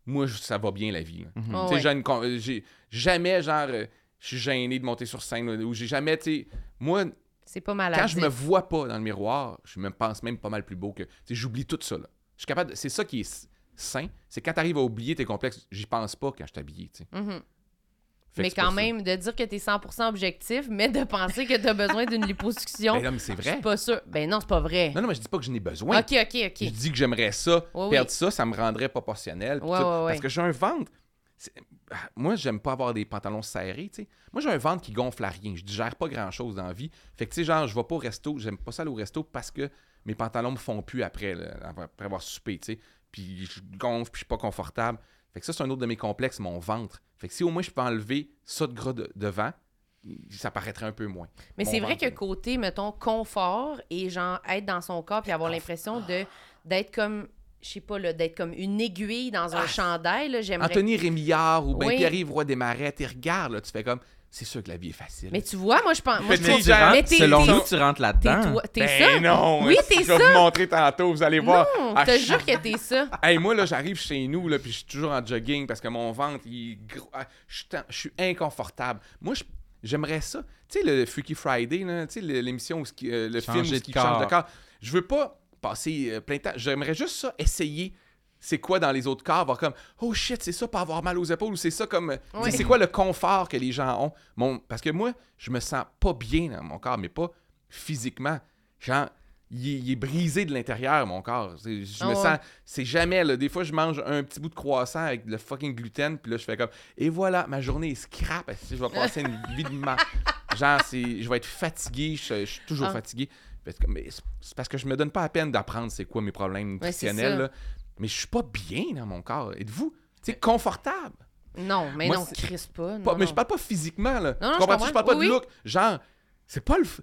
Speaker 4: moi, je- ça va bien la vie. là.
Speaker 2: Ah
Speaker 4: Tu sais,
Speaker 2: ouais.
Speaker 4: j'ai une con- euh, j'ai jamais, genre, euh, je suis gêné de monter sur scène ou j'ai jamais, tu sais, moi,
Speaker 2: C'est pas malade.
Speaker 4: quand je me vois pas dans le miroir, je me pense même pas mal plus beau que. tu sais, j'oublie tout ça, là. Je suis capable. de- C'est ça qui est s- sain. C'est quand t'arrives à oublier tes complexes, j'y pense pas quand je t'habille, tu sais.
Speaker 2: Mhm.
Speaker 4: Fait que
Speaker 2: Mais
Speaker 4: c'est pour
Speaker 2: quand
Speaker 4: ça.
Speaker 2: même, de dire que t'es 100% objectif, mais de penser que t'as besoin d'une liposuction,
Speaker 4: Ben non, mais c'est
Speaker 2: je
Speaker 4: vrai.
Speaker 2: suis pas sûr. Ben non, c'est pas vrai.
Speaker 4: Non, non, mais je dis pas que je n'ai besoin.
Speaker 2: Ok, ok, ok.
Speaker 4: Je dis que j'aimerais ça.
Speaker 2: Ouais,
Speaker 4: perdre
Speaker 2: oui.
Speaker 4: ça, ça me rendrait proportionnel. puis
Speaker 2: Ouais,
Speaker 4: tout.
Speaker 2: ouais, ouais.
Speaker 4: Parce que j'ai un ventre. c'est- ah, Moi, j'aime pas avoir des pantalons serrés, tu sais. Moi, j'ai un ventre qui gonfle à rien. Je digère pas grand-chose dans la vie. Fait que, tu sais, genre, je vais pas au resto. J'aime pas ça aller au resto parce que mes pantalons me font plus après, là, après avoir soupé, tu sais. Puis je gonfle, puis je suis pas confortable. Fait que ça, c'est un autre de mes complexes, mon ventre. Fait que si au moins je peux enlever ça de gras de- devant, ça paraîtrait un peu moins.
Speaker 2: Mais
Speaker 4: Mon
Speaker 2: c'est vrai
Speaker 4: ventre.
Speaker 2: que côté, mettons, confort et genre être dans son corps puis avoir l'impression de d'être comme, je sais pas, là, d'être comme une aiguille dans un chandail, là, j'aimerais.
Speaker 4: Ah. Anthony Rémillard ou ben
Speaker 2: Oui.
Speaker 4: Pierre-Yves Roy des Marais, tu regardes, là, tu fais comme, c'est sûr que la vie est facile.
Speaker 2: Mais tu vois, moi, je pense. Moi,
Speaker 4: Mais
Speaker 2: je
Speaker 1: Toi,
Speaker 2: pense-
Speaker 1: tu
Speaker 4: Déjà,
Speaker 1: rentres-
Speaker 2: mais t'es-
Speaker 1: selon
Speaker 2: t'es-
Speaker 1: nous, tu rentres
Speaker 2: T'es
Speaker 1: là-dedans.
Speaker 2: toi, t'es
Speaker 4: ben
Speaker 2: ça.
Speaker 4: non!
Speaker 2: Oui,
Speaker 4: est-ce que
Speaker 2: t'es
Speaker 4: Je vais vous montrer tantôt, vous allez voir.
Speaker 2: Non,
Speaker 4: Ah,
Speaker 2: je te
Speaker 4: je-
Speaker 2: jure que t'es ça.
Speaker 4: Hey, moi, là, j'arrive chez nous, là, puis je suis toujours en jogging parce que mon ventre, il est gros. Ah, Je suis tant- je suis inconfortable. Moi, je- j'aimerais ça. Tu sais, le Freaky Friday, là, tu sais, le- l'émission, où ce qui- euh, le
Speaker 1: Changer
Speaker 4: film où ce
Speaker 1: de
Speaker 4: qui change de
Speaker 1: corps.
Speaker 4: corps. Je veux pas passer euh, plein de temps. J'aimerais juste ça, essayer. C'est quoi dans les autres corps? Voir comme, oh shit, c'est ça pas avoir mal aux épaules ou c'est ça comme. tu sais,
Speaker 2: Oui.
Speaker 4: C'est quoi le confort que les gens ont? Mon- parce que moi, je me sens pas bien dans mon corps, mais pas physiquement. Genre, il est, il est brisé de l'intérieur, mon corps. C'est- Je
Speaker 2: Ah
Speaker 4: me
Speaker 2: ouais.
Speaker 4: sens. C'est jamais, là. Des fois, je mange un petit bout de croissant avec le fucking gluten, puis là, je fais comme. Et voilà, ma journée est scrap. Si Je vais passer une vie de ma. Genre, c'est- je vais être fatigué. Je, je suis toujours
Speaker 2: Ah.
Speaker 4: fatigué. Fait que- mais c'est- c'est parce que je me donne pas la peine d'apprendre c'est quoi mes problèmes
Speaker 2: Ouais, c'est
Speaker 4: nutritionnels,
Speaker 2: ça.
Speaker 4: là. Mais je suis pas bien dans mon corps. Êtes-vous, tu sais, confortable?
Speaker 2: Non, mais
Speaker 4: Moi,
Speaker 2: non,
Speaker 4: c'est-
Speaker 2: crispe pas. non,
Speaker 4: Pas- mais
Speaker 2: non.
Speaker 4: je parle pas physiquement, là.
Speaker 2: Non, non,
Speaker 4: Tu
Speaker 2: je
Speaker 4: comprends-tu?
Speaker 2: comprends.
Speaker 4: Je parle pas
Speaker 2: Oui,
Speaker 4: de
Speaker 2: oui.
Speaker 4: look. Genre, c'est pas le. f-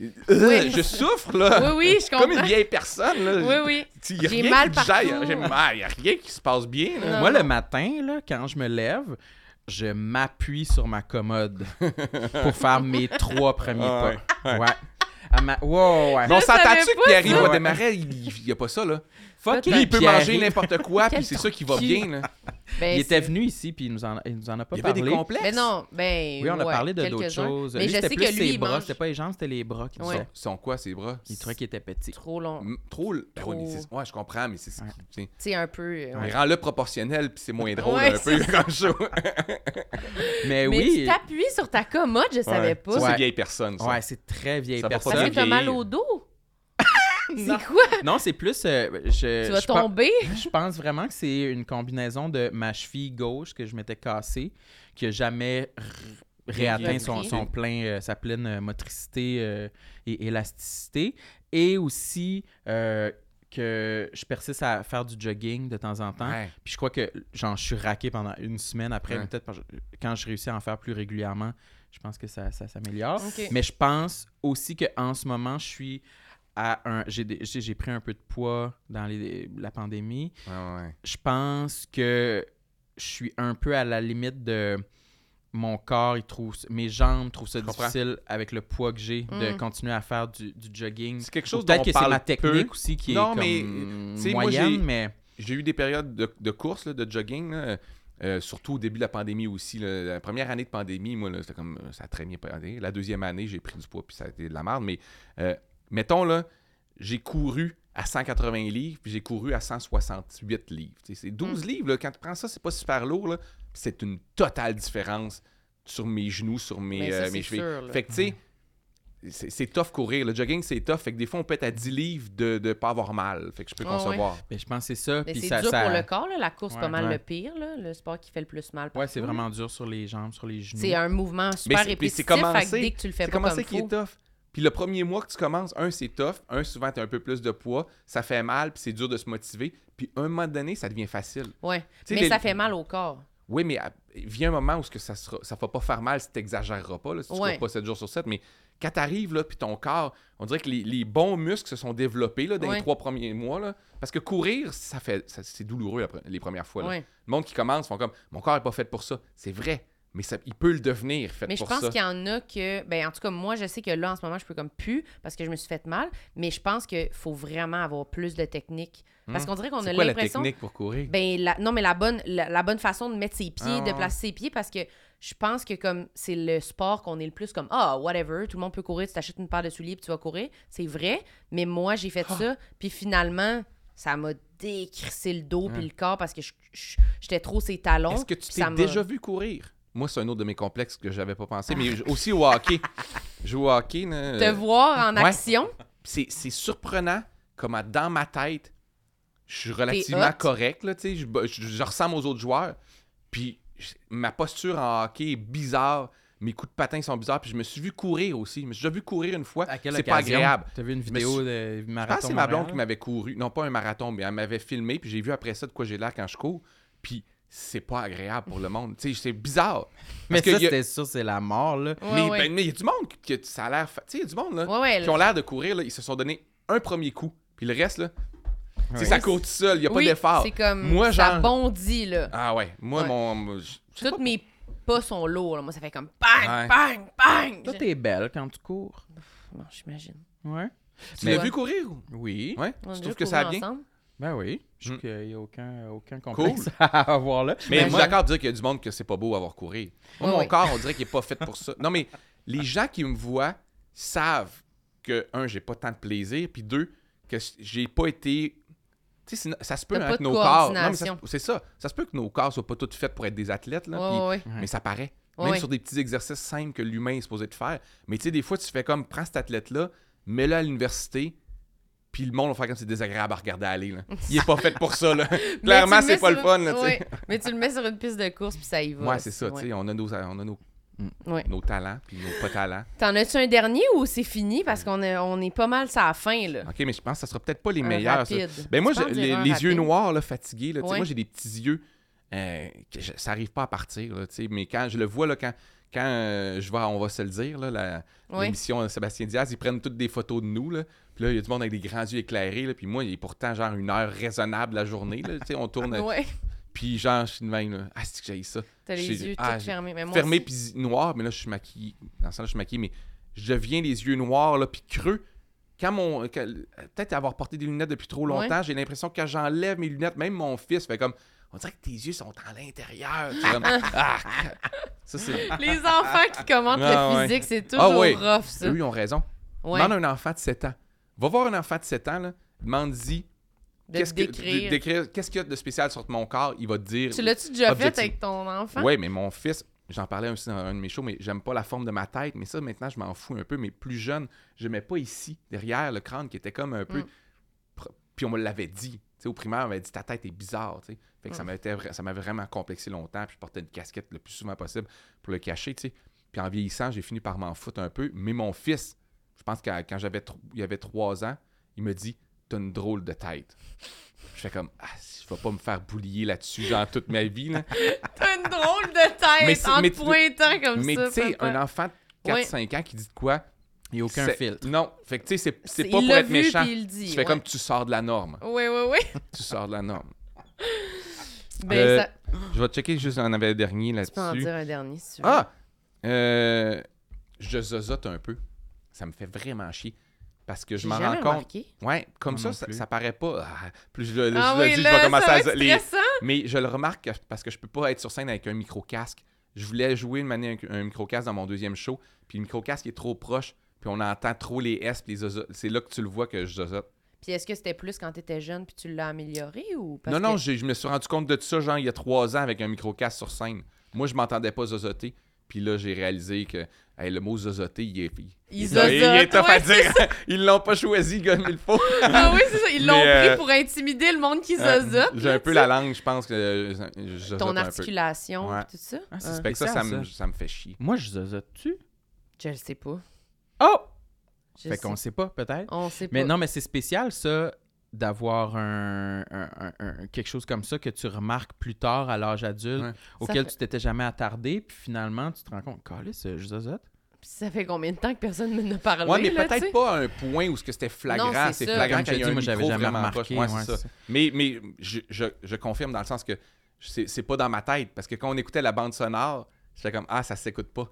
Speaker 2: Oui.
Speaker 4: Je souffre, là.
Speaker 2: Oui, oui, je
Speaker 4: Comme une
Speaker 2: comprends.
Speaker 4: vieille personne, là.
Speaker 2: Oui, oui.
Speaker 4: Tu- y a
Speaker 2: J'ai
Speaker 4: rien
Speaker 2: mal
Speaker 4: qui digère,
Speaker 2: partout.
Speaker 4: J'ai mal. Il a rien qui se passe bien, là.
Speaker 2: Non,
Speaker 1: Moi,
Speaker 2: non.
Speaker 1: le matin, là, quand je me lève, je m'appuie sur ma commode pour faire mes trois premiers
Speaker 4: Ah ouais,
Speaker 1: pas. Ouais. À ma- Wow, ouais.
Speaker 4: Mais on
Speaker 2: Je savais
Speaker 4: s'entend-tu que
Speaker 2: pas
Speaker 4: Pierre-Yves
Speaker 1: ça.
Speaker 4: va démarrer? Il n'y a pas ça, là.
Speaker 1: Fuck
Speaker 4: Lui, il peut
Speaker 1: Pierre.
Speaker 4: manger n'importe quoi, puis
Speaker 2: Quel
Speaker 4: c'est ça qui va
Speaker 2: cul.
Speaker 4: bien, là.
Speaker 2: Ben,
Speaker 1: il était
Speaker 2: c'est-
Speaker 1: venu ici, puis il nous en, il nous en a pas
Speaker 4: Il y avait
Speaker 1: parlé.
Speaker 4: des complexes.
Speaker 2: Mais non, ben.
Speaker 1: oui, on a
Speaker 2: ouais,
Speaker 1: parlé de d'autres
Speaker 2: quelques-uns.
Speaker 1: choses.
Speaker 2: Mais
Speaker 1: lui,
Speaker 2: je
Speaker 1: c'était
Speaker 2: sais
Speaker 1: plus
Speaker 2: que lui,
Speaker 1: ses
Speaker 2: il
Speaker 1: bras.
Speaker 2: mange
Speaker 1: C'était pas les jambes, c'était les bras qui
Speaker 2: Ouais.
Speaker 1: sont-
Speaker 4: Sont quoi, ces bras?
Speaker 1: Il trouvait qu'il était petit.
Speaker 2: trop long.
Speaker 4: M- Trop, l- trop,
Speaker 2: Trop.
Speaker 4: nécessaire. Ouais, je comprends, mais c'est... c'est- c'est-
Speaker 2: Tu sais, un peu. euh,
Speaker 1: Ben
Speaker 4: On rend le proportionnel, puis c'est moins drôle
Speaker 2: Ouais,
Speaker 4: un peu comme show.
Speaker 1: Mais,
Speaker 2: Mais tu
Speaker 1: oui.
Speaker 2: t'appuies sur ta commode, je savais pas.
Speaker 4: Ça, c'est
Speaker 1: Ouais.
Speaker 4: vieille personne, ça.
Speaker 1: Ouais, c'est très vieille
Speaker 4: Ça va pas
Speaker 1: personne.
Speaker 2: Parce que
Speaker 4: bien
Speaker 2: t'as mal
Speaker 4: vieillir.
Speaker 2: au dos.
Speaker 1: Non.
Speaker 2: C'est quoi?
Speaker 1: Non, c'est plus. euh, je,
Speaker 2: Tu vas
Speaker 1: je pen-
Speaker 2: tomber?
Speaker 1: Je pense vraiment que c'est une combinaison de ma cheville gauche que je m'étais cassée, qui a jamais r- réatteint son,
Speaker 2: Repris.
Speaker 1: son plein, euh, sa pleine euh, motricité euh, et élasticité, et aussi euh, que je persiste à faire du jogging de temps en temps.
Speaker 4: Ouais.
Speaker 1: Puis je crois que genre, je suis raqué pendant une semaine après,
Speaker 4: Ouais.
Speaker 1: mais peut-être parce que- quand je réussis à en faire plus régulièrement, je pense que ça, ça s'améliore.
Speaker 2: Ok.
Speaker 1: Mais je pense aussi qu'en ce moment, je suis à un. J'ai des- j'ai j'ai pris un peu de poids dans les- la pandémie.
Speaker 4: Ouais, ouais.
Speaker 1: Je pense que je suis un peu à la limite de. Mon corps, il trouve, mes jambes trouvent ça
Speaker 4: Je comprends.
Speaker 1: difficile avec le poids que j'ai de
Speaker 2: Mm.
Speaker 1: continuer à faire du, du jogging.
Speaker 4: C'est quelque chose dont
Speaker 1: Peut-être
Speaker 4: on
Speaker 1: que c'est
Speaker 4: parle
Speaker 1: ma technique
Speaker 4: peu.
Speaker 1: aussi qui
Speaker 4: Non, mais,
Speaker 1: est
Speaker 4: tu
Speaker 1: comme
Speaker 4: sais, moi, j'ai-
Speaker 1: moyenne, mais
Speaker 4: J'ai eu des périodes de, de course, là, de jogging, là, euh, surtout au début de la pandémie aussi. là. La première année de pandémie, moi, là, c'était comme euh, ça a très bien pandé. La deuxième année, j'ai pris du poids puis ça a été de la merde. Mais euh, mettons, là, j'ai couru à 180 livres puis j'ai couru à 168 livres. Tu sais, C'est 12
Speaker 2: Mm.
Speaker 4: livres. là. Quand tu prends ça, c'est pas super lourd. là. Puis C'est une totale différence sur mes genoux, sur mes,
Speaker 2: Mais ça,
Speaker 4: euh,
Speaker 2: c'est
Speaker 4: mes chevilles.
Speaker 2: sûr, là.
Speaker 4: Fait que, tu sais, c'est c'est tough courir. Le jogging, c'est tough. Fait que des fois, on pète à 10 livres de ne pas avoir mal. Fait que je peux
Speaker 2: Ah ouais.
Speaker 4: concevoir.
Speaker 1: ben, je pense que c'est ça.
Speaker 2: Mais
Speaker 1: puis
Speaker 2: c'est
Speaker 1: ça-
Speaker 2: dur
Speaker 1: ça-
Speaker 2: pour le corps, là. La course, c'est pas
Speaker 1: Ouais.
Speaker 2: mal
Speaker 1: Ouais.
Speaker 2: le pire, là. Le sport qui fait le plus mal.
Speaker 1: Ouais, c'est
Speaker 2: partout, là.
Speaker 1: vraiment dur sur les jambes, sur les genoux.
Speaker 2: C'est un mouvement
Speaker 4: Mais
Speaker 2: super
Speaker 4: c'est- puis c'est
Speaker 2: répétitif.
Speaker 4: commencé.
Speaker 2: Fait que dès que tu le fais
Speaker 4: C'est
Speaker 2: pas
Speaker 4: comment
Speaker 2: comme
Speaker 4: ça qui est
Speaker 2: faut.
Speaker 4: tough. Puis le premier mois que tu commences, un, c'est tough. Un, souvent, tu as un peu plus de poids. Ça fait mal, puis c'est dur de se motiver. Puis un moment donné, ça devient facile.
Speaker 2: Ouais.
Speaker 4: sais,
Speaker 2: Mais
Speaker 4: les-
Speaker 2: ça fait mal au corps.
Speaker 4: Oui, mais à- vient un moment où ce que ça ne ça va pas faire mal si tu n'exagéreras pas, là, si tu ne
Speaker 2: Ouais.
Speaker 4: pas 7 jours sur 7. Mais quand tu arrives, là, puis ton corps, on dirait que les, les bons muscles se sont développés là, dans
Speaker 2: Ouais.
Speaker 4: les trois premiers mois. là. Parce que courir, ça fait ça- c'est douloureux la pre- les premières fois. là.
Speaker 2: Ouais.
Speaker 4: Le monde qui commence, font comme Mon corps n'est pas fait pour ça. C'est vrai, mais ça- il peut le devenir fait
Speaker 2: Mais je
Speaker 4: pour
Speaker 2: pense
Speaker 4: ça.
Speaker 2: qu'il y en a que. Ben, en tout cas, moi, je sais que là, en ce moment, je peux comme pu parce que je me suis fait mal. Mais je pense qu'il faut vraiment avoir plus de technique. Parce
Speaker 4: Hmm.
Speaker 2: qu'on dirait qu'on a
Speaker 4: C'est quoi la
Speaker 2: l'impression.
Speaker 4: technique pour courir?
Speaker 2: Ben, la- non, mais la bonne, la, la bonne façon de mettre ses pieds,
Speaker 4: Ah, ouais,
Speaker 2: de placer ses pieds, parce que je pense que comme c'est le sport qu'on est le plus comme ah, whatever, tout le monde peut courir, tu t'achètes une paire de souliers puis tu vas courir. C'est vrai, mais moi, j'ai
Speaker 4: Ah.
Speaker 2: fait ça, puis finalement, ça m'a décrissé le dos puis le corps parce que je- je- j'étais trop ses talons.
Speaker 4: Hmm. Est-ce que tu
Speaker 2: puis
Speaker 4: t'es
Speaker 2: ça m'a-
Speaker 4: déjà vu courir? Moi, c'est un autre de mes complexes que j'avais pas pensé, mais j- aussi au hockey. Je joue au hockey. là,
Speaker 2: Te
Speaker 4: euh,
Speaker 2: voir en
Speaker 4: Ouais.
Speaker 2: action,
Speaker 4: C'est c'est surprenant comment dans ma tête, je suis relativement
Speaker 2: hot.
Speaker 4: correct. Là, tu sais, je, je- je ressemble aux autres joueurs. Puis je- ma posture en hockey est bizarre. Mes coups de patin sont bizarres. Puis je me suis vu courir aussi. Je me suis déjà vu courir une fois.
Speaker 1: À quelle
Speaker 4: C'est pas
Speaker 1: occasion?
Speaker 4: agréable.
Speaker 1: T'as vu une
Speaker 4: Je me
Speaker 1: vidéo de
Speaker 4: Je pense que
Speaker 1: marathon
Speaker 4: c'est ma blonde
Speaker 1: Montréal?
Speaker 4: qui m'avait couru. Non, pas un marathon, mais elle m'avait filmé. Puis j'ai vu après ça de quoi j'ai l'air quand je cours. Puis c'est pas agréable pour le monde. Tu sais, c'est bizarre.
Speaker 1: Mais
Speaker 4: Parce que
Speaker 1: ça,
Speaker 4: il y a-
Speaker 1: c'était sûr, c'est la mort, là.
Speaker 2: Ouais,
Speaker 4: mais
Speaker 2: ouais.
Speaker 4: ben, mais il y a du monde qui, qui- ça a l'air. fa- Tu sais, il y a du monde là,
Speaker 2: Ouais, ouais,
Speaker 4: qui ont l'air de courir. Là, ils se sont donné un premier coup. Puis le reste, là, tu sais,
Speaker 1: Ouais.
Speaker 4: ça court tout seul. Il n'y a pas
Speaker 2: oui,
Speaker 4: d'effort.
Speaker 2: c'est comme
Speaker 4: Moi,
Speaker 2: ça
Speaker 4: genre-
Speaker 2: bondit là.
Speaker 4: Ah ouais. Moi,
Speaker 2: Ouais.
Speaker 4: mon. mon- je- je sais
Speaker 2: Toutes
Speaker 4: pas.
Speaker 2: mes pas sont lourds, là. moi ça fait comme bang,
Speaker 4: Ouais.
Speaker 2: bang, bang.
Speaker 1: Toi, t'es belle quand tu cours.
Speaker 2: Non, j'imagine.
Speaker 1: Ouais.
Speaker 4: Tu
Speaker 2: Mais-
Speaker 4: l'as vu courir ou-
Speaker 1: Oui.
Speaker 4: Ouais.
Speaker 2: On a déjà
Speaker 4: Tu trouves que ça a
Speaker 2: couru
Speaker 4: bien?
Speaker 2: ensemble.
Speaker 1: Ben oui. Je
Speaker 4: Mm.
Speaker 1: trouve qu'il n'y a aucun, aucun complexe à avoir là.
Speaker 4: Mais je
Speaker 1: moi,
Speaker 4: suis d'accord de dire qu'il y a du monde que c'est pas beau avoir courir. Moi,
Speaker 2: ben, Ouais,
Speaker 4: mon
Speaker 2: ouais.
Speaker 4: corps, on dirait qu'il est pas fait pour ça. Non, mais les gens qui me voient savent que, un, j'ai pas tant de plaisir, puis deux, que c- j'ai pas été. Tu sais, sinon- ça se peut
Speaker 2: T'as
Speaker 4: hein,
Speaker 2: pas
Speaker 4: que
Speaker 2: de
Speaker 4: nos corps. Non, mais ça se-
Speaker 2: coordination.
Speaker 4: c'est ça. Ça se peut que nos corps soient pas tous faits pour être des athlètes, là.
Speaker 2: Ouais, ouais,
Speaker 4: puis-
Speaker 2: ouais.
Speaker 1: Ouais.
Speaker 4: Mais ça paraît.
Speaker 2: Ouais,
Speaker 4: Même
Speaker 2: ouais.
Speaker 4: sur des petits exercices simples que l'humain est supposé de faire. Mais tu sais, des fois, tu fais comme, prends cet athlète-là, mets-le à l'université, puis le monde va faire comme c'est désagréable à regarder aller. Là. Il est pas fait pour ça. Là.
Speaker 2: Mais
Speaker 4: Clairement,
Speaker 2: tu le
Speaker 4: c'est
Speaker 2: mets
Speaker 4: pas le
Speaker 2: sur-
Speaker 4: fun. Là, tu sais.
Speaker 2: Ouais, Mais tu le mets sur une piste de course, puis ça y va.
Speaker 4: Ouais, Mm. c'est ça. tu
Speaker 2: Ouais.
Speaker 4: sais, On a nos, on a nos,
Speaker 2: Ouais.
Speaker 4: nos talents puis nos pas talents.
Speaker 2: T'en as-tu un dernier ou c'est fini? Parce qu'on est, on est pas mal à la fin, là.
Speaker 4: OK, mais je pense que ça sera peut-être pas les
Speaker 2: Un
Speaker 4: meilleurs. ça.
Speaker 2: rapide.
Speaker 4: Ben moi,
Speaker 2: Tu peux en
Speaker 4: j'ai-
Speaker 2: dire
Speaker 4: les,
Speaker 2: un
Speaker 4: les
Speaker 2: rapide?
Speaker 4: yeux noirs, là, fatigués. là, tu sais,
Speaker 2: Ouais.
Speaker 4: Moi, j'ai des petits yeux. euh, que je- ça arrive pas à partir. là, tu sais, mais quand je le vois, là, quand, quand euh, je vais, on va se le dire, là, la-
Speaker 2: Ouais.
Speaker 4: l'émission de Sébastien Diaz, ils prennent toutes des photos de nous. Là, puis là, il y a du monde avec des grands yeux éclairés. Là, puis moi, il est pourtant genre une heure raisonnable la journée. Là, tu sais, on tourne.
Speaker 2: Ouais.
Speaker 4: Puis genre, je suis de même. là, Ah, c'est que j'ai ça.
Speaker 2: T'as les
Speaker 4: J'ai-
Speaker 2: yeux
Speaker 4: ah,
Speaker 2: tout
Speaker 4: j'ai-
Speaker 2: fermés. Mais moi
Speaker 4: fermé
Speaker 2: aussi.
Speaker 4: puis noir, mais là je suis maquillé. Dans ce là je suis maquillé, mais je deviens les yeux noirs là puis creux. Quand mon quand- peut-être avoir porté des lunettes depuis trop longtemps, j'ai l'impression que quand j'enlève mes lunettes, même mon fils fait comme on dirait que tes yeux sont à l'intérieur. Tu es comme, ah! Ça, c'est.
Speaker 2: Les enfants qui commentent
Speaker 4: Ah,
Speaker 2: le
Speaker 4: ouais.
Speaker 2: physique, c'est toujours
Speaker 4: Ah, ouais.
Speaker 2: rough, ça.
Speaker 4: Eux, ils ont raison.
Speaker 2: Ouais.
Speaker 4: Demande à un enfant de 7 ans. Va voir un enfant de 7 ans, là. Demande-y
Speaker 2: De
Speaker 4: qu'est-ce que-
Speaker 2: décrire.
Speaker 4: de- décrire, qu'est-ce qu'il y a de spécial sur mon corps. Il va te dire.
Speaker 2: Tu l'as-tu déjà fait
Speaker 4: Objectif.
Speaker 2: avec ton enfant?
Speaker 4: Oui, mais mon fils, j'en parlais aussi dans un de mes shows, mais j'aime pas la forme de ma tête, mais ça, maintenant, je m'en fous un peu. Mais plus jeune, je mets pas ici, derrière le crâne, qui était comme un peu.
Speaker 2: Mm.
Speaker 4: pr- Puis on me l'avait dit. Tu sais, au primaire, on m'avait dit ta tête est bizarre. tu sais. Fait que
Speaker 2: Mm.
Speaker 4: ça m'avait été vra- ça m'avait vraiment complexé longtemps. Puis je portais une casquette le plus souvent possible pour le cacher. tu sais. Puis en vieillissant, j'ai fini par m'en foutre un peu. Mais mon fils, je pense que quand j'avais tr- il avait trois ans, il me dit T'as une drôle de tête. Je fais comme, ah, je vais pas me faire boulier là-dessus dans toute ma vie. Là.
Speaker 2: T'as une drôle de tête
Speaker 4: Mais c'est-
Speaker 2: en
Speaker 4: mais
Speaker 2: te
Speaker 4: tu-
Speaker 2: pointant comme
Speaker 4: Mais
Speaker 2: ça.
Speaker 4: tu sais,
Speaker 2: papa.
Speaker 4: un enfant de 4-5 ans qui dit de quoi,
Speaker 1: Il n'y a aucun
Speaker 4: c'est-
Speaker 1: filtre.
Speaker 4: Non, fait que tu sais, c'est- c'est
Speaker 2: C'est-
Speaker 4: pas
Speaker 2: il
Speaker 4: pour
Speaker 2: l'a
Speaker 4: être
Speaker 2: vu,
Speaker 4: méchant.
Speaker 2: puis il le dit,
Speaker 4: tu fais
Speaker 2: ouais.
Speaker 4: comme tu sors de la norme.
Speaker 2: Oui, oui, oui.
Speaker 4: Tu sors de la norme.
Speaker 2: Ben,
Speaker 4: Euh,
Speaker 2: ça...
Speaker 4: Je vais checker juste en avait dernier
Speaker 2: Tu peux en
Speaker 4: là-dessus.
Speaker 2: dire un dernier, si tu veux.
Speaker 4: Ah! Euh, je zozote un peu. Ça me fait vraiment chier. Parce que je
Speaker 2: J'ai
Speaker 4: m'en
Speaker 2: jamais
Speaker 4: rends compte.
Speaker 2: remarqué.
Speaker 4: Ouais, comme
Speaker 1: Moi
Speaker 4: ça,
Speaker 1: non
Speaker 4: ça,
Speaker 1: plus.
Speaker 4: ça paraît pas. Ah, plus je le,
Speaker 2: Ah
Speaker 4: je le
Speaker 2: oui,
Speaker 4: dis,
Speaker 2: là,
Speaker 4: je vais commencer
Speaker 2: ça
Speaker 4: à.
Speaker 2: va être
Speaker 4: les-
Speaker 2: stressant.
Speaker 4: Mais je le remarque parce que je peux pas être sur scène avec un micro-casque. Je voulais jouer une manière avec un micro-casque dans mon deuxième show, puis le micro-casque est trop proche, puis on entend trop les S, puis les zozotes. C'est là que tu le vois que je zozote.
Speaker 2: Puis est-ce que c'était plus quand t'étais jeune puis tu l'as amélioré ou parce
Speaker 4: Non, non,
Speaker 2: que-
Speaker 4: j'ai- je me suis rendu compte de ça, genre, il y a trois ans avec un micro-casque sur scène. Moi, je m'entendais pas zozoter, puis là, j'ai réalisé que hey, le mot zozoter, il est.
Speaker 2: Ils
Speaker 4: Il, il est- il est
Speaker 2: zozotent,
Speaker 4: tough à
Speaker 2: ouais, c'est
Speaker 4: dire. Ils l'ont pas choisi comme il faut. Euh,
Speaker 2: Ah oui, c'est ça. Ils l'ont
Speaker 4: Mais,
Speaker 2: pris
Speaker 4: euh,
Speaker 2: pour intimider le monde qui
Speaker 4: Euh,
Speaker 2: zozote.
Speaker 4: J'ai un peu la langue, je pense que euh, je je zozote
Speaker 2: Ton
Speaker 4: un peu.
Speaker 2: articulation
Speaker 4: Ouais.
Speaker 2: pis tout ça.
Speaker 1: Ah, c'est
Speaker 2: Ah,
Speaker 4: Fait que ça, ça,
Speaker 1: Spécial,
Speaker 4: me,
Speaker 1: ça.
Speaker 4: ça me fait chier.
Speaker 1: Moi, je zozote-tu?
Speaker 2: Je le sais pas.
Speaker 1: Oh!
Speaker 2: Je
Speaker 1: fait
Speaker 2: sais-
Speaker 1: qu'on sait pas, peut-être.
Speaker 2: On sait pas.
Speaker 1: Mais non, mais c'est spécial, ça, d'avoir un, un- un- un- quelque chose comme ça que tu remarques plus tard à l'âge adulte,
Speaker 4: Ouais.
Speaker 1: auquel
Speaker 2: fait-
Speaker 1: tu t'étais jamais attardé, puis finalement, tu te rends compte, calisse, je zozote.
Speaker 2: Puis ça fait combien de temps que personne ne n'a parlé
Speaker 4: Ouais, mais
Speaker 2: là, tu
Speaker 4: peut-être
Speaker 2: sais?
Speaker 4: pas à un point où ce que c'était
Speaker 2: Non,
Speaker 4: flagrant,
Speaker 2: c'est
Speaker 4: c'est
Speaker 2: ça.
Speaker 4: flagrant
Speaker 1: Comme
Speaker 4: qu'il y
Speaker 1: j'ai
Speaker 4: a
Speaker 1: dit,
Speaker 4: un
Speaker 1: moi, j'avais
Speaker 4: micro
Speaker 1: jamais
Speaker 4: vraiment
Speaker 1: remarqué,
Speaker 4: proche. Ouais,
Speaker 1: ouais,
Speaker 4: c'est ça.
Speaker 1: c'est ça.
Speaker 4: Mais, mais je, je, je confirme dans le sens que c'est c'est pas dans ma tête. Parce que quand on écoutait la bande sonore, j'étais comme Ah, ça s'écoute pas.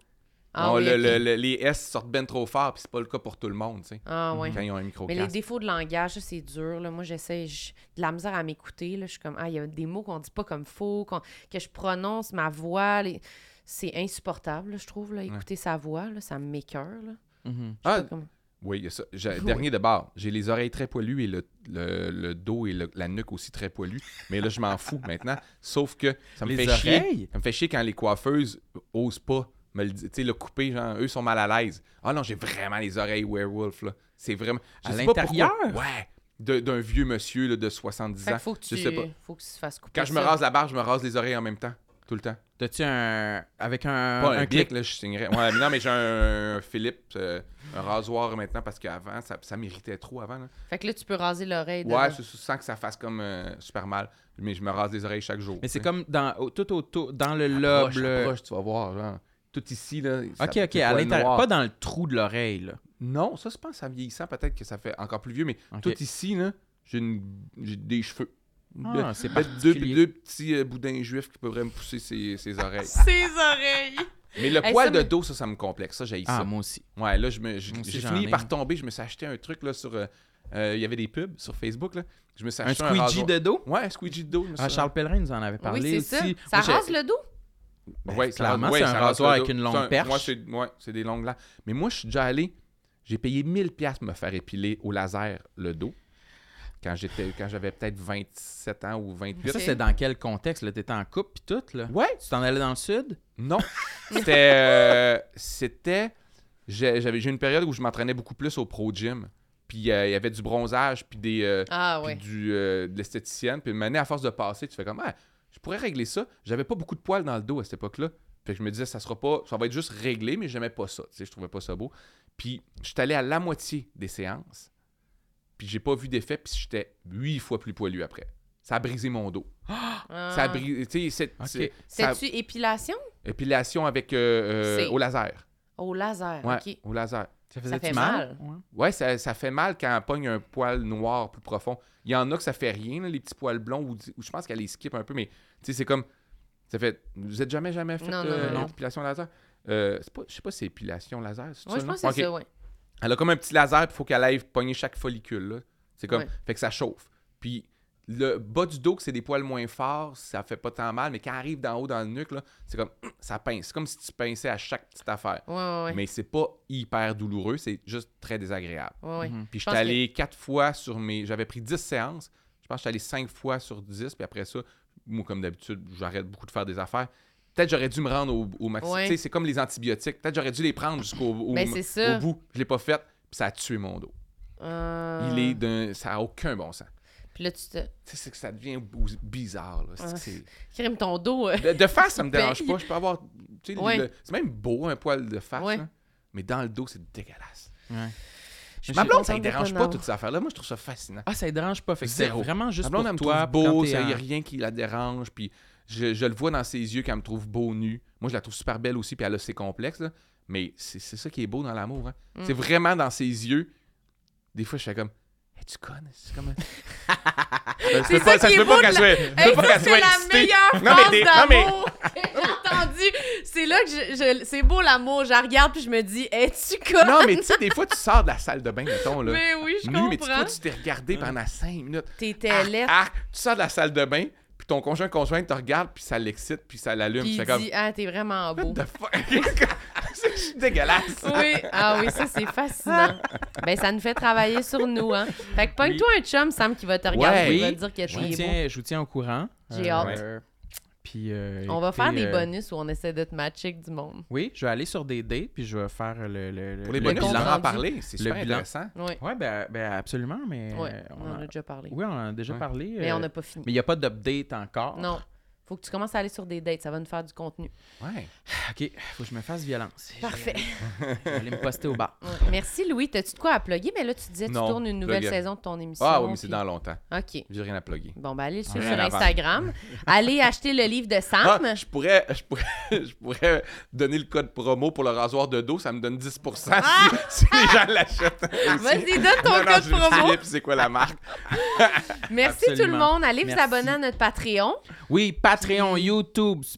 Speaker 2: Ah
Speaker 4: On-
Speaker 2: oui,
Speaker 4: le-
Speaker 2: ok.
Speaker 4: le- le- les S sortent ben trop fort, puis c'est pas le cas pour tout le monde, tu sais.
Speaker 2: Ah ouais.
Speaker 4: Quand ils ont un micro
Speaker 2: Mais les défauts de langage, ça, c'est dur. Là. Moi, j'essaie je- de la misère à m'écouter. là. Je suis comme, ah, il y a des mots qu'on dit pas comme faux, qu'on- que je prononce, ma voix. les- C'est insupportable, là, je trouve. Là. Écouter sa voix, là, ça m'écœure. là.
Speaker 1: Mhm.
Speaker 2: Je sais pas
Speaker 4: Ah,
Speaker 2: comment-
Speaker 4: Oui, il y a ça. J'ai- Dernier de bord, j'ai les oreilles très poilues et le, le- le dos et le- la nuque aussi très poilue. Mais là, je m'en fous maintenant. Sauf que ça me
Speaker 1: Les
Speaker 4: fait
Speaker 1: oreilles?
Speaker 4: chier. Ça me fait chier quand les coiffeuses osent pas me le dire. Tu sais, le couper, genre, eux sont mal à l'aise. Ah non, j'ai vraiment les oreilles werewolf, là. C'est vraiment.
Speaker 1: À
Speaker 4: sais pas pourquoi.
Speaker 1: l'intérieur?
Speaker 4: Ouais. de- D'un vieux monsieur là, de 70
Speaker 2: Fait
Speaker 4: ans.
Speaker 2: que faut que tu
Speaker 4: Je sais pas.
Speaker 2: faut que tu te fasses couper.
Speaker 4: Quand je me
Speaker 2: ça.
Speaker 4: rase la barre, je me rase les oreilles en même temps. Tout le temps.
Speaker 1: T'as-tu un. Avec un.
Speaker 4: Pas un,
Speaker 1: un
Speaker 4: clic,
Speaker 1: clip-
Speaker 4: là, je signerais. Ouais, mais non, mais j'ai un, un Philippe, euh, un rasoir maintenant parce qu'avant, ça, ça m'irritait trop avant. là.
Speaker 2: Fait que là, tu peux raser l'oreille. de-
Speaker 4: Ouais, c'est ça, sans que ça fasse comme euh, super mal. Mais je me rase les oreilles chaque jour.
Speaker 1: Mais c'est
Speaker 4: tu sais.
Speaker 1: comme dans, au- tout autour, dans le
Speaker 4: Approche,
Speaker 1: lobe. là.
Speaker 4: approche, tu vas voir, genre. Tout ici, là. ça-
Speaker 1: Ok, ok,
Speaker 4: c'est
Speaker 1: à
Speaker 4: poil
Speaker 1: l'intérieur.
Speaker 4: noir.
Speaker 1: Pas dans le trou de l'oreille, là.
Speaker 4: Non, ça, je pense, en vieillissant, peut-être que ça fait encore plus vieux, mais
Speaker 1: Ok.
Speaker 4: tout ici, là, j'ai une- j'ai des cheveux.
Speaker 1: Ah, c'est
Speaker 4: Peut-être deux,
Speaker 1: particulier.
Speaker 4: deux petits euh, boudins juifs qui pourraient me pousser ses, ses oreilles.
Speaker 2: Ses oreilles.
Speaker 4: Mais le
Speaker 2: Hey,
Speaker 4: poil
Speaker 2: ça,
Speaker 4: de
Speaker 2: mais-
Speaker 4: dos, ça, ça me complexe. Ça, j'ai
Speaker 1: Ah,
Speaker 4: ça.
Speaker 1: moi aussi.
Speaker 4: Ouais, là, je me- je-
Speaker 1: Moi aussi,
Speaker 4: j'ai
Speaker 1: j'en
Speaker 4: fini
Speaker 1: ai,
Speaker 4: par
Speaker 1: moi.
Speaker 4: tomber. Je me suis acheté un truc, là, sur. euh, euh, Il y avait des pubs sur Facebook, là. Je me suis
Speaker 1: Un
Speaker 4: acheté un,
Speaker 1: squeegee
Speaker 4: rasoir.
Speaker 1: de dos.
Speaker 4: Ouais, un squeegee de dos. je me suis-
Speaker 1: Ah, Charles Pellerin nous en avait parlé
Speaker 2: Oui, c'est ça.
Speaker 1: aussi.
Speaker 2: Ça
Speaker 1: Moi, j'ai-
Speaker 2: rase le dos.
Speaker 1: Ben,
Speaker 4: ouais,
Speaker 1: clairement,
Speaker 4: ça- ouais,
Speaker 1: c'est un
Speaker 4: ça
Speaker 1: rasoir
Speaker 4: rase
Speaker 1: avec
Speaker 4: le dos.
Speaker 1: une
Speaker 4: C'est
Speaker 1: longue
Speaker 4: un-
Speaker 1: perche.
Speaker 4: Ouais, c'est ouais, c'est des longues là. Mais moi, je suis déjà allé, j'ai payé 1000 pièces me faire épiler au laser le dos quand j'étais quand j'avais peut-être 27 ans ou 28.
Speaker 1: Ça, c'est dans quel contexte? Là, t'étais en couple pis tout, là?
Speaker 4: Ouais,
Speaker 1: Tu t'en allais dans le sud?
Speaker 4: non. C'était euh, c'était j'ai- j'avais j'ai eu une période où je m'entraînais beaucoup plus au pro gym. Puis euh, il y avait du bronzage puis des euh,
Speaker 2: Ah
Speaker 4: puis
Speaker 2: ouais.
Speaker 4: du, euh, de l'esthéticienne. Puis une année, à force de passer, tu fais comme, ah, je pourrais régler ça. J'avais pas beaucoup de poils dans le dos à cette époque-là. Fait que je me disais, ça sera pas, ça va être juste réglé, mais j'aimais pas ça. Tu sais, je trouvais pas ça beau. Puis je suis allé à la moitié des séances. Puis j'ai pas vu d'effet. Puis j'étais huit fois plus poilu après. Ça a brisé mon dos. Ça a
Speaker 2: Ah.
Speaker 4: brisé. Tu sais, c'est-
Speaker 1: Ok.
Speaker 4: c'est- ça-
Speaker 2: C'est-tu épilation?
Speaker 4: épilation avec euh, euh,
Speaker 2: C'est-
Speaker 4: au laser.
Speaker 2: Au laser.
Speaker 4: Ouais,
Speaker 2: OK.
Speaker 4: au laser.
Speaker 2: Ça fait
Speaker 1: faisait-tu
Speaker 2: mal.
Speaker 1: Ouais.
Speaker 4: Ouais, ça, ça fait mal quand on pogne un poil noir plus profond. Il y en a que ça fait rien, là, les petits poils blonds, ou, ou je pense qu'elle les skip un peu, mais tu sais, c'est comme. Ça fait. Vous êtes jamais, jamais fait
Speaker 2: Non, non,
Speaker 4: euh,
Speaker 1: non, non.
Speaker 4: l'épilation laser? Euh, c'est pas, je sais pas si c'est épilation laser. c'est
Speaker 2: Moi,
Speaker 4: ça,
Speaker 2: je
Speaker 4: non?
Speaker 2: pense que c'est
Speaker 4: Ok.
Speaker 2: ça, ouais.
Speaker 4: Elle a comme un petit laser, il faut qu'elle aille pogner chaque follicule. là. C'est comme.
Speaker 2: Ouais.
Speaker 4: Fait que ça chauffe. Puis le bas du dos, que c'est des poils moins forts, ça fait pas tant mal, mais quand arrive d'en haut dans le nuque, là, c'est comme hum, ça pince. C'est comme si tu pinçais à chaque petite affaire.
Speaker 2: Ouais, ouais, ouais.
Speaker 4: Mais c'est pas hyper douloureux, c'est juste très désagréable.
Speaker 2: Ouais, ouais. Je
Speaker 4: Puis j'étais
Speaker 2: pense
Speaker 4: allé quatre fois sur mes. J'avais pris 10 séances. Je pense que j'étais allé cinq fois sur 10. Puis après ça, moi, comme d'habitude, j'arrête beaucoup de faire des affaires. Peut-être j'aurais dû me rendre au, au maxi-
Speaker 2: Ouais.
Speaker 4: Tu sais, c'est comme les antibiotiques. Peut-être j'aurais dû les prendre jusqu'au au,
Speaker 2: Ben, c'est ça.
Speaker 4: au bout. Je l'ai pas fait. Puis ça a tué mon dos.
Speaker 2: Euh,
Speaker 4: Il est d'un. Ça a aucun bon sens.
Speaker 2: Puis là, tu te.
Speaker 4: Tu sais, c'est que ça devient bou- bizarre. Là. C'est que
Speaker 2: Ah.
Speaker 4: c'est-
Speaker 2: Crime ton dos. euh.
Speaker 4: De, de face, ça me
Speaker 2: Ben,
Speaker 4: dérange
Speaker 2: il-
Speaker 4: pas. Je peux avoir. Tu sais,
Speaker 2: Ouais.
Speaker 4: le- c'est même beau un poil de face.
Speaker 2: Ouais.
Speaker 4: là. Mais dans le dos, c'est dégueulasse.
Speaker 1: Ouais.
Speaker 4: Ma blonde, ça
Speaker 2: contente
Speaker 4: ne
Speaker 2: de
Speaker 4: dérange
Speaker 2: pas
Speaker 4: pas,
Speaker 2: en
Speaker 4: toutes ces affaires-là. Moi, je trouve ça fascinant.
Speaker 1: Ah, ça ne dérange pas. Fait que c'est
Speaker 4: Zéro.
Speaker 1: vraiment juste
Speaker 4: Ma blonde,
Speaker 1: pour
Speaker 4: elle me
Speaker 1: toi,
Speaker 4: trouve
Speaker 1: pour
Speaker 4: beau,
Speaker 1: quand t'es euh,
Speaker 4: il n'y a
Speaker 1: en-
Speaker 4: rien qui la dérange. Puis je, je le vois dans ses yeux qu'elle me trouve beau nu. Moi, je la trouve super belle aussi, puis elle a ses complexes. là. Mais c'est c'est ça qui est beau dans l'amour. hein.
Speaker 2: Mm.
Speaker 4: C'est vraiment dans ses yeux. Des fois, je fais comme. Eh, tu connais, c'est comme. un- Ben, je
Speaker 2: C'est
Speaker 4: peux pas-
Speaker 2: ça qui
Speaker 4: se
Speaker 2: est
Speaker 4: peut
Speaker 2: beau
Speaker 4: pas
Speaker 2: de
Speaker 4: qu'elle
Speaker 2: la-
Speaker 4: soit- je peux
Speaker 2: Hey,
Speaker 4: pas
Speaker 2: ça,
Speaker 4: qu'elle soit
Speaker 2: c'est la
Speaker 4: excitée.
Speaker 2: meilleure
Speaker 4: Non, mais
Speaker 2: phrase
Speaker 4: des- non, mais-
Speaker 2: d'amour que j'ai entendue. C'est là que je, je- c'est beau l'amour. Je la regarde puis je me dis, es-tu conne?
Speaker 4: Non, mais tu sais, des fois, tu sors de la salle de bain, mettons, là.
Speaker 2: Mais oui, je
Speaker 4: nu, mais tu
Speaker 2: comprends.
Speaker 4: toi, tu t'es regardé pendant cinq minutes.
Speaker 2: T'étais
Speaker 4: Ah,
Speaker 2: lettre.
Speaker 4: ah, tu sors de la salle de bain, puis ton conjoint conjoint te regarde, puis ça l'excite, puis ça l'allume.
Speaker 2: Puis
Speaker 4: Tu
Speaker 2: il
Speaker 4: fais comme.
Speaker 2: dit, ah, t'es vraiment beau.
Speaker 4: What the fuck? C'est que je suis dégueulasse.
Speaker 2: Oui, ah oui, ça c'est fascinant. Ben ça nous fait travailler sur nous, hein. Fait que pogne-toi un chum, Sam, qui va te regarder,
Speaker 4: Ouais.
Speaker 2: qui va
Speaker 1: Oui.
Speaker 2: te dire que
Speaker 1: Je vous,
Speaker 2: t'es beau.
Speaker 1: tiens, je vous tiens au courant.
Speaker 2: J'ai
Speaker 1: hâte. Puis, euh,
Speaker 2: On va
Speaker 1: écoutez,
Speaker 2: faire des
Speaker 1: euh,
Speaker 2: bonus où on essaie de te matcher avec du monde.
Speaker 1: Oui, je vais aller sur des dates, puis je vais faire le, le, le-
Speaker 4: Pour les
Speaker 1: le
Speaker 4: bonus, on
Speaker 1: bilan.
Speaker 4: va en
Speaker 2: rendu.
Speaker 4: parler. C'est
Speaker 1: Le
Speaker 4: super
Speaker 1: bilan.
Speaker 4: intéressant.
Speaker 2: Oui,
Speaker 1: Ouais, ben, ben absolument, mais... euh,
Speaker 2: on
Speaker 1: on
Speaker 2: en
Speaker 1: en-
Speaker 2: a déjà parlé.
Speaker 1: Oui, on en a déjà
Speaker 4: Ouais.
Speaker 1: parlé.
Speaker 2: Mais
Speaker 1: euh,
Speaker 2: on n'a pas fini.
Speaker 1: mais il n'y a pas d'update encore.
Speaker 2: Non. Faut que tu commences à aller sur des dates, ça va nous faire du contenu.
Speaker 4: Ouais.
Speaker 1: OK, faut que je me fasse violence. Je vais
Speaker 2: Parfait.
Speaker 1: aller- Je vais aller me poster au bar.
Speaker 2: Ouais. Merci Louis, t'as-tu de quoi à plugger? Mais là, tu disais, tu
Speaker 4: Non,
Speaker 2: tournes une nouvelle
Speaker 4: plug.
Speaker 2: saison de ton émission.
Speaker 4: Ah oui, mais c'est
Speaker 2: puis-
Speaker 4: dans longtemps.
Speaker 2: OK.
Speaker 4: J'ai rien à plugger.
Speaker 2: Bon, ben allez le suivre
Speaker 4: Rien
Speaker 2: sur
Speaker 4: à vendre.
Speaker 2: Instagram. allez acheter le livre de
Speaker 4: Ah,
Speaker 2: Sam.
Speaker 4: je, pourrais, je, pourrais, je pourrais donner le code promo pour le rasoir de dos. Ça me donne 10 si, si les gens l'achètent.
Speaker 2: Ah! Vas-y, donne ton
Speaker 4: Non, non,
Speaker 2: code
Speaker 4: Ah, je le sais
Speaker 2: promo.
Speaker 4: bien, puis c'est quoi la marque?
Speaker 2: Merci tout le
Speaker 1: Absolument.
Speaker 2: monde. Allez vous
Speaker 1: Merci.
Speaker 2: abonner à notre Patreon.
Speaker 1: Oui, Patreon, YouTube,
Speaker 2: Donnez-nous des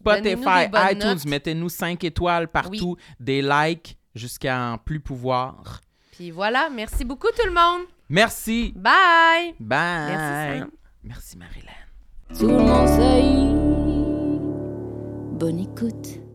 Speaker 1: Spotify,
Speaker 2: bonnes
Speaker 1: iTunes,
Speaker 2: notes.
Speaker 1: mettez-nous 5 étoiles partout, des likes jusqu'à en plus pouvoir.
Speaker 2: Puis voilà, merci beaucoup tout le monde.
Speaker 1: Merci.
Speaker 2: Bye.
Speaker 1: Bye.
Speaker 2: Merci, Sam.
Speaker 1: Merci, Marilyn.
Speaker 3: Tout le monde sait. Bonne écoute.